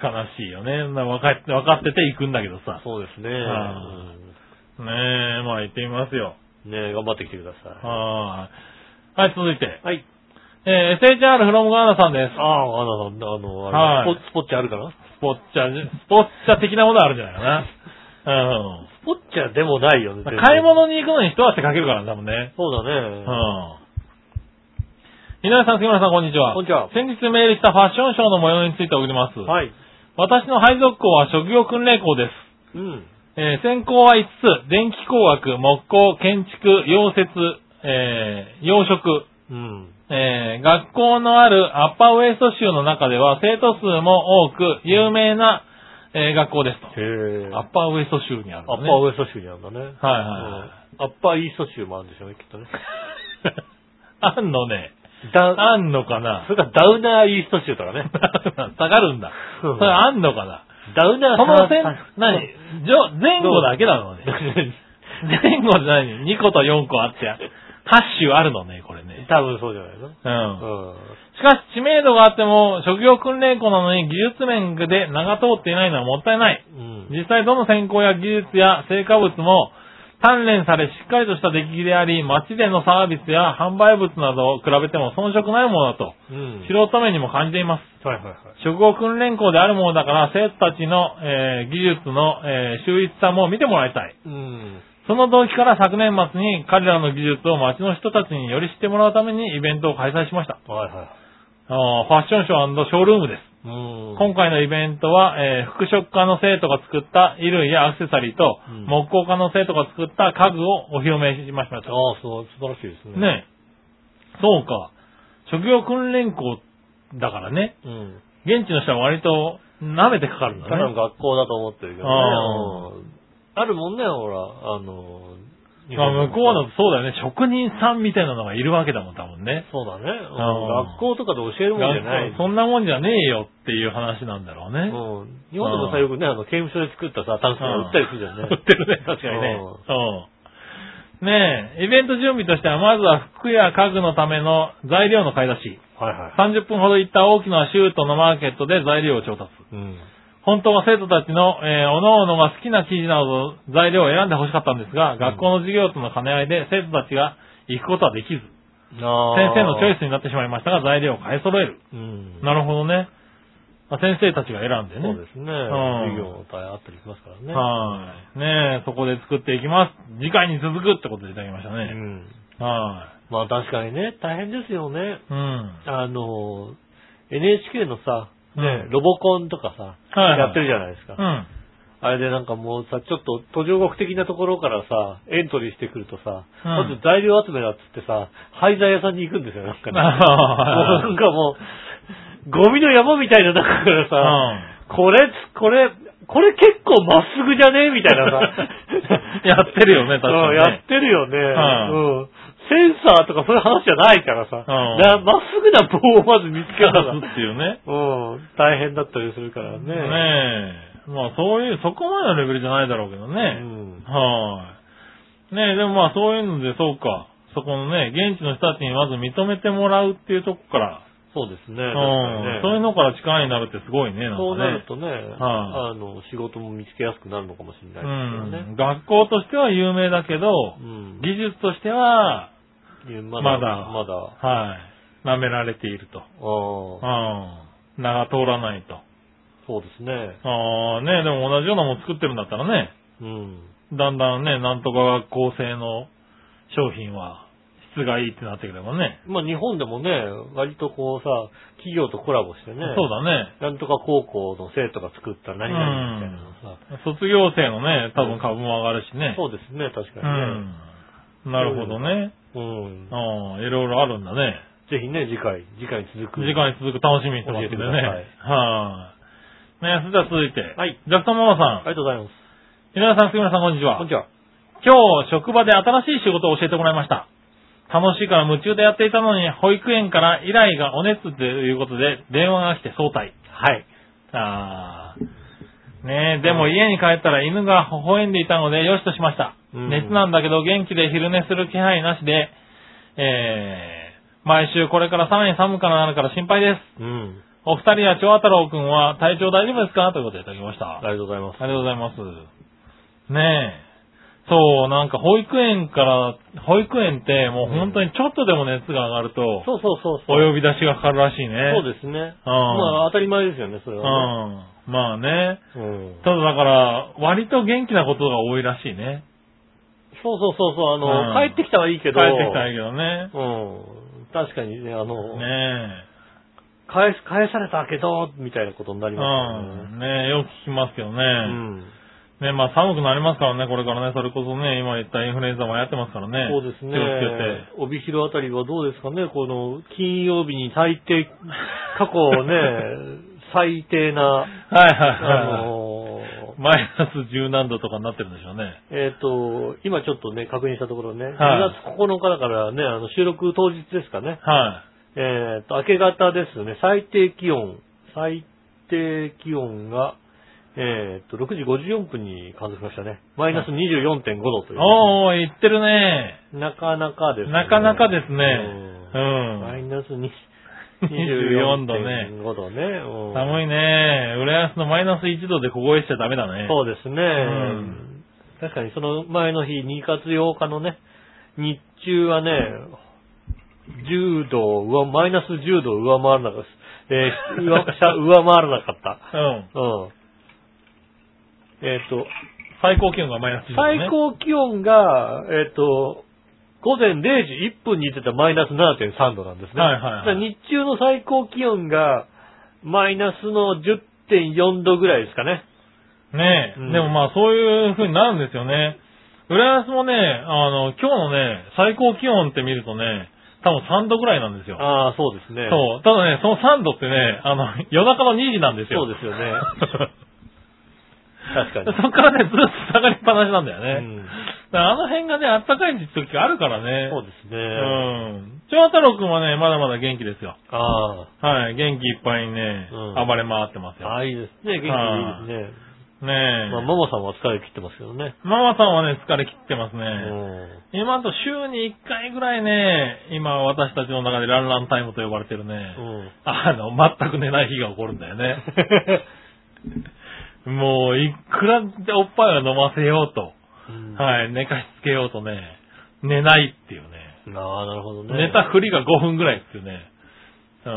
[SPEAKER 3] 悲しいよね。な分かって、分かってて行くんだけどさ。
[SPEAKER 2] そうですね。
[SPEAKER 3] んねえ、まあ行ってみますよ。
[SPEAKER 2] うんね頑張ってきてください。
[SPEAKER 3] ははい、続いて。
[SPEAKER 2] はい。
[SPEAKER 3] えー、SHR from ガーナさんです
[SPEAKER 2] あ。あ、あの、あの、あの、あ
[SPEAKER 3] はい
[SPEAKER 2] のスポスポッチャあるかな
[SPEAKER 3] スポッチャ、スポッチャ的なものあるんじゃないか な。うん。
[SPEAKER 2] スポッチャでもないよね。全然
[SPEAKER 3] 買い物に行くのに一汗かけるからね、多分ね。
[SPEAKER 2] そうだね
[SPEAKER 3] う。ん。稲田さん、杉村さん、こんにちは。
[SPEAKER 2] こんにちは
[SPEAKER 3] 先日メールしたファッションショーの模様について送ります。
[SPEAKER 2] はい。
[SPEAKER 3] 私の配属校は職業訓練校です。
[SPEAKER 2] うん。
[SPEAKER 3] えー専攻は5つ、電気工学、木工、建築、溶接、えー養殖、
[SPEAKER 2] うん。
[SPEAKER 3] えー学校のあるアッパーウェスト州の中では生徒数も多く有名な、えー学校です
[SPEAKER 2] へえ。
[SPEAKER 3] と。
[SPEAKER 2] ア
[SPEAKER 3] アッパーウェスト州にある
[SPEAKER 2] ッパ
[SPEAKER 3] の
[SPEAKER 2] ー
[SPEAKER 3] ね。
[SPEAKER 2] ウェスト州にあるんだね。
[SPEAKER 3] はいはいはい
[SPEAKER 2] うんアッパーイースト州もあるんでしょうね、きっとね。
[SPEAKER 3] あんのね。
[SPEAKER 2] ダウン、
[SPEAKER 3] あんのかな
[SPEAKER 2] それからダウナーイースト州とかね。
[SPEAKER 3] 下がるんだ。そ
[SPEAKER 2] うん
[SPEAKER 3] れあんのかな
[SPEAKER 2] ダウナー
[SPEAKER 3] その線
[SPEAKER 2] さ、
[SPEAKER 3] 何じょ前後だけなのね。前後で何 ?2 個と4個あって、8種あるのね、これね。
[SPEAKER 2] 多分そうじゃないの
[SPEAKER 3] う
[SPEAKER 2] う
[SPEAKER 3] ん。
[SPEAKER 2] ん。
[SPEAKER 3] しかし知名度があっても、職業訓練校なのに技術面で名が通っていないのはもったいない。
[SPEAKER 2] うん。
[SPEAKER 3] 実際どの専攻や技術や成果物も鍛錬されしっかりとした出来であり、街でのサービスや販売物などを比べても遜色ないものだと、
[SPEAKER 2] うん。
[SPEAKER 3] 素人目にも感じています。
[SPEAKER 2] はいはいはい。
[SPEAKER 3] 職業訓練校であるものだから、生徒たちの、えー技術の、えー秀逸さも見てもらいたい。
[SPEAKER 2] うん。
[SPEAKER 3] その動機から昨年末に彼らの技術を街の人たちにより知ってもらうためにイベントを開催しました。
[SPEAKER 2] はいは
[SPEAKER 3] あーファッションショーショールームです。
[SPEAKER 2] い。うん。
[SPEAKER 3] 今回のイベントは、えー服飾家の生徒が作った衣類やアクセサリーと、
[SPEAKER 2] うん
[SPEAKER 3] 木工家の生徒が作った家具をお披露目しました。
[SPEAKER 2] ああ、そう、素晴らしいですね。。
[SPEAKER 3] ねえそうか。職業訓練校だからね。
[SPEAKER 2] うん。
[SPEAKER 3] 現地の人は割と舐めてかかるんだ
[SPEAKER 2] ただの
[SPEAKER 3] ね。
[SPEAKER 2] 学校だと思ってるけどね
[SPEAKER 3] あ。
[SPEAKER 2] うんあるもんね、ほら、あの、日
[SPEAKER 3] ま
[SPEAKER 2] 本
[SPEAKER 3] あ、向こうだとそうだよね。職人さんみたいなのがいるわけだもん、多分ね。
[SPEAKER 2] そうだね。うん
[SPEAKER 3] あー
[SPEAKER 2] 学校とかで教えるもんじゃない。
[SPEAKER 3] そんなもんじゃねえよっていう話なんだろうね。
[SPEAKER 2] うん日本でもさ、よくね、あの、刑務所で作ったさ、炭素が売ったりするじゃんね。
[SPEAKER 3] 売ってるね、確かにね。うん。ねえ、イベント準備としては、まずは服や家具のための材料の買い出し。
[SPEAKER 2] はいはい。
[SPEAKER 3] 30分ほど行った大きなシュートのマーケットで材料を調達。
[SPEAKER 2] うん。
[SPEAKER 3] 本当は生徒たちの、えー、おののが好きな生地などの材料を選んで欲しかったんですが、学校の授業との兼ね合いで生徒たちが行くことはできず、
[SPEAKER 2] 先生
[SPEAKER 3] 先生のチョイ
[SPEAKER 2] ス。
[SPEAKER 3] スになってしまいましたが、材料を買い揃える。
[SPEAKER 2] うん。
[SPEAKER 3] なるほどね。まあ先生たちが選んでね。
[SPEAKER 2] そうですね。
[SPEAKER 3] ん
[SPEAKER 2] 授業の対あったりしますからね。
[SPEAKER 3] はい。ねえ、そこで作っていきます。次回に続くってことでいただきました
[SPEAKER 2] う
[SPEAKER 3] ね。
[SPEAKER 2] ん。
[SPEAKER 3] は
[SPEAKER 2] まあ確かにね、大変ですよね。
[SPEAKER 3] い。うん。
[SPEAKER 2] あの、NHK のさ、
[SPEAKER 3] ね
[SPEAKER 2] ロボコンとかさ、
[SPEAKER 3] はいはい
[SPEAKER 2] やってるじゃないです
[SPEAKER 3] う
[SPEAKER 2] か。
[SPEAKER 3] ん。
[SPEAKER 2] あれでなんかもうさ、ちょっと途上国的なところからさ、エントリーしてくるとさ、
[SPEAKER 3] うん。
[SPEAKER 2] まず材料集めだっつってさ、廃材屋さんに行くんですよ、なん かね。もうなんかもう、ゴミの山みたいな中からさ、これ、これ、これ結構まっすぐじゃねみたいなさ
[SPEAKER 3] やってるよね確かにね
[SPEAKER 2] うん、やってるよね、
[SPEAKER 3] ん
[SPEAKER 2] うん。センサーとかそういう話じゃないからさ。
[SPEAKER 3] ん
[SPEAKER 2] なまっすぐな棒をまず見つけたら、う
[SPEAKER 3] うん。 っていうね。
[SPEAKER 2] ん、大変だったりするからね。
[SPEAKER 3] ねえ。まあそういう、そこまでのレベルじゃないだろうけど
[SPEAKER 2] う
[SPEAKER 3] ね。
[SPEAKER 2] ん。
[SPEAKER 3] はい。ねえ、でもまあそういうので、そうか。そこのね、現地の人たちにまず認めてもらうっていうとこから、
[SPEAKER 2] そうですね。
[SPEAKER 3] う
[SPEAKER 2] 確かにね
[SPEAKER 3] ん。そういうのから力になるってすごいね、なんかね。
[SPEAKER 2] そうなるとね、
[SPEAKER 3] は
[SPEAKER 2] あの、仕事も見つけやすくなるのかもしれないですけどね
[SPEAKER 3] うん。。学校としては有名だけど、
[SPEAKER 2] うん
[SPEAKER 3] 技術としては、
[SPEAKER 2] いやま
[SPEAKER 3] ま
[SPEAKER 2] だ、
[SPEAKER 3] だ、
[SPEAKER 2] まだ、
[SPEAKER 3] はい、舐められていると。
[SPEAKER 2] あ
[SPEAKER 3] う
[SPEAKER 2] あ
[SPEAKER 3] ん。名が通らないと。
[SPEAKER 2] そうですね。
[SPEAKER 3] ああ、ねでも同じようなもの作ってるんだったらね、
[SPEAKER 2] うん。
[SPEAKER 3] だんだんね、なんとか学校製の商品は質がいいってなってくればね。
[SPEAKER 2] まあ日本でもね、割とこうさ、企業とコラボしてね、
[SPEAKER 3] そうだね。
[SPEAKER 2] なんとか高校の生徒が作った何々みたいなのさ、
[SPEAKER 3] 卒業生のね、多分株も上がるしね。
[SPEAKER 2] そうですね、確か
[SPEAKER 3] う
[SPEAKER 2] にね。
[SPEAKER 3] ん。なるほどね。
[SPEAKER 2] うん。
[SPEAKER 3] うん、いろいろあるんだね。
[SPEAKER 2] ぜひね、次回、次回に続く。
[SPEAKER 3] 時間に続く楽しみにしてますんで
[SPEAKER 2] 教え
[SPEAKER 3] ね。
[SPEAKER 2] てください
[SPEAKER 3] はい、ねそれでは続いて。
[SPEAKER 2] はい。
[SPEAKER 3] ジャクソンマ
[SPEAKER 2] あ
[SPEAKER 3] マ
[SPEAKER 2] りが
[SPEAKER 3] さん。
[SPEAKER 2] とうございます。
[SPEAKER 3] 皆さん、杉村さん、こんにちは。
[SPEAKER 2] こんにちは。
[SPEAKER 3] 今日、職場で新しい仕事を教えてもらいました。楽しいから夢中でやっていたのに、保育園から依頼がお熱ということで、電話が来て早退。
[SPEAKER 2] はい。
[SPEAKER 3] あー。ねえ、でも家に帰ったら犬が微笑んでいたので、よしとしました。
[SPEAKER 2] うん
[SPEAKER 3] 熱なんだけど元気で昼寝する気配なしで、えー、毎週これからさらに寒くなるから心配です。
[SPEAKER 2] うん。
[SPEAKER 3] お二人や長太郎くんは体調大丈夫ですかということでいただきました。
[SPEAKER 2] ありがとうございます。
[SPEAKER 3] ありがとうございます。ねえ。そう、なんか保育園から、保育園ってもう本当にちょっとでも熱が上がると、
[SPEAKER 2] そうそうそうそう。
[SPEAKER 3] お呼び出しがかかるらしいね。
[SPEAKER 2] そうですね。
[SPEAKER 3] うん
[SPEAKER 2] まあ当たり前ですよね、それ
[SPEAKER 3] う
[SPEAKER 2] はね。
[SPEAKER 3] ん。まあね。
[SPEAKER 2] うん
[SPEAKER 3] ただだから、割と元気なことが多いらしいね。
[SPEAKER 2] そうそうそうそう、あの、
[SPEAKER 3] うん
[SPEAKER 2] 帰ってきたはいいけ
[SPEAKER 3] 帰って
[SPEAKER 2] ど。
[SPEAKER 3] きたらいいけどね。
[SPEAKER 2] うん。確かにね、あの、
[SPEAKER 3] ね
[SPEAKER 2] 返す、返されたけど、みたいなことにな
[SPEAKER 3] え。
[SPEAKER 2] りますよ
[SPEAKER 3] うん。ねえ、よく聞きますけどね。
[SPEAKER 2] ね。
[SPEAKER 3] ねまあ寒くなりますからね、これからね。それこそね、今言ったインフルエンザもやってますからね。
[SPEAKER 2] うん。そうですね
[SPEAKER 3] 気をつけて。。
[SPEAKER 2] 帯広あたりはどうですかね、この、金曜日に大抵、過去ね、最低な、
[SPEAKER 3] はいはいはい
[SPEAKER 2] あ
[SPEAKER 3] はい。
[SPEAKER 2] のー
[SPEAKER 3] マイナス十何度とかになってるんでしょうね。
[SPEAKER 2] えっ、と、今ちょっとね、確認したところね、2
[SPEAKER 3] はい
[SPEAKER 2] 月9日だからね、あの収録当日ですかね、
[SPEAKER 3] は
[SPEAKER 2] えっ、と、明け方ですね、最低気温、最低気温が、えっ、と、6時54分に観測しましたね。マイナス24.5度と
[SPEAKER 3] い。
[SPEAKER 2] いう、
[SPEAKER 3] おー、言ってるね。
[SPEAKER 2] なかなかですね。
[SPEAKER 3] なかなかですね。う
[SPEAKER 2] うんマイ
[SPEAKER 3] ん。
[SPEAKER 2] ナスに
[SPEAKER 3] 24度 ね。
[SPEAKER 2] 24.5度ね。うん
[SPEAKER 3] 寒いね。浦安のマイナス1度で凍えしちゃダメだね。
[SPEAKER 2] そうですね、
[SPEAKER 3] ん
[SPEAKER 2] 確かにその前の日、2月8日のね、日中はね、10度を上、マイナス10度を上回らなかった。えー 上上回らなかった。
[SPEAKER 3] うん。
[SPEAKER 2] うん。えっ、と、
[SPEAKER 3] 最高気温がマイナス1度、ね。
[SPEAKER 2] 最高気温が、えっ、と、午前0時1分に出てたマイナス7.3度なんですね。
[SPEAKER 3] はいはいはい
[SPEAKER 2] だから日中の最高気温が、マイナスの10.4度ぐらいですかね。
[SPEAKER 3] ねえ、
[SPEAKER 2] うん
[SPEAKER 3] でもまあそういう風になるんですよね。浦安もね、あの、今日のね、最高気温って見るとね、多分3度ぐらいなんですよ。
[SPEAKER 2] ああ、そうですね。
[SPEAKER 3] そう。ただね、その3度ってね、あの、夜中の2時なんですよ。
[SPEAKER 2] そうですよね確か に。
[SPEAKER 3] そこからね、ずっと下がりっぱなしなんだよね。
[SPEAKER 2] うん
[SPEAKER 3] だからあの辺がね、あったかい時があるからね。
[SPEAKER 2] そうですね。
[SPEAKER 3] うん。長太郎くんはね、まだまだ元気ですよ。
[SPEAKER 2] あ
[SPEAKER 3] はい。元気いっぱいにね、
[SPEAKER 2] うん
[SPEAKER 3] 暴れ回ってます
[SPEAKER 2] あ、
[SPEAKER 3] よ。
[SPEAKER 2] ああ、いいですね。元気いいですね。
[SPEAKER 3] ねえ。
[SPEAKER 2] まあ、ママさんは疲れ切ってますけどね。
[SPEAKER 3] ママさんはね、疲れ切ってますね。
[SPEAKER 2] うん
[SPEAKER 3] 今あと週に1回ぐらいね、今私たちの中でランランタイムと呼ばれてる ね、
[SPEAKER 2] うん。
[SPEAKER 3] あの、全く寝ない日が起こるんだ よね。もう、いくらでおっぱいを飲ませようと、
[SPEAKER 2] うん
[SPEAKER 3] はい、寝かしつけようとね、寝ないっていうね。
[SPEAKER 2] ああ、なるほどね。
[SPEAKER 3] 寝たふりが5分ぐらいっていうね、う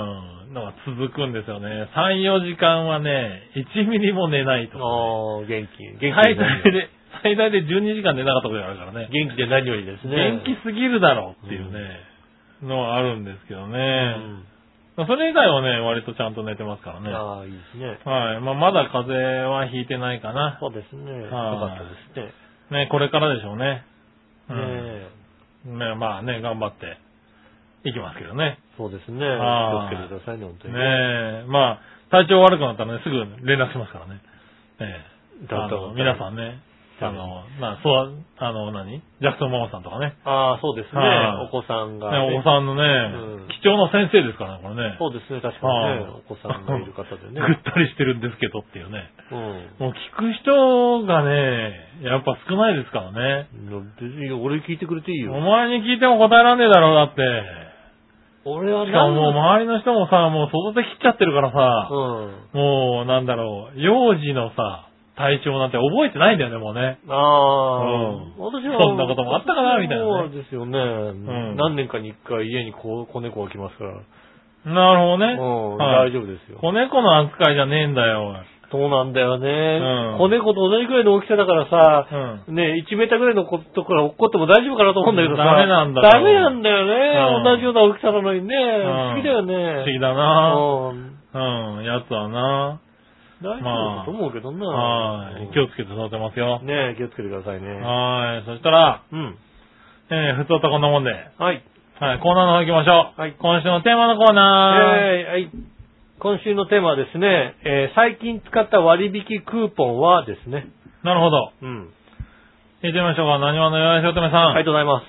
[SPEAKER 3] ん、のが続くんですよね。3、4時間はね、1ミリも寝ないと。
[SPEAKER 2] ああ、元気。元気で何
[SPEAKER 3] 最大
[SPEAKER 2] より。
[SPEAKER 3] で、最大で12時間寝なかったことがあるからね。
[SPEAKER 2] 元気で何よりですね。
[SPEAKER 3] 元気すぎるだろうっていうね、のはあるんですけどね。
[SPEAKER 2] うん
[SPEAKER 3] それ以外はね、割とちゃんと寝てますからね。は
[SPEAKER 2] ああ、いいですね。
[SPEAKER 3] い。まあ、まだ風邪はひいてないかな。
[SPEAKER 2] そうですね。よ
[SPEAKER 3] はい
[SPEAKER 2] かったですね。
[SPEAKER 3] ね、これからでしょうね。うん。
[SPEAKER 2] ねえ
[SPEAKER 3] ね、まあね、頑張っていきますけどね。
[SPEAKER 2] そうですね。気を
[SPEAKER 3] は
[SPEAKER 2] つ
[SPEAKER 3] い
[SPEAKER 2] けてくださいね、本当に。
[SPEAKER 3] ねまあ、体調悪くなったらね、すぐ連絡しますからね。ね
[SPEAKER 2] だ
[SPEAKER 3] あ
[SPEAKER 2] と
[SPEAKER 3] の皆さんね、あの、な、そう、あの、何ジャクソンママさんとかね。
[SPEAKER 2] ああ、そうですね
[SPEAKER 3] はい。
[SPEAKER 2] お子さんが
[SPEAKER 3] ね
[SPEAKER 2] ね。
[SPEAKER 3] お子さんのね、
[SPEAKER 2] うん
[SPEAKER 3] 貴重な先生ですからね、これね。
[SPEAKER 2] そうですね、確かにね。お子さんがいる方でね。
[SPEAKER 3] ぐったりしてるんですけどっていうね。
[SPEAKER 2] うん。
[SPEAKER 3] もう聞く人がね、やっぱ少ないですからね。
[SPEAKER 2] いや別に俺聞いてくれていい
[SPEAKER 3] お
[SPEAKER 2] よ。
[SPEAKER 3] 前に聞いても答えらんねえだろ、だって。
[SPEAKER 2] 俺は
[SPEAKER 3] しかももう
[SPEAKER 2] 何
[SPEAKER 3] 周りの人もさ、もう育て切っちゃってるからさ、
[SPEAKER 2] うん。
[SPEAKER 3] もうなんだろう、幼児のさ、体調なんて覚えてないんだよね、もうね。
[SPEAKER 2] ああ、
[SPEAKER 3] うん
[SPEAKER 2] 私は。
[SPEAKER 3] そんなこともあったかなみたいなね
[SPEAKER 2] そうですよね。
[SPEAKER 3] ん
[SPEAKER 2] 何年かに一回家に子子猫が来ますから。
[SPEAKER 3] なるほどね。
[SPEAKER 2] うん、
[SPEAKER 3] はい
[SPEAKER 2] 大丈夫ですよ。
[SPEAKER 3] 子猫の扱いじゃねえんだよ。
[SPEAKER 2] そうなんだよね、
[SPEAKER 3] ん
[SPEAKER 2] 子猫と同じくらいの大きさだから
[SPEAKER 3] う
[SPEAKER 2] さ、
[SPEAKER 3] ん。
[SPEAKER 2] ね、1メーターぐらいのことから落っこっても大丈夫かなと思うんだけどさ。
[SPEAKER 3] ダメなんだよ
[SPEAKER 2] ダメなんだよね。
[SPEAKER 3] うん
[SPEAKER 2] 同じような大きさなのにね。不思
[SPEAKER 3] ん
[SPEAKER 2] 議だよね。
[SPEAKER 3] 不思議だな
[SPEAKER 2] うん
[SPEAKER 3] うん、やつはな
[SPEAKER 2] 大丈夫だと思うけどな。
[SPEAKER 3] はい。気をつけて育てますよ。
[SPEAKER 2] ね気をつけてくださいね。
[SPEAKER 3] はい。そしたら、
[SPEAKER 2] うん。
[SPEAKER 3] えー、普通とこんなもんで。
[SPEAKER 2] はい。
[SPEAKER 3] はい、コーナーの方行きましょう。
[SPEAKER 2] はい
[SPEAKER 3] 今週のテーマのコー
[SPEAKER 2] えー
[SPEAKER 3] ナー。
[SPEAKER 2] はい。今週のテーマはですね、えー最近使った割引クーポンはですね。
[SPEAKER 3] なるほど。
[SPEAKER 2] うん。
[SPEAKER 3] 行ってみましょうか。何話のよやしおとめさん。
[SPEAKER 2] ありがとうございます。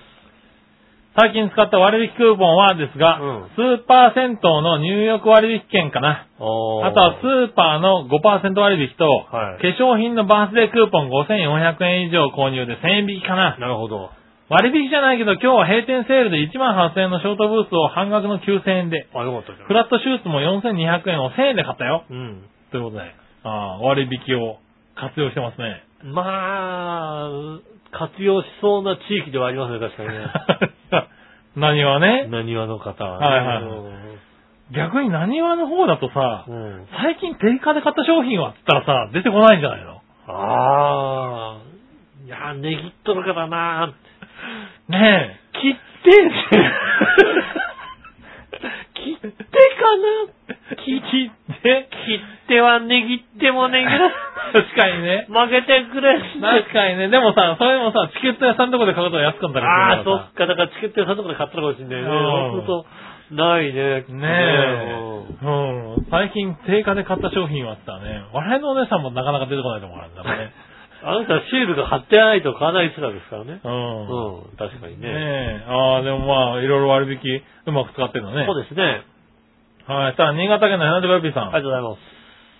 [SPEAKER 3] 最近使った割引クーポンはですが、
[SPEAKER 2] うん
[SPEAKER 3] スーパー銭湯の入浴割引券かな。
[SPEAKER 2] お
[SPEAKER 3] あとはスーパーの5%割引と、
[SPEAKER 2] はい
[SPEAKER 3] 化粧品のバースデークーポン5400円以上購入で1000円引きかな。
[SPEAKER 2] なるほど。
[SPEAKER 3] 割引じゃないけど今日は閉店セールで1万8000円のショートブースを半額の9000円で、
[SPEAKER 2] あ、よかったじゃん。
[SPEAKER 3] フラットシューズも4200円を1000円で買ったよ。
[SPEAKER 2] うん。
[SPEAKER 3] ということで、あー割引を活用してますね。
[SPEAKER 2] まあ、活用しそうな地域ではありますね、確かにね。
[SPEAKER 3] 何はね。
[SPEAKER 2] 何話の方は、
[SPEAKER 3] はいはい逆に何はの方だとさ
[SPEAKER 2] う、ん。うん
[SPEAKER 3] 最近定価で買った商品はって言ったらさ、出てこないんじゃないの
[SPEAKER 2] ああ。いやー、ネギっとるからな
[SPEAKER 3] ねえ。
[SPEAKER 2] 切って、切ってかな
[SPEAKER 3] 切って。
[SPEAKER 2] 切ってはネギってもネギだ。
[SPEAKER 3] 確かにね。
[SPEAKER 2] 負けてくれ。
[SPEAKER 3] 確かにね。でもさ、それもさ、チケット屋さんとこで買うと安くなったり
[SPEAKER 2] ああ、そっ
[SPEAKER 3] す
[SPEAKER 2] か。だからチケット屋さんとかで買ったのかもしんないね。
[SPEAKER 3] うん
[SPEAKER 2] そうすると、ないね。
[SPEAKER 3] るからさ。ねえ。うん。最近定価で買った商品はって言ったらね、笑いのお姉さんもなかなか出てこないと思うから ね。
[SPEAKER 2] あなたシールが貼ってないと買わないすらですからね。
[SPEAKER 3] う。
[SPEAKER 2] うんん、確かに
[SPEAKER 3] ね
[SPEAKER 2] ね。
[SPEAKER 3] え。ああ、でもまあ、いろいろ割引、うまく使ってるのね。
[SPEAKER 2] そうですね。
[SPEAKER 3] はい。さあ、新潟県の花バピーさ
[SPEAKER 2] あ
[SPEAKER 3] ん
[SPEAKER 2] りが。とうございます。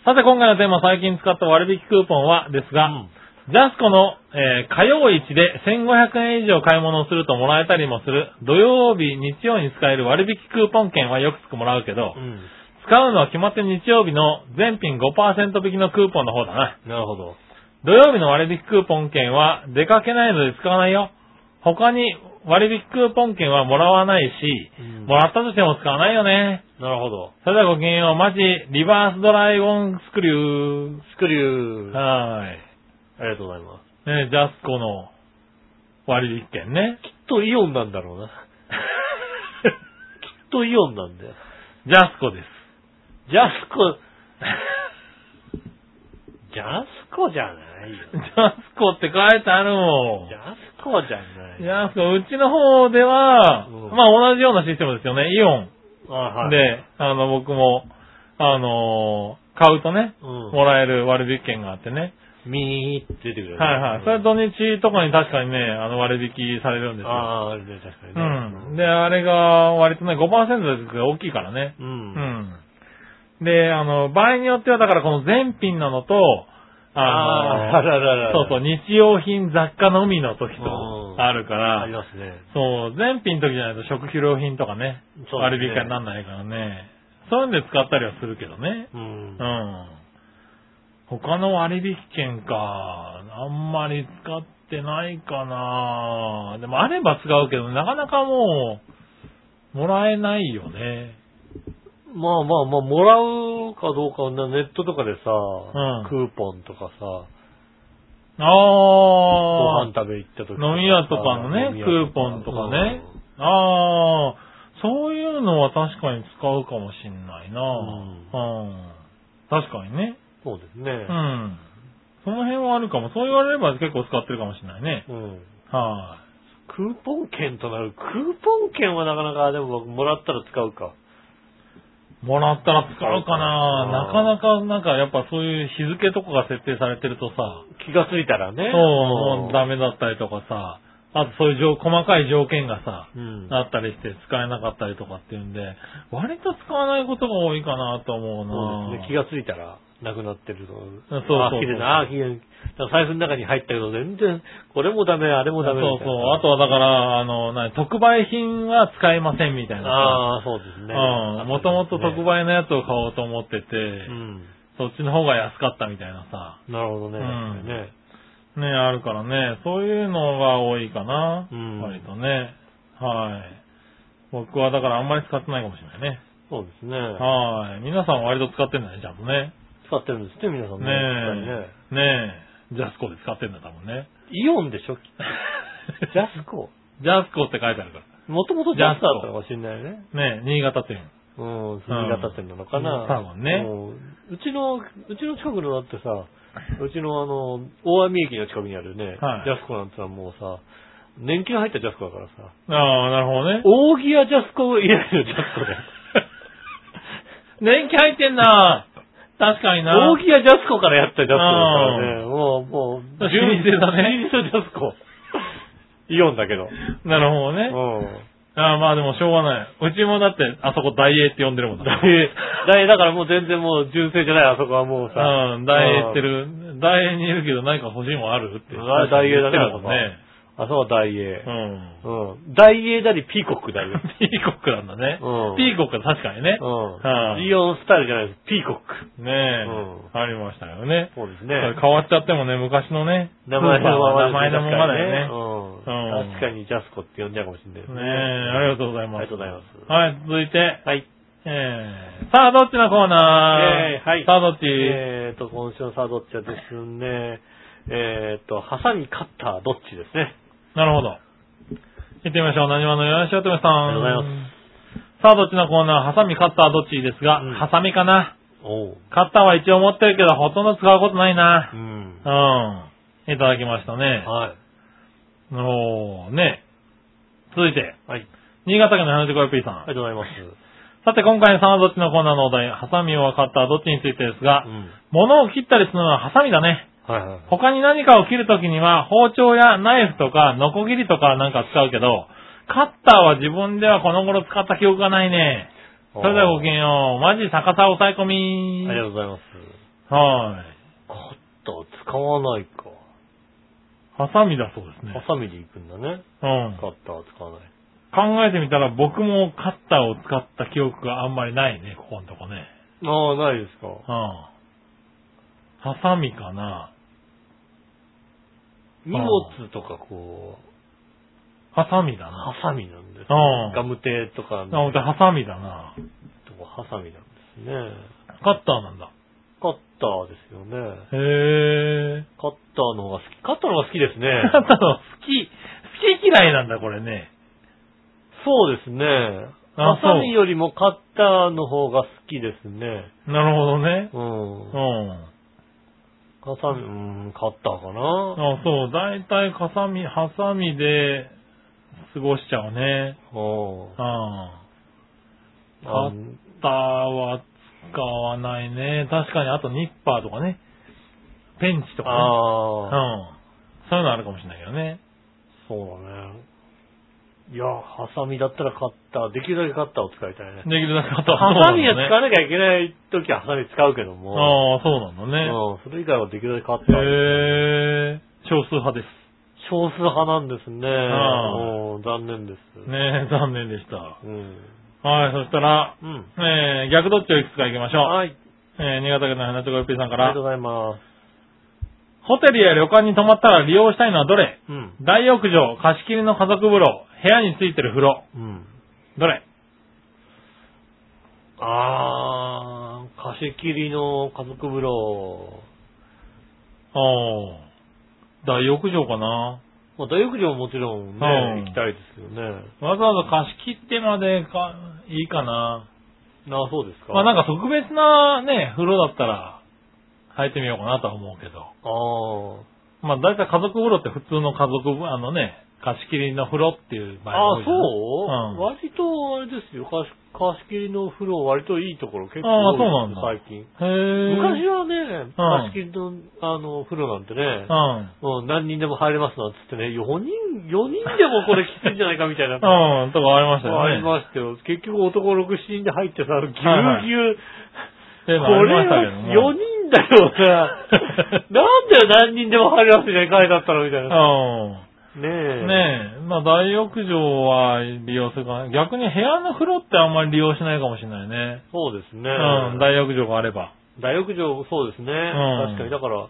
[SPEAKER 3] さて、今回のテーマ、最近使った割引クーポンは、ですが、
[SPEAKER 2] うん
[SPEAKER 3] ジャスコの、えー火曜市で1500円以上買い物をするともらえたりもする、土曜日、日曜に使える割引クーポン券はよくつくもらうけど、
[SPEAKER 2] うん。
[SPEAKER 3] 使うのは決まって日曜日の全品5%引きのクーポンの方だな。
[SPEAKER 2] なるほど。
[SPEAKER 3] 土曜日の割引クーポン券は出かけないので使わないよ。他に割引クーポン券はもらわないし、
[SPEAKER 2] うん
[SPEAKER 3] もらったとしても使わないよね。
[SPEAKER 2] なるほど。
[SPEAKER 3] それではごきげんよう、マジ、リバースドライゴンスクリュー。
[SPEAKER 2] スクリュー。
[SPEAKER 3] はーい。
[SPEAKER 2] ありがとうございます。
[SPEAKER 3] ね、ジャスコの割引 券ね。
[SPEAKER 2] きっとイオンなんだろうな。きっとイオンなんだよ。
[SPEAKER 3] ジャスコです。
[SPEAKER 2] ジャスコ、ジャスコじゃないよ。
[SPEAKER 3] ジャスコって書いてあるもん
[SPEAKER 2] ジ。ャスコじゃない。
[SPEAKER 3] ジャスコ、うちの方では、
[SPEAKER 2] うん
[SPEAKER 3] まあ同じようなシステムですよね。イオ
[SPEAKER 2] あは
[SPEAKER 3] ン
[SPEAKER 2] い、
[SPEAKER 3] で、あの、僕も、あのー買うとね、
[SPEAKER 2] うん、
[SPEAKER 3] もらえる割引券があってね。
[SPEAKER 2] ミーって出てくる。
[SPEAKER 3] はいはい。それ土日とかに確かにね、あの割引されるんです
[SPEAKER 2] あ
[SPEAKER 3] よ。
[SPEAKER 2] あ、あれね、確かにね。
[SPEAKER 3] うん。で、あれが割とね、5%ですけど大きいからね。
[SPEAKER 2] うん。
[SPEAKER 3] うん。で、あの、場合によっては、だからこの全品なのと、
[SPEAKER 2] ああ、あ
[SPEAKER 3] あ
[SPEAKER 2] ららら
[SPEAKER 3] の、
[SPEAKER 2] ら。
[SPEAKER 3] そうそう、日用品雑貨のみの時
[SPEAKER 2] う
[SPEAKER 3] と
[SPEAKER 2] ん
[SPEAKER 3] あるか
[SPEAKER 2] あり
[SPEAKER 3] ら、
[SPEAKER 2] ますね。
[SPEAKER 3] そう、全品の時じゃないと食費料品とかね、
[SPEAKER 2] そうですね
[SPEAKER 3] 割引化になんないからね、そういうんで使ったりはするけどね。
[SPEAKER 2] うん
[SPEAKER 3] う。ん。他の割引券か、あんまり使ってないかなでもあれば使うけど、なかなかもう、もらえないよね。
[SPEAKER 2] まあまあまあ、もらうかどうかはねネットとかでさ、
[SPEAKER 3] ん
[SPEAKER 2] クーポンとかさ、
[SPEAKER 3] ああ
[SPEAKER 2] ご飯食べ行った時
[SPEAKER 3] 飲み屋とかのね、クーポンとかね。ああ、そういうのは確かに使うかもしんないな、うん確かにね。
[SPEAKER 2] うんそうですね。
[SPEAKER 3] うん。その辺はあるかも。そう言われれば結構使ってるかもしんないね。
[SPEAKER 2] うん
[SPEAKER 3] は
[SPEAKER 2] クーポン券となる。クーポン券はなかなか、でも僕もらったら使うか。
[SPEAKER 3] い。もらったら使うかなな
[SPEAKER 2] う
[SPEAKER 3] か
[SPEAKER 2] ん
[SPEAKER 3] なか、なんかやっぱそういう日付とかが設定されてるとさ、
[SPEAKER 2] 気がついたらね。
[SPEAKER 3] そう、ダメだったりとかさ、あとそういう条細かい条件がさ、
[SPEAKER 2] うん。
[SPEAKER 3] あったりして使えなかったりとかっていうんで、割と使わないことが多いかなと思う
[SPEAKER 2] そう
[SPEAKER 3] な
[SPEAKER 2] ですね。気がついたら、なくなってると。
[SPEAKER 3] そうそう
[SPEAKER 2] あ、綺麗な、あ、綺麗な。財布の中に入ったけど、全然、これもダメ、あれもダメ。
[SPEAKER 3] そうそう。あとはだから、あの、なに特売品は使いませんみたいな
[SPEAKER 2] ああ、そうです
[SPEAKER 3] さ。
[SPEAKER 2] ね。
[SPEAKER 3] うん。もともと特売のやつを買おうと思ってて、
[SPEAKER 2] うん。
[SPEAKER 3] そっちの方が安かったみたいなさ。
[SPEAKER 2] なるほどね。
[SPEAKER 3] うん
[SPEAKER 2] 確かにね
[SPEAKER 3] ね、あるからね、そういうのが多いかな。
[SPEAKER 2] うん
[SPEAKER 3] 割とね。はい。僕はだからあんまり使ってないかもしれないね。
[SPEAKER 2] そうですね。
[SPEAKER 3] はい。皆さん割と使ってんだね、ちゃんとね。
[SPEAKER 2] 使ってるんですね、皆さんね。やっ
[SPEAKER 3] ねえ。ねえ。ジャスコで使ってんだ、多分ね。
[SPEAKER 2] ぱりねイオンでしょジ ャス コ
[SPEAKER 3] ジャスコって書いてあるか
[SPEAKER 2] もともとジャスコだったのかもしれないね。
[SPEAKER 3] ら。ねえ、新潟店。
[SPEAKER 2] うん、新潟店なのかな。
[SPEAKER 3] うん多分ね
[SPEAKER 2] うん。うちの、うちの近くのだってさ、うちのあの、大網駅の近くにあるね、
[SPEAKER 3] はい
[SPEAKER 2] ジャスコなんてさ、もうさ、年金入ったジャスコだからさ、
[SPEAKER 3] ああ、なるほどね。
[SPEAKER 2] 扇屋ジャスコ以来のジャスコ だよ。
[SPEAKER 3] 年季入ってんな確かにな。
[SPEAKER 2] 扇屋ジャスコからやったジャスコだからね、もう、もう、
[SPEAKER 3] 老舗だね
[SPEAKER 2] 老舗ジャスコ。イオンだけど。
[SPEAKER 3] なるほ
[SPEAKER 2] う
[SPEAKER 3] どね。
[SPEAKER 2] ん。
[SPEAKER 3] ああ、まあでもしょうがない。うちもだって、あそこ大英って呼んでるもん
[SPEAKER 2] だ
[SPEAKER 3] な。
[SPEAKER 2] い、だい、だからもう全然もう純正じゃない、あそこはもうさ。
[SPEAKER 3] うん、大英ってる。大英にいるけど何か欲しいもんあるって。
[SPEAKER 2] うんあれ大英だね
[SPEAKER 3] 言ってるもんね。
[SPEAKER 2] あ、そう、大英
[SPEAKER 3] う。ん。
[SPEAKER 2] うん。大英だり、ピーコックだ り。
[SPEAKER 3] ピーコックなんだね。
[SPEAKER 2] うん
[SPEAKER 3] ピーコックは確かにね。
[SPEAKER 2] う
[SPEAKER 3] は
[SPEAKER 2] ん。
[SPEAKER 3] い
[SPEAKER 2] イオンスタイルじゃないです。ピーコック。
[SPEAKER 3] ねえ、
[SPEAKER 2] うん
[SPEAKER 3] ありましたよね。
[SPEAKER 2] そうです
[SPEAKER 3] それ
[SPEAKER 2] ね。
[SPEAKER 3] 変わっちゃってもね、昔のね、
[SPEAKER 2] 名前のままです
[SPEAKER 3] 名前のままだよね。
[SPEAKER 2] 確かにね
[SPEAKER 3] うん
[SPEAKER 2] うん。確かにジャスコって呼んじゃうかもしれないです
[SPEAKER 3] ねえ、ありがとうございま
[SPEAKER 2] あ
[SPEAKER 3] す。
[SPEAKER 2] りがとうございます
[SPEAKER 3] はい、続いて、
[SPEAKER 2] はい。
[SPEAKER 3] えー、さあ、どっちのコーナー
[SPEAKER 2] えーはい
[SPEAKER 3] さあ、どっち、
[SPEAKER 2] えーと、今週のさあどっちはですね、えーと、ハサミ、カッター、どっちですね。
[SPEAKER 3] なるほど。行ってみましょう。なにわのよしおとめさん。
[SPEAKER 2] ありがとうござい
[SPEAKER 3] ます。さあ、どっちのコーナーハサミ、カッター、どっちですが、
[SPEAKER 2] うん
[SPEAKER 3] ハサミかな。
[SPEAKER 2] おう。
[SPEAKER 3] カッターは一応持ってるけど、ほとんど使うことないな
[SPEAKER 2] う。ん。
[SPEAKER 3] うん。いただきましたね。
[SPEAKER 2] は
[SPEAKER 3] おー、ね。続いて、
[SPEAKER 2] い。はい。
[SPEAKER 3] 新潟県の花子 LP さん
[SPEAKER 2] あ。りがとうございます。
[SPEAKER 3] さて、今回のさあ、どっちのコーナーのお題、ハサミをカッター、どっちについてですが
[SPEAKER 2] う、ん。
[SPEAKER 3] 物を切ったりするのはハサミだね。
[SPEAKER 2] はいはいはい。
[SPEAKER 3] 他に何かを切るときには、包丁やナイフとか、ノコギリとかなんか使うけど、カッターは自分ではこの頃使った記憶がないね。それではごきげんよう。マジ逆さ抑え込
[SPEAKER 2] あ
[SPEAKER 3] み。
[SPEAKER 2] りがとうございます。
[SPEAKER 3] はい。
[SPEAKER 2] カッター使わないか。
[SPEAKER 3] ハサミだそうです
[SPEAKER 2] ハ
[SPEAKER 3] ね。
[SPEAKER 2] サミで行くんだね。
[SPEAKER 3] うん。
[SPEAKER 2] カッターは使わない。
[SPEAKER 3] 考えてみたら僕もカッターを使った記憶があんまりないね、ここのとこね。
[SPEAKER 2] ああ、ないですか。
[SPEAKER 3] うん。ハサミかな。
[SPEAKER 2] 荷物とかこう、
[SPEAKER 3] ハサミだな
[SPEAKER 2] ハ。サミなんですね。
[SPEAKER 3] うん
[SPEAKER 2] ガムテとか、
[SPEAKER 3] なので、ハサミだな。
[SPEAKER 2] ハサミなんですね。
[SPEAKER 3] カッターなんだ。
[SPEAKER 2] カッターですよね。
[SPEAKER 3] へー。
[SPEAKER 2] カッターの方が好き。カッターの方が好き ですね。
[SPEAKER 3] カッターの好き、好き嫌いなんだ、これね。
[SPEAKER 2] そうですね。
[SPEAKER 3] あ
[SPEAKER 2] ハサミよりもカッターの方が好きですね。
[SPEAKER 3] なるほどね。
[SPEAKER 2] うん
[SPEAKER 3] う。ん。
[SPEAKER 2] ハサミ、うん、カッターかな。
[SPEAKER 3] あそう、だいたいハサミ、ハサミで過ごしちゃうね。
[SPEAKER 2] うん。
[SPEAKER 3] あカ
[SPEAKER 2] あ
[SPEAKER 3] ッターは使わないね。確かに、あとニッパーとかね。ペンチとかね。う
[SPEAKER 2] あ
[SPEAKER 3] ん
[SPEAKER 2] ー、。
[SPEAKER 3] そういうのあるかもしれないけどね。
[SPEAKER 2] そうだね。いや、ハサミだったらカッター、できるだけカッターを使いたいね。
[SPEAKER 3] できるだけカッター
[SPEAKER 2] ハサミは
[SPEAKER 3] は
[SPEAKER 2] 使
[SPEAKER 3] ね。
[SPEAKER 2] わなきゃいけない時はハサミ使うけども。
[SPEAKER 3] ああ、そうなんだ
[SPEAKER 2] う
[SPEAKER 3] ね。
[SPEAKER 2] ん。それ以外はできるだけカッター。
[SPEAKER 3] へえ、少数派です。
[SPEAKER 2] 少数派なんですね。
[SPEAKER 3] ん
[SPEAKER 2] うん残念です。。
[SPEAKER 3] ねえ、残念でした。
[SPEAKER 2] うん。
[SPEAKER 3] はい、そしたら、
[SPEAKER 2] うん。
[SPEAKER 3] えー、逆どっちをいくつか行きましょう。
[SPEAKER 2] はい。
[SPEAKER 3] えー、新潟県の花とこよっぴーさん
[SPEAKER 2] あ
[SPEAKER 3] か
[SPEAKER 2] りが
[SPEAKER 3] ら
[SPEAKER 2] とう、ございます。
[SPEAKER 3] ホテルや旅館に泊まったら利用したいのはどれ
[SPEAKER 2] うん。
[SPEAKER 3] 大浴場、貸し切りの家族風呂、部屋についてる風呂、
[SPEAKER 2] うん。
[SPEAKER 3] どれ
[SPEAKER 2] あー、貸し切りの家族風呂。
[SPEAKER 3] おー、大浴場かな
[SPEAKER 2] まあ、大浴場ももちろんね、
[SPEAKER 3] うん
[SPEAKER 2] 行きたいですけどね。
[SPEAKER 3] わざわざ貸し切ってまでか、いいかな
[SPEAKER 2] あそうですか。
[SPEAKER 3] まあなんか特別なね、風呂だったら、入ってみようかなとは思うけど。
[SPEAKER 2] あー。
[SPEAKER 3] まあ大体家族風呂って普通の家族風呂、あのね、貸し切りの風呂っていう場合が
[SPEAKER 2] あ
[SPEAKER 3] 多
[SPEAKER 2] ー
[SPEAKER 3] い
[SPEAKER 2] そ、割と、あれ
[SPEAKER 3] じゃないううん
[SPEAKER 2] ですよ貸し、貸し切りの風呂、割といいところ結構
[SPEAKER 3] あ
[SPEAKER 2] 多
[SPEAKER 3] あ、
[SPEAKER 2] い
[SPEAKER 3] そう
[SPEAKER 2] ですよ。最
[SPEAKER 3] なんだ
[SPEAKER 2] 近。昔
[SPEAKER 3] へえ。
[SPEAKER 2] はね、貸し切りの、あの、風呂なんてね、う
[SPEAKER 3] うん。
[SPEAKER 2] ん、何人でも入れますなんつってね、4人、4人でもこれきついんじゃないかみたいな。
[SPEAKER 3] うん、とか ありましたよね。
[SPEAKER 2] ありましたよ。結局男6、7人で入ってさ、ぎゅう
[SPEAKER 3] はい
[SPEAKER 2] ぎゅう。
[SPEAKER 3] っていうの
[SPEAKER 2] こ
[SPEAKER 3] あり
[SPEAKER 2] れ
[SPEAKER 3] ましたけども。
[SPEAKER 2] 4人だよな。なんだよ何人でも入りますみたいな書いてあったのみたいな。
[SPEAKER 3] う
[SPEAKER 2] ねえ。
[SPEAKER 3] ん。ねえ、まあ大浴場は利用するかな。逆に部屋の風呂ってあんまり利用しないかもしれないね。
[SPEAKER 2] そうですね。
[SPEAKER 3] うん、大浴場があれば。
[SPEAKER 2] 大浴場、そうですね。
[SPEAKER 3] ん
[SPEAKER 2] 確かに。だから、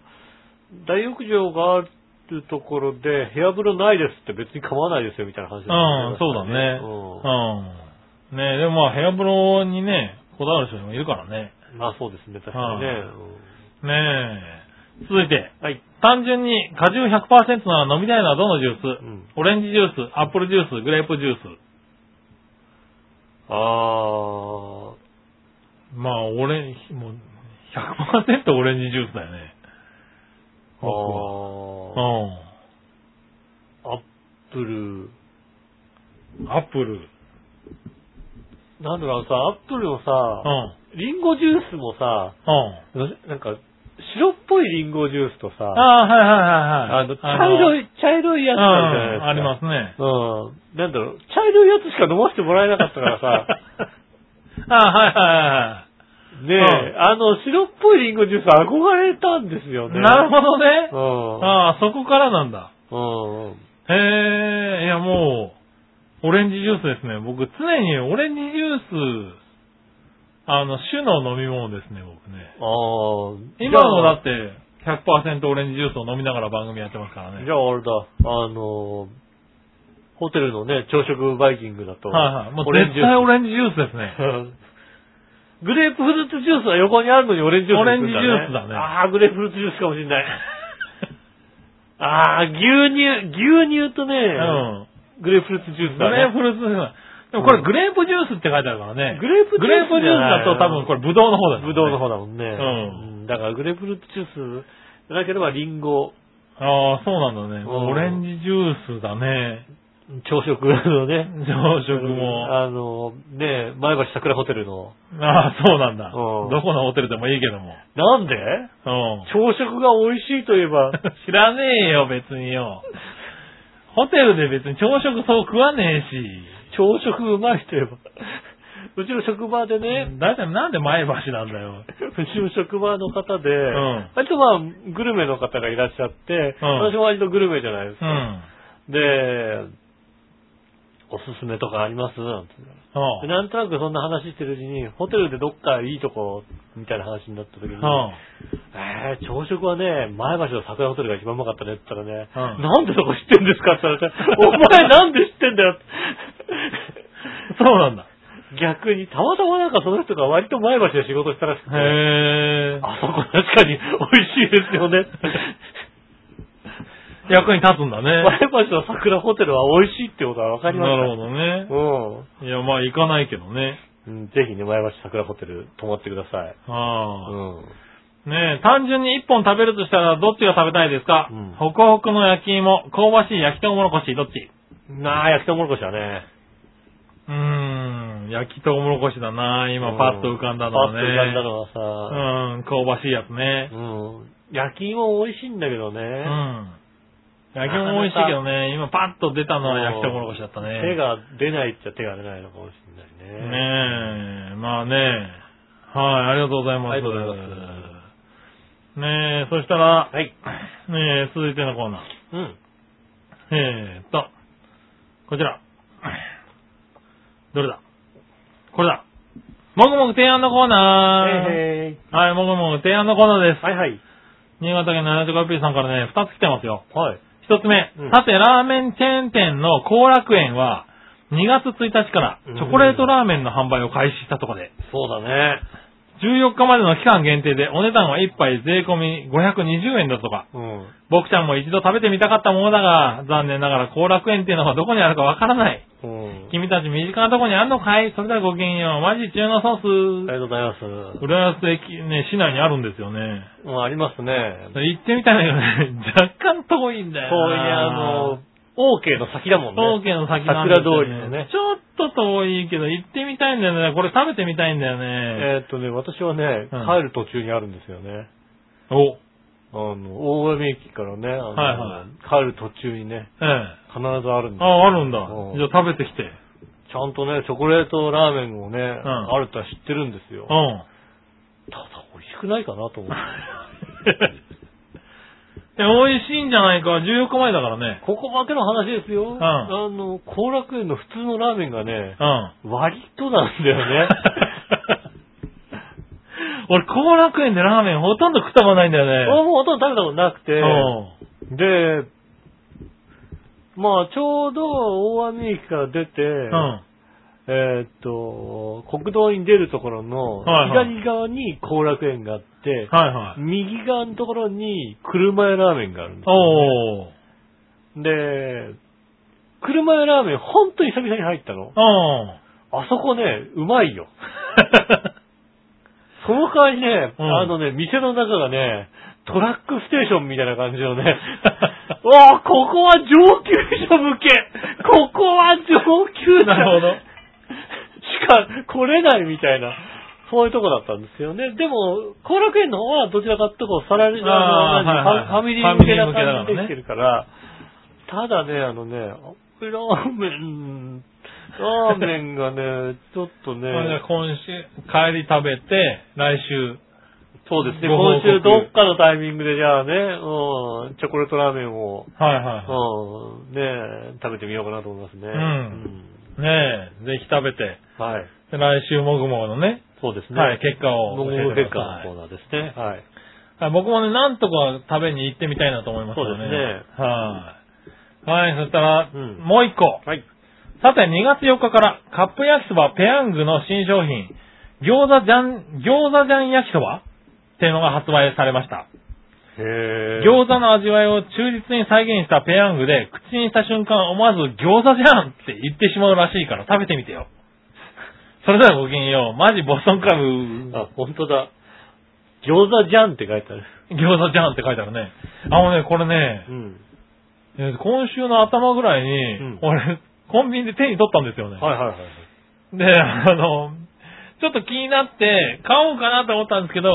[SPEAKER 2] 大浴場があるところで、部屋風呂ないですって別に構わないですよみたいな話ですね
[SPEAKER 3] うん、そうだね。うん。ねえ、でもまあ部屋風呂にね、こだわる人もいるからね。
[SPEAKER 2] うん。まあそうですね、確かにね。
[SPEAKER 3] ねえ。続いて、
[SPEAKER 2] うんはい。
[SPEAKER 3] 単純に果汁100%なら飲みたいのはどのジュース、
[SPEAKER 2] うん
[SPEAKER 3] オレンジジュース、アップルジュース、グレープジュース。
[SPEAKER 2] あ
[SPEAKER 3] まあ、オレンジ、もう、100%オレンジジュースだよね。
[SPEAKER 2] ー。
[SPEAKER 3] 僕は
[SPEAKER 2] あー。アップル。
[SPEAKER 3] うん。アップル。うん。
[SPEAKER 2] なんだろうさ、アップルの
[SPEAKER 3] う
[SPEAKER 2] さ、
[SPEAKER 3] ん。
[SPEAKER 2] リンゴジュースもさ、なんか、白っぽいリンゴジュースと
[SPEAKER 3] あ
[SPEAKER 2] さ、
[SPEAKER 3] あ、はいはいはいはい。
[SPEAKER 2] あの、茶色
[SPEAKER 3] い
[SPEAKER 2] い、茶色いやつ
[SPEAKER 3] うん、
[SPEAKER 2] あるじゃないですか。
[SPEAKER 3] ありますね。
[SPEAKER 2] うん。なんだろう、茶色いやつしか飲ませてもらえなかったからさ、
[SPEAKER 3] ああ、は
[SPEAKER 2] ねえ、
[SPEAKER 3] うん
[SPEAKER 2] あの、白っぽいリンゴジュース憧れたんですよ
[SPEAKER 3] いはいはい。
[SPEAKER 2] ね。
[SPEAKER 3] なるほどね。
[SPEAKER 2] ほ
[SPEAKER 3] ああ、そこからなんだ。
[SPEAKER 2] ど。うん。うん。
[SPEAKER 3] えー、いやもう、オレンジジュースですね。僕、常にオレンジジュース、あの、種の飲み物ですね、僕ね。
[SPEAKER 2] ああ。。
[SPEAKER 3] 今もだってて、100%オレンジジュースを飲みながら番組やってますからね。
[SPEAKER 2] じゃああれだ、あのー、ホテルのね、朝食バイキングだと。
[SPEAKER 3] はいはい。もう絶対オ
[SPEAKER 2] レン
[SPEAKER 3] レンジジュースですね。
[SPEAKER 2] ジジュース。グレープフルーツジュースは横にあるのにオレンジジュースにするんだ、ね。
[SPEAKER 3] オレンジジュースだね
[SPEAKER 2] ああ、グレープフルーツジュースかもし んない。ああ、牛乳、牛乳とね、
[SPEAKER 3] うん。
[SPEAKER 2] グレープフルーツジュース
[SPEAKER 3] グ
[SPEAKER 2] だ
[SPEAKER 3] レー
[SPEAKER 2] ね。
[SPEAKER 3] プフルーツジュース。でもこ
[SPEAKER 2] う
[SPEAKER 3] れ
[SPEAKER 2] ん
[SPEAKER 3] グレープジュースって書いてあるからね。
[SPEAKER 2] グレープジュース
[SPEAKER 3] グレープジュースだと多分これブドウの方だよね。
[SPEAKER 2] ブドウの方だもんね。
[SPEAKER 3] ん
[SPEAKER 2] うだからグレープフルーツジュースじゃなければリンゴ、
[SPEAKER 3] ああ、そうなんだね。
[SPEAKER 2] うん
[SPEAKER 3] オレンジジュースだね。
[SPEAKER 2] 朝食のね。
[SPEAKER 3] 朝食も。
[SPEAKER 2] あの、ね前橋桜ホテルの。
[SPEAKER 3] ああ、そうなんだ。
[SPEAKER 2] うん
[SPEAKER 3] どこのホテルでもいいけども。
[SPEAKER 2] なんで
[SPEAKER 3] うん。
[SPEAKER 2] 朝食が美味しいといえば、
[SPEAKER 3] 知らねえよ、別によ。ホテルで別に朝食そう食わねえし。
[SPEAKER 2] 朝食うまいと いえば、うちの職場でね、
[SPEAKER 3] だいたいなんで前橋なんだよ。
[SPEAKER 2] うちの職場の方で、
[SPEAKER 3] ん
[SPEAKER 2] 割とまあ、グルメの方がいらっしゃって、
[SPEAKER 3] うん
[SPEAKER 2] 私も割とグルメじゃないです
[SPEAKER 3] う
[SPEAKER 2] か。
[SPEAKER 3] ん。
[SPEAKER 2] で、おすすめとかありますなんて
[SPEAKER 3] うん。
[SPEAKER 2] でなんとなくそんな話してるうちに、ホテルでどっかいいとこ、みたいな話になった時に、
[SPEAKER 3] うん。
[SPEAKER 2] えー、朝食はね、前橋の桜ホテルが一番うまかったねって言ったらね、
[SPEAKER 3] うん
[SPEAKER 2] なんでそこ知ってんですかって言われて、お前なんで知ってんだよって
[SPEAKER 3] そうなんだ。
[SPEAKER 2] 逆に、たまたまなんかその人が割と前橋で仕事したらしくて、
[SPEAKER 3] へえ。
[SPEAKER 2] あそこ確かに美味しいですよね。
[SPEAKER 3] 役に立つんだね。
[SPEAKER 2] 前橋の桜ホテルは美味しいってことは分かりました。
[SPEAKER 3] なるほどね。いや、まあ行かないけどね。
[SPEAKER 2] うん。ぜひね、前橋桜ホテル泊まってください。う
[SPEAKER 3] ああ。
[SPEAKER 2] ん。
[SPEAKER 3] ねえ、単純に一本食べるとしたらどっちが食べたいですか、
[SPEAKER 2] うん
[SPEAKER 3] ホクホクの焼き芋、香ばしい焼きとうもろこし、どっち
[SPEAKER 2] なあ、焼きとうもろこしはね。
[SPEAKER 3] うーん、焼きとうもろこしだな今パッと浮かんだのはね。
[SPEAKER 2] パッと浮かんだのはさ、
[SPEAKER 3] うん、香ばしいやつね。
[SPEAKER 2] うん焼き芋美味しいんだけどね。
[SPEAKER 3] うん。焼き芋も美味しいけどね、今パッと出たのは焼きとうもろこしだったね。
[SPEAKER 2] 手が出ないっちゃ手が出ないのかもしれないね。
[SPEAKER 3] ねえ、まあねはい、ありがとうございます。
[SPEAKER 2] ありがとうございま
[SPEAKER 3] ねえ、そしたら、
[SPEAKER 2] はい。
[SPEAKER 3] ねえ、続いてのコーナー。
[SPEAKER 2] うん。
[SPEAKER 3] えーっと、こちら。どれだこれだ。もぐもぐ提案のコーナー。
[SPEAKER 2] へい
[SPEAKER 3] はい、もぐもぐ提案のコーナーです。
[SPEAKER 2] はいはい。
[SPEAKER 3] 新潟県 75P さんからね、2つ来てますよ。
[SPEAKER 2] はい。
[SPEAKER 3] 1つ目、
[SPEAKER 2] うん
[SPEAKER 3] さてラーメンチェーン店の後楽園は、2月1日からチョコレートラーメンの販売を開始したとかで、
[SPEAKER 2] そうだね。
[SPEAKER 3] 14日までの期間限定でお値段は1杯税込み520円だとか、
[SPEAKER 2] うん。
[SPEAKER 3] 僕ちゃんも一度食べてみたかったものだが、残念ながら後楽園っていうのはどこにあるかわからない。
[SPEAKER 2] うん。
[SPEAKER 3] 君たち身近なとこにあるのかいそれではごきげんよう。マジ中のソ
[SPEAKER 2] ありが
[SPEAKER 3] ー
[SPEAKER 2] とうございます。
[SPEAKER 3] ス。浦安駅、ね、市内にあるんですよね。
[SPEAKER 2] うん、ありますね。
[SPEAKER 3] 行ってみたいんだけどね、 若干遠いんだよ
[SPEAKER 2] そういや、あ
[SPEAKER 3] な。
[SPEAKER 2] の、OK の先だもんね。
[SPEAKER 3] 東京の先なんですよ
[SPEAKER 2] 桜通りの
[SPEAKER 3] ね
[SPEAKER 2] ね。
[SPEAKER 3] ちょっと遠いけど、行ってみたいんだよね。これ食べてみたいんだよね。
[SPEAKER 2] えーっとね、私はね、
[SPEAKER 3] うん
[SPEAKER 2] 帰る途中にあるんですよね。
[SPEAKER 3] お、
[SPEAKER 2] あの、大上駅からね、あの
[SPEAKER 3] はいは
[SPEAKER 2] 帰る途中にね、
[SPEAKER 3] ええ。
[SPEAKER 2] 必ずあるんですよ
[SPEAKER 3] あ、あるんだ
[SPEAKER 2] う。
[SPEAKER 3] じゃあ食べてきて。
[SPEAKER 2] ちゃんとね、チョコレートラーメンをね、
[SPEAKER 3] ん
[SPEAKER 2] あるとは知ってるんですよ
[SPEAKER 3] う。ん。
[SPEAKER 2] ただ美味しくないかなと思って。
[SPEAKER 3] え、 美味しいんじゃないか。14日前だからね。
[SPEAKER 2] ここだけの話ですよ。
[SPEAKER 3] ん
[SPEAKER 2] あの、後楽園の普通のラーメンがね、
[SPEAKER 3] うん。
[SPEAKER 2] 割となんだよね。
[SPEAKER 3] 俺、後楽園でラーメンほとんど食ったことないんだ
[SPEAKER 2] 俺
[SPEAKER 3] よね。
[SPEAKER 2] もほとんど食べたことなくて、
[SPEAKER 3] う
[SPEAKER 2] で、まあ、ちょうど大網駅から出て、
[SPEAKER 3] ん。うん。
[SPEAKER 2] えーっと、国道に出るところの、
[SPEAKER 3] はいはい
[SPEAKER 2] 左側に後楽園があって、
[SPEAKER 3] はいはい。
[SPEAKER 2] 右側のところに車屋ラーメンがあるんですよ、
[SPEAKER 3] おー。
[SPEAKER 2] で、車屋ラーメン、本当に久々に入ったの。
[SPEAKER 3] うん。
[SPEAKER 2] あそこね、うまいよ。 その代わりね、
[SPEAKER 3] うん
[SPEAKER 2] あのね、店の中がね、トラックステーションみたいな感じのね、 わあ、ここは上級者向けここは上級者
[SPEAKER 3] なるほど
[SPEAKER 2] しか来れないみたいな、そういうとこだったんですよね。でも、後楽園の方はどちらかってこう、サラリーマンの
[SPEAKER 3] あーはいはい
[SPEAKER 2] ファファミリー向けな感
[SPEAKER 3] ファミリー向けだから
[SPEAKER 2] じで
[SPEAKER 3] ね
[SPEAKER 2] できてるから、ただね、あのね、ラーメン、ラーメンがね、ちょっとね、
[SPEAKER 3] それじゃあ今週、帰り食べて、来週、
[SPEAKER 2] そうですね。
[SPEAKER 3] ご報
[SPEAKER 2] 今
[SPEAKER 3] 告
[SPEAKER 2] 週どっかのタイミングでじゃあね、うん、チョコレートラーメンを、
[SPEAKER 3] はいは
[SPEAKER 2] うん、ねえ食べてみようかなと思いますね。
[SPEAKER 3] んい。ねえ、ぜひ食べて、
[SPEAKER 2] うんはい。
[SPEAKER 3] で来週もぐもぐのね、
[SPEAKER 2] そうですね。
[SPEAKER 3] はい、結果を
[SPEAKER 2] 僕
[SPEAKER 3] 教
[SPEAKER 2] も
[SPEAKER 3] えて
[SPEAKER 2] 結
[SPEAKER 3] くだ
[SPEAKER 2] 果
[SPEAKER 3] さ
[SPEAKER 2] の
[SPEAKER 3] い
[SPEAKER 2] コー。ナーですね。はい。
[SPEAKER 3] はい、僕もね、なんとか食べに行ってみたいなと思いましたね。
[SPEAKER 2] そうです
[SPEAKER 3] ね。はい。はい、そしたら、
[SPEAKER 2] うん
[SPEAKER 3] もう一個。
[SPEAKER 2] はい。
[SPEAKER 3] さて、2月4日から、カップ焼きそばペヤングの新商品、餃子じゃん、餃子じゃん焼きそばっていうのが発売されました。
[SPEAKER 2] へ
[SPEAKER 3] 餃子の味わいを忠実に再現したペヤングで、口にした瞬間、思わず餃子じゃんって言ってしまうらしいから食べてみてよ。それではごきげんよう。マジボストンクラブ。
[SPEAKER 2] あ、本当だ。餃子じゃんって書いてある。
[SPEAKER 3] 餃子じゃんって書いてあるね。あのね、これね、
[SPEAKER 2] うん。
[SPEAKER 3] えー今週の頭ぐらいに、
[SPEAKER 2] うん
[SPEAKER 3] 俺、コンビニで手に取ったんですよね。
[SPEAKER 2] はいはいはい。
[SPEAKER 3] で、あの、ちょっと気になって、買おうかなと思ったんですけど、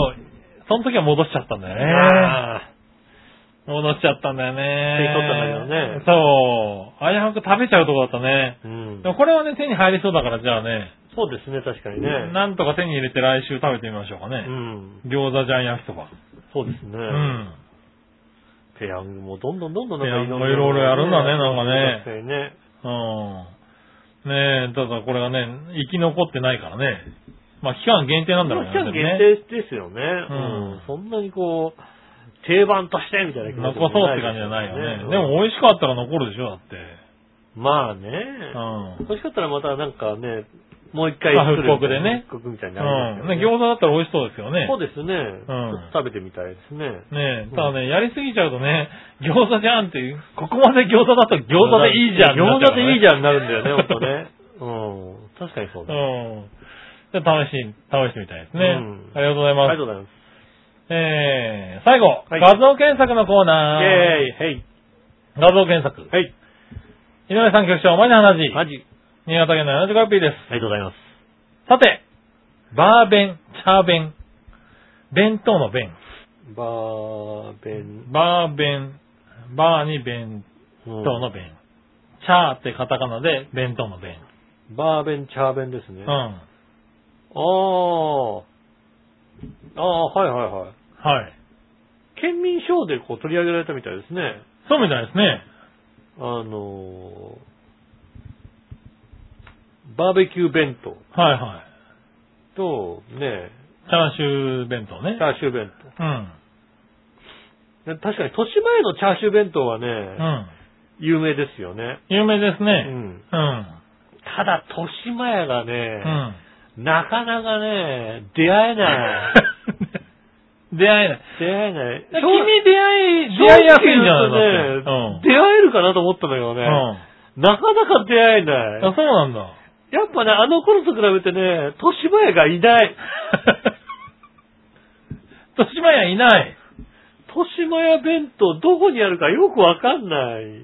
[SPEAKER 3] その時は戻しちゃったんだよね。
[SPEAKER 2] あ
[SPEAKER 3] 戻しちゃったんだよね。
[SPEAKER 2] 手に取ったんだけどね
[SPEAKER 3] そう。あやはく食べちゃうとこだったね。
[SPEAKER 2] ーうん
[SPEAKER 3] でもこれはね、手に入りそうだから、じゃあね、
[SPEAKER 2] そうですね、確かにね。
[SPEAKER 3] なんとか手に入れて来週食べてみましょうか
[SPEAKER 2] う
[SPEAKER 3] ね。
[SPEAKER 2] ん。
[SPEAKER 3] 餃子ジャン焼きそば。
[SPEAKER 2] そうですね。
[SPEAKER 3] うん。
[SPEAKER 2] ペヤングもどんどんどんどんなん
[SPEAKER 3] ペ
[SPEAKER 2] か
[SPEAKER 3] ヤングもいろいろやるんだねなんか
[SPEAKER 2] 確か
[SPEAKER 3] ね
[SPEAKER 2] にね。
[SPEAKER 3] うん。ねえ、ただこれがね、生き残ってないからね。まあ期間限定なんだろうね。
[SPEAKER 2] 期間限定ですよね。うんん。そんなにこう、定番としてみたいな
[SPEAKER 3] で
[SPEAKER 2] 気
[SPEAKER 3] も
[SPEAKER 2] 持ち
[SPEAKER 3] ね残そうって感じじゃないよね。でも美味しかったら残るでしょ、だって。
[SPEAKER 2] まあね。
[SPEAKER 3] うん。
[SPEAKER 2] 欲しかったらまたなんかね、もう一回
[SPEAKER 3] あ復刻でね
[SPEAKER 2] 復刻みたいにな
[SPEAKER 3] うん。
[SPEAKER 2] り
[SPEAKER 3] ね
[SPEAKER 2] ますよ
[SPEAKER 3] 餃子だったら美味しそうですよね。
[SPEAKER 2] そうですね。ち
[SPEAKER 3] ん
[SPEAKER 2] ょっと食べてみたいですね。
[SPEAKER 3] ねえ、ただね、やりすぎちゃうとね、餃子じゃんっていう、ここまで餃子だと餃子でいいじゃん、
[SPEAKER 2] 餃子でいいじ
[SPEAKER 3] ゃ
[SPEAKER 2] ゃんに
[SPEAKER 3] ん。
[SPEAKER 2] なるんだよね、ほんと ね。うん。確かにそうだ。
[SPEAKER 3] うん。じゃあ試し、試してみたいですね。
[SPEAKER 2] うん
[SPEAKER 3] ありがとうござい
[SPEAKER 2] あ
[SPEAKER 3] ま
[SPEAKER 2] りが
[SPEAKER 3] す。
[SPEAKER 2] とうございます。
[SPEAKER 3] えー、最後、
[SPEAKER 2] はい
[SPEAKER 3] 画像検索のコ
[SPEAKER 2] イ
[SPEAKER 3] ー
[SPEAKER 2] ェ
[SPEAKER 3] ナー。
[SPEAKER 2] ーイ、はい。
[SPEAKER 3] 画像検索。
[SPEAKER 2] はい。
[SPEAKER 3] 井上さん局長、お前の話。
[SPEAKER 2] マジ。
[SPEAKER 3] 新潟県の 75P です。
[SPEAKER 2] ありがとうございます。
[SPEAKER 3] さて、バーベン、チャーベン、弁当の弁、
[SPEAKER 2] バーベン。
[SPEAKER 3] バーベン、バーに弁
[SPEAKER 2] う
[SPEAKER 3] 当
[SPEAKER 2] ん
[SPEAKER 3] の弁、チャーってカタカナで弁当の弁。
[SPEAKER 2] バーベン、チャーベンです
[SPEAKER 3] う
[SPEAKER 2] ね。
[SPEAKER 3] ん。
[SPEAKER 2] ああ。ああー、はいはいはい。
[SPEAKER 3] はい。
[SPEAKER 2] 県民賞でこう取り上げられたみたいですね。
[SPEAKER 3] そうみたいですね。
[SPEAKER 2] あのーバーベキュー弁当
[SPEAKER 3] はいはい。
[SPEAKER 2] と、ね、
[SPEAKER 3] チャーシュー弁当
[SPEAKER 2] チ
[SPEAKER 3] ね。
[SPEAKER 2] ャーシュー弁
[SPEAKER 3] うん。
[SPEAKER 2] 当。ね確かに、豊島屋のチャーシュー弁当はね、
[SPEAKER 3] うん。
[SPEAKER 2] 有名ですよね。
[SPEAKER 3] 有名です
[SPEAKER 2] う
[SPEAKER 3] ね。
[SPEAKER 2] ん。
[SPEAKER 3] うん。
[SPEAKER 2] ただ、豊島屋が
[SPEAKER 3] う
[SPEAKER 2] ね、
[SPEAKER 3] ん。
[SPEAKER 2] なかなかね、出会え ない。
[SPEAKER 3] 出会えない。
[SPEAKER 2] 出会えない。
[SPEAKER 3] 君
[SPEAKER 2] 正直
[SPEAKER 3] 出会い、出会いやすいん
[SPEAKER 2] 正直言う
[SPEAKER 3] じゃないの
[SPEAKER 2] とね、出会えるかなと思ったんだけどね、
[SPEAKER 3] うん。うん。
[SPEAKER 2] なかなか出会えない。
[SPEAKER 3] あ、そうなんだ。
[SPEAKER 2] やっぱね、あの頃と比べてね、豊島屋がいない。
[SPEAKER 3] 豊島屋いない。
[SPEAKER 2] 豊島屋弁当どこにあるかよくわかんない。
[SPEAKER 3] ね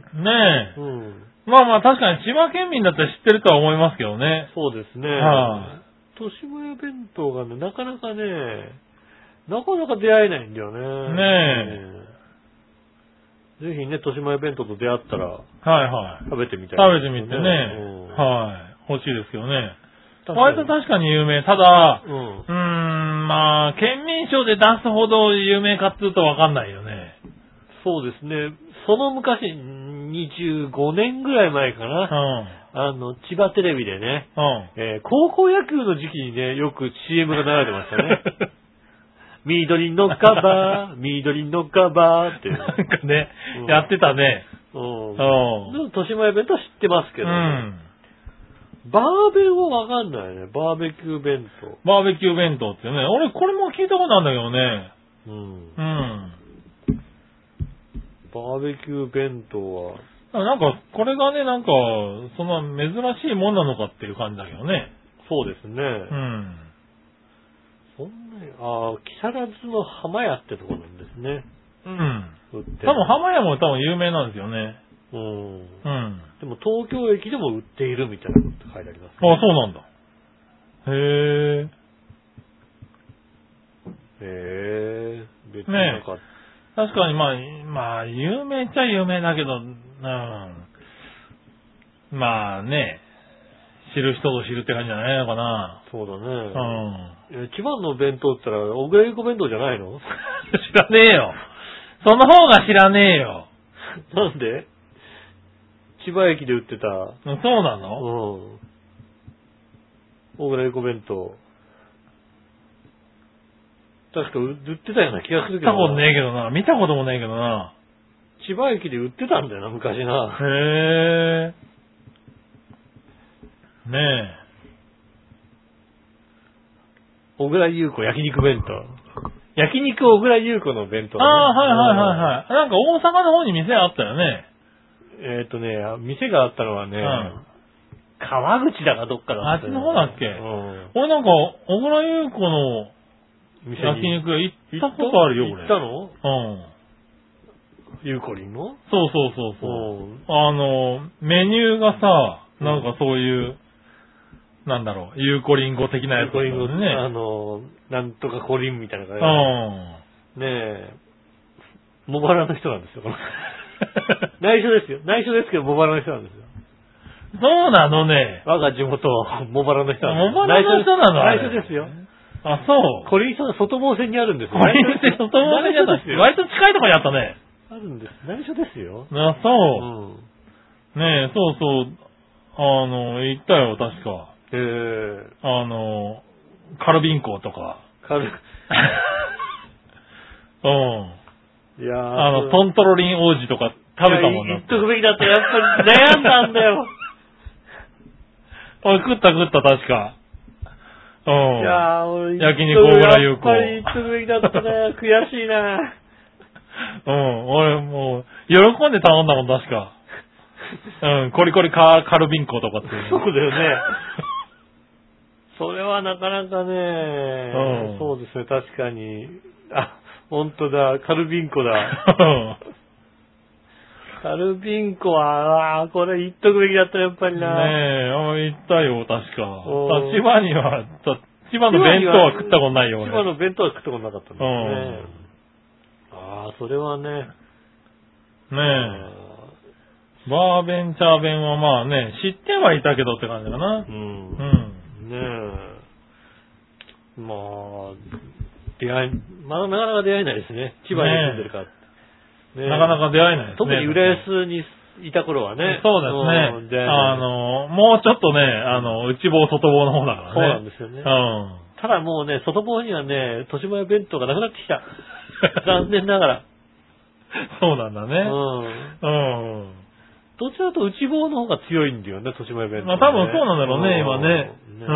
[SPEAKER 2] う
[SPEAKER 3] え。
[SPEAKER 2] ん。
[SPEAKER 3] まあまあ確かに千葉県民だったら知ってるとは思いますけどね。
[SPEAKER 2] そうですね。
[SPEAKER 3] はい
[SPEAKER 2] 豊島屋弁当がね、なかなかね、なかなか出会えないんだよね。
[SPEAKER 3] ね
[SPEAKER 2] え。ぜひね、豊島屋弁当と出会ったら
[SPEAKER 3] はいはい。
[SPEAKER 2] 食べてみたい、
[SPEAKER 3] 食べてみてね。
[SPEAKER 2] うん
[SPEAKER 3] はい。欲しいですけどね。
[SPEAKER 2] 確かに
[SPEAKER 3] 割と確かに有名。ただ、
[SPEAKER 2] うん
[SPEAKER 3] う。ーん、まあ、県民賞で出すほど有名かっつうとわかんないよね。
[SPEAKER 2] そうですね。その昔、25年ぐらい前か
[SPEAKER 3] う
[SPEAKER 2] な。
[SPEAKER 3] ん。
[SPEAKER 2] あの、千葉テレビでね、
[SPEAKER 3] うん。
[SPEAKER 2] えー高校野球の時期にね、よく CM が流れてましたね。緑のカバー、緑のカバーって。
[SPEAKER 3] なんかね、
[SPEAKER 2] うん
[SPEAKER 3] やってたね。
[SPEAKER 2] うん。
[SPEAKER 3] う
[SPEAKER 2] で
[SPEAKER 3] ん。
[SPEAKER 2] も、豊島屋弁当は知ってますけ
[SPEAKER 3] う
[SPEAKER 2] ど、
[SPEAKER 3] ん。
[SPEAKER 2] バーベンはわかんないね。バーベキュー弁
[SPEAKER 3] バーベキュー弁当ってね。俺、これも聞いたことあるんだけどね。
[SPEAKER 2] 当。うん。
[SPEAKER 3] うん。
[SPEAKER 2] バーベキュー弁当は、
[SPEAKER 3] なんか、これがね、なんか、そんな珍しいもんなのかっていう感じだけどね。
[SPEAKER 2] そうですね。
[SPEAKER 3] うん。
[SPEAKER 2] そんなに、ああ、木更津の浜屋ってとこなんですね。
[SPEAKER 3] うん。
[SPEAKER 2] 売ってる
[SPEAKER 3] 多分、浜屋も多分有名なんですよね。
[SPEAKER 2] うん。
[SPEAKER 3] うん。
[SPEAKER 2] でも東京駅でも売っているみたいなこと書いてありま
[SPEAKER 3] あ、
[SPEAKER 2] す、
[SPEAKER 3] そう
[SPEAKER 2] ね。
[SPEAKER 3] なんだ。へえ。
[SPEAKER 2] へえ、別になんか、
[SPEAKER 3] 確かに、まあ、いまあ、有名っちゃ有名だけど、うん。まあね、知る人ぞ知るって感じじゃないのかな。
[SPEAKER 2] そうだね。
[SPEAKER 3] うん。
[SPEAKER 2] え一番の弁当って言ったら、小倉優子弁当じゃないの
[SPEAKER 3] 知らねえよ。その方が知らねえよ。
[SPEAKER 2] なんで千葉駅で売ってた、
[SPEAKER 3] そうな
[SPEAKER 2] う
[SPEAKER 3] の
[SPEAKER 2] ん。小倉優子弁当。確か売売ってたような気がす
[SPEAKER 3] 見
[SPEAKER 2] るけ
[SPEAKER 3] た
[SPEAKER 2] ど
[SPEAKER 3] こと
[SPEAKER 2] な。
[SPEAKER 3] ねえけどな。見たこともねえけどな。
[SPEAKER 2] 千葉駅で売ってたんだよな、昔な。
[SPEAKER 3] へえ。ね
[SPEAKER 2] 小倉優子焼肉弁当。焼肉小倉優子の弁
[SPEAKER 3] え。
[SPEAKER 2] 当、
[SPEAKER 3] ああ、はいはいはいはい。なんか大阪の方に店あったよね。
[SPEAKER 2] えっ、とね、店があったのはね、
[SPEAKER 3] うん
[SPEAKER 2] 川口だかどっかだったよ
[SPEAKER 3] あっちの方だっけ
[SPEAKER 2] うん。
[SPEAKER 3] 俺なんか、小倉優子の
[SPEAKER 2] 店
[SPEAKER 3] 焼
[SPEAKER 2] に
[SPEAKER 3] 肉屋行ったことあるよ、
[SPEAKER 2] 行
[SPEAKER 3] 俺。
[SPEAKER 2] ったの
[SPEAKER 3] うん。
[SPEAKER 2] ゆうこりんの
[SPEAKER 3] そうそうそうそ
[SPEAKER 2] う
[SPEAKER 3] う。
[SPEAKER 2] ん
[SPEAKER 3] あの、メニューがさ、なんかそういう、なんだろう、ゆうこりんご的なや
[SPEAKER 2] ゆ
[SPEAKER 3] つ
[SPEAKER 2] う
[SPEAKER 3] だ
[SPEAKER 2] こ
[SPEAKER 3] よ
[SPEAKER 2] りんのね、あ
[SPEAKER 3] ね。
[SPEAKER 2] の、なんとかこりんみたいな
[SPEAKER 3] う
[SPEAKER 2] 感
[SPEAKER 3] ん。
[SPEAKER 2] じ。ねえ、茂原の人なんですよ。 この内緒ですよ。内緒ですけど、茂原の人なんですよ。
[SPEAKER 3] そうなのね。
[SPEAKER 2] 我が地元、 茂原の人なんです
[SPEAKER 3] 茂原の人なのあれ
[SPEAKER 2] 内緒です内緒ですよ。
[SPEAKER 3] あ、そう。
[SPEAKER 2] こりんさんの外房線にあるんですよ。
[SPEAKER 3] これって外回りじゃな
[SPEAKER 2] 内緒
[SPEAKER 3] い
[SPEAKER 2] ですよ。
[SPEAKER 3] 割と近いとこにあったね。
[SPEAKER 2] あるんです。内緒ですよ。
[SPEAKER 3] あ、
[SPEAKER 2] う
[SPEAKER 3] そ
[SPEAKER 2] ん。
[SPEAKER 3] う。ねえ、そうそう。あの、行ったよ、確か。
[SPEAKER 2] えー、
[SPEAKER 3] あの、カルビン校と か。
[SPEAKER 2] 軽い
[SPEAKER 3] うん。
[SPEAKER 2] いやー
[SPEAKER 3] あの、
[SPEAKER 2] そう
[SPEAKER 3] トントロリン王子とか食べたもん
[SPEAKER 2] いや言っ。
[SPEAKER 3] な
[SPEAKER 2] とくべきだった。やっぱり悩んだんだよ。
[SPEAKER 3] おい、食った食った、確か。う
[SPEAKER 2] い
[SPEAKER 3] ん。
[SPEAKER 2] やー、俺、
[SPEAKER 3] 焼肉小倉優子
[SPEAKER 2] やっぱり行っとくべきだったな。悔しいな。
[SPEAKER 3] うん、俺もう、喜んで頼んだもん、確か。うん、コリコリカカルビンコとかってい
[SPEAKER 2] そうだよ ね。それはなかなかね、
[SPEAKER 3] うん
[SPEAKER 2] そうですね、確かに。あ、本当だ、カルビンコ だ。
[SPEAKER 3] うん
[SPEAKER 2] カルビンコは、あーこれ言っとくべきだった、やっぱり
[SPEAKER 3] ねえ、
[SPEAKER 2] な。
[SPEAKER 3] あ行ったよ、確か。
[SPEAKER 2] うん
[SPEAKER 3] 千葉には、た千葉の弁当は食ったことないよ、
[SPEAKER 2] 千
[SPEAKER 3] 俺。
[SPEAKER 2] 葉の弁当は食ったことなかったんですね。ああ、それはね。
[SPEAKER 3] ねえ、バーベン、チャーベンはまあね、知ってはいたけどって感じかな
[SPEAKER 2] う。ん。
[SPEAKER 3] うん。
[SPEAKER 2] ねえ。まあ、出会い、まあ、なかなか出会えないですね。千葉に住んでるから。ねえ
[SPEAKER 3] なかなか出会えないですね。
[SPEAKER 2] 特に浦安にいた頃はね。
[SPEAKER 3] そうです
[SPEAKER 2] 出
[SPEAKER 3] ね。
[SPEAKER 2] 会え
[SPEAKER 3] あ
[SPEAKER 2] ない
[SPEAKER 3] の、もうちょっとね、あの、内房、外房の方だからね。
[SPEAKER 2] そうなんですよね。
[SPEAKER 3] うん。
[SPEAKER 2] ただもうね、外房にはね、豊島屋弁当がなくなってき た。残念ながら。
[SPEAKER 3] そうなんだ
[SPEAKER 2] う
[SPEAKER 3] ね。
[SPEAKER 2] ん。
[SPEAKER 3] うん。
[SPEAKER 2] どちらかというと内房の方が強いんだよね、豊島屋弁当、
[SPEAKER 3] まあ多分そうなんだろうね今ね
[SPEAKER 2] ねえ
[SPEAKER 3] う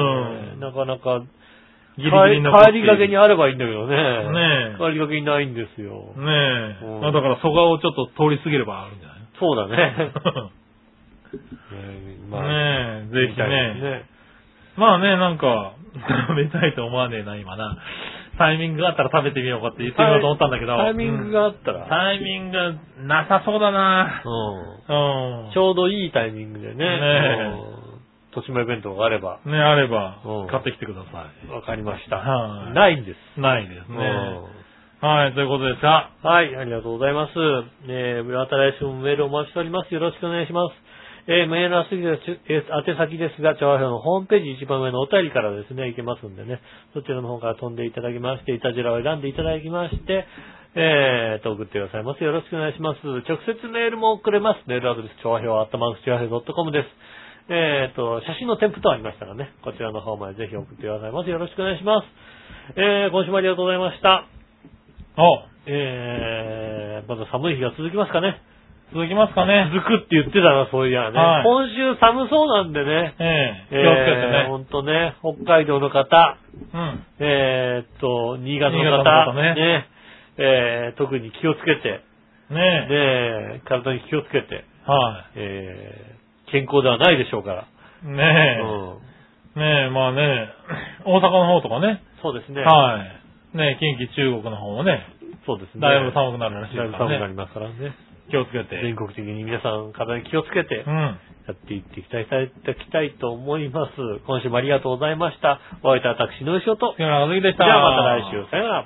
[SPEAKER 3] ん
[SPEAKER 2] なかなか、
[SPEAKER 3] ギリギリ残って
[SPEAKER 2] 帰
[SPEAKER 3] い
[SPEAKER 2] り
[SPEAKER 3] る
[SPEAKER 2] がけにあればいいんだけどね。
[SPEAKER 3] ねえ
[SPEAKER 2] 帰りがけにないんですよ。
[SPEAKER 3] ねえ。
[SPEAKER 2] うん
[SPEAKER 3] まあだから、蘇我をちょっと通り過ぎればあるんじゃない
[SPEAKER 2] そうだね。 ねえまあ、
[SPEAKER 3] ねえ、ぜひ
[SPEAKER 2] みたいです
[SPEAKER 3] ね。まあね、なんか、食べたいと思わねえな、今な。タイミングがあったら食べてみようかって言ってみようと思ったんだけど。
[SPEAKER 2] タイミングがあった
[SPEAKER 3] うん
[SPEAKER 2] ら、
[SPEAKER 3] タイミングなさそうだな。
[SPEAKER 2] うん
[SPEAKER 3] うん。
[SPEAKER 2] ちょうどいいタイミングでね、
[SPEAKER 3] ねえ
[SPEAKER 2] うん豊島屋弁当があれば、
[SPEAKER 3] ね、あれば
[SPEAKER 2] うん、
[SPEAKER 3] 買ってきてくださ
[SPEAKER 2] わかりました。
[SPEAKER 3] はい
[SPEAKER 2] ないんです。
[SPEAKER 3] い。ないです
[SPEAKER 2] う
[SPEAKER 3] ね。
[SPEAKER 2] ん
[SPEAKER 3] はい、ということですが、
[SPEAKER 2] はい、ありがとうございます。えー、また来週もメールお待ちしております。よろしくお願いします。えー、メールはすぐです、えー宛先ですが、調和表のホームページ一番上のお便りからですね、行けますんでね、そちらの方から飛んでいただきまして、いたじらを選んでいただきまして、えー、と、送ってくださいます。よろしくお願いします。直接メールも送れます。メールアドレス、調和表、あったまく調和表 .com です。えー、と、写真の添付とありましたらね、こちらの方までぜひ送ってくださいます。よろしくお願いします。えー、今週もありがとうございました。
[SPEAKER 3] お、
[SPEAKER 2] えー、まだ寒い日が続きますかね。
[SPEAKER 3] 続きますかね。
[SPEAKER 2] 続くって言ってたな、そういやね。
[SPEAKER 3] はい
[SPEAKER 2] 今週寒そうなんでね。
[SPEAKER 3] ええ、気
[SPEAKER 2] え
[SPEAKER 3] をつけて
[SPEAKER 2] ー、
[SPEAKER 3] ね。
[SPEAKER 2] ほんとね、北海道の方、
[SPEAKER 3] うん。
[SPEAKER 2] えーっと、新潟の
[SPEAKER 3] 新潟
[SPEAKER 2] 方、
[SPEAKER 3] の方ね
[SPEAKER 2] えー特に気をつけて、
[SPEAKER 3] ねえ。
[SPEAKER 2] ね、体に気をつけて、
[SPEAKER 3] は
[SPEAKER 2] えー、健康ではないでしょうから。
[SPEAKER 3] い。ね
[SPEAKER 2] うん、
[SPEAKER 3] え。ねえ、まあね、大阪の方とかね。
[SPEAKER 2] そうですね。
[SPEAKER 3] はい。ねえ、近畿、中国の方もね、
[SPEAKER 2] そうですね。
[SPEAKER 3] だいぶ寒くなるらしい
[SPEAKER 2] だい
[SPEAKER 3] か
[SPEAKER 2] ぶ寒くな
[SPEAKER 3] ら
[SPEAKER 2] り
[SPEAKER 3] ね。
[SPEAKER 2] ますからね。
[SPEAKER 3] 気をつけて。
[SPEAKER 2] 全国的に皆さん体に気をつけて、
[SPEAKER 3] うん。
[SPEAKER 2] やっていっていただきたいいただきたいと思います。今週もありがとうございました。お会いいた私、のいしおと。
[SPEAKER 3] 杉村和樹でし
[SPEAKER 2] じ
[SPEAKER 3] た。
[SPEAKER 2] ゃあまた来週。さよなら。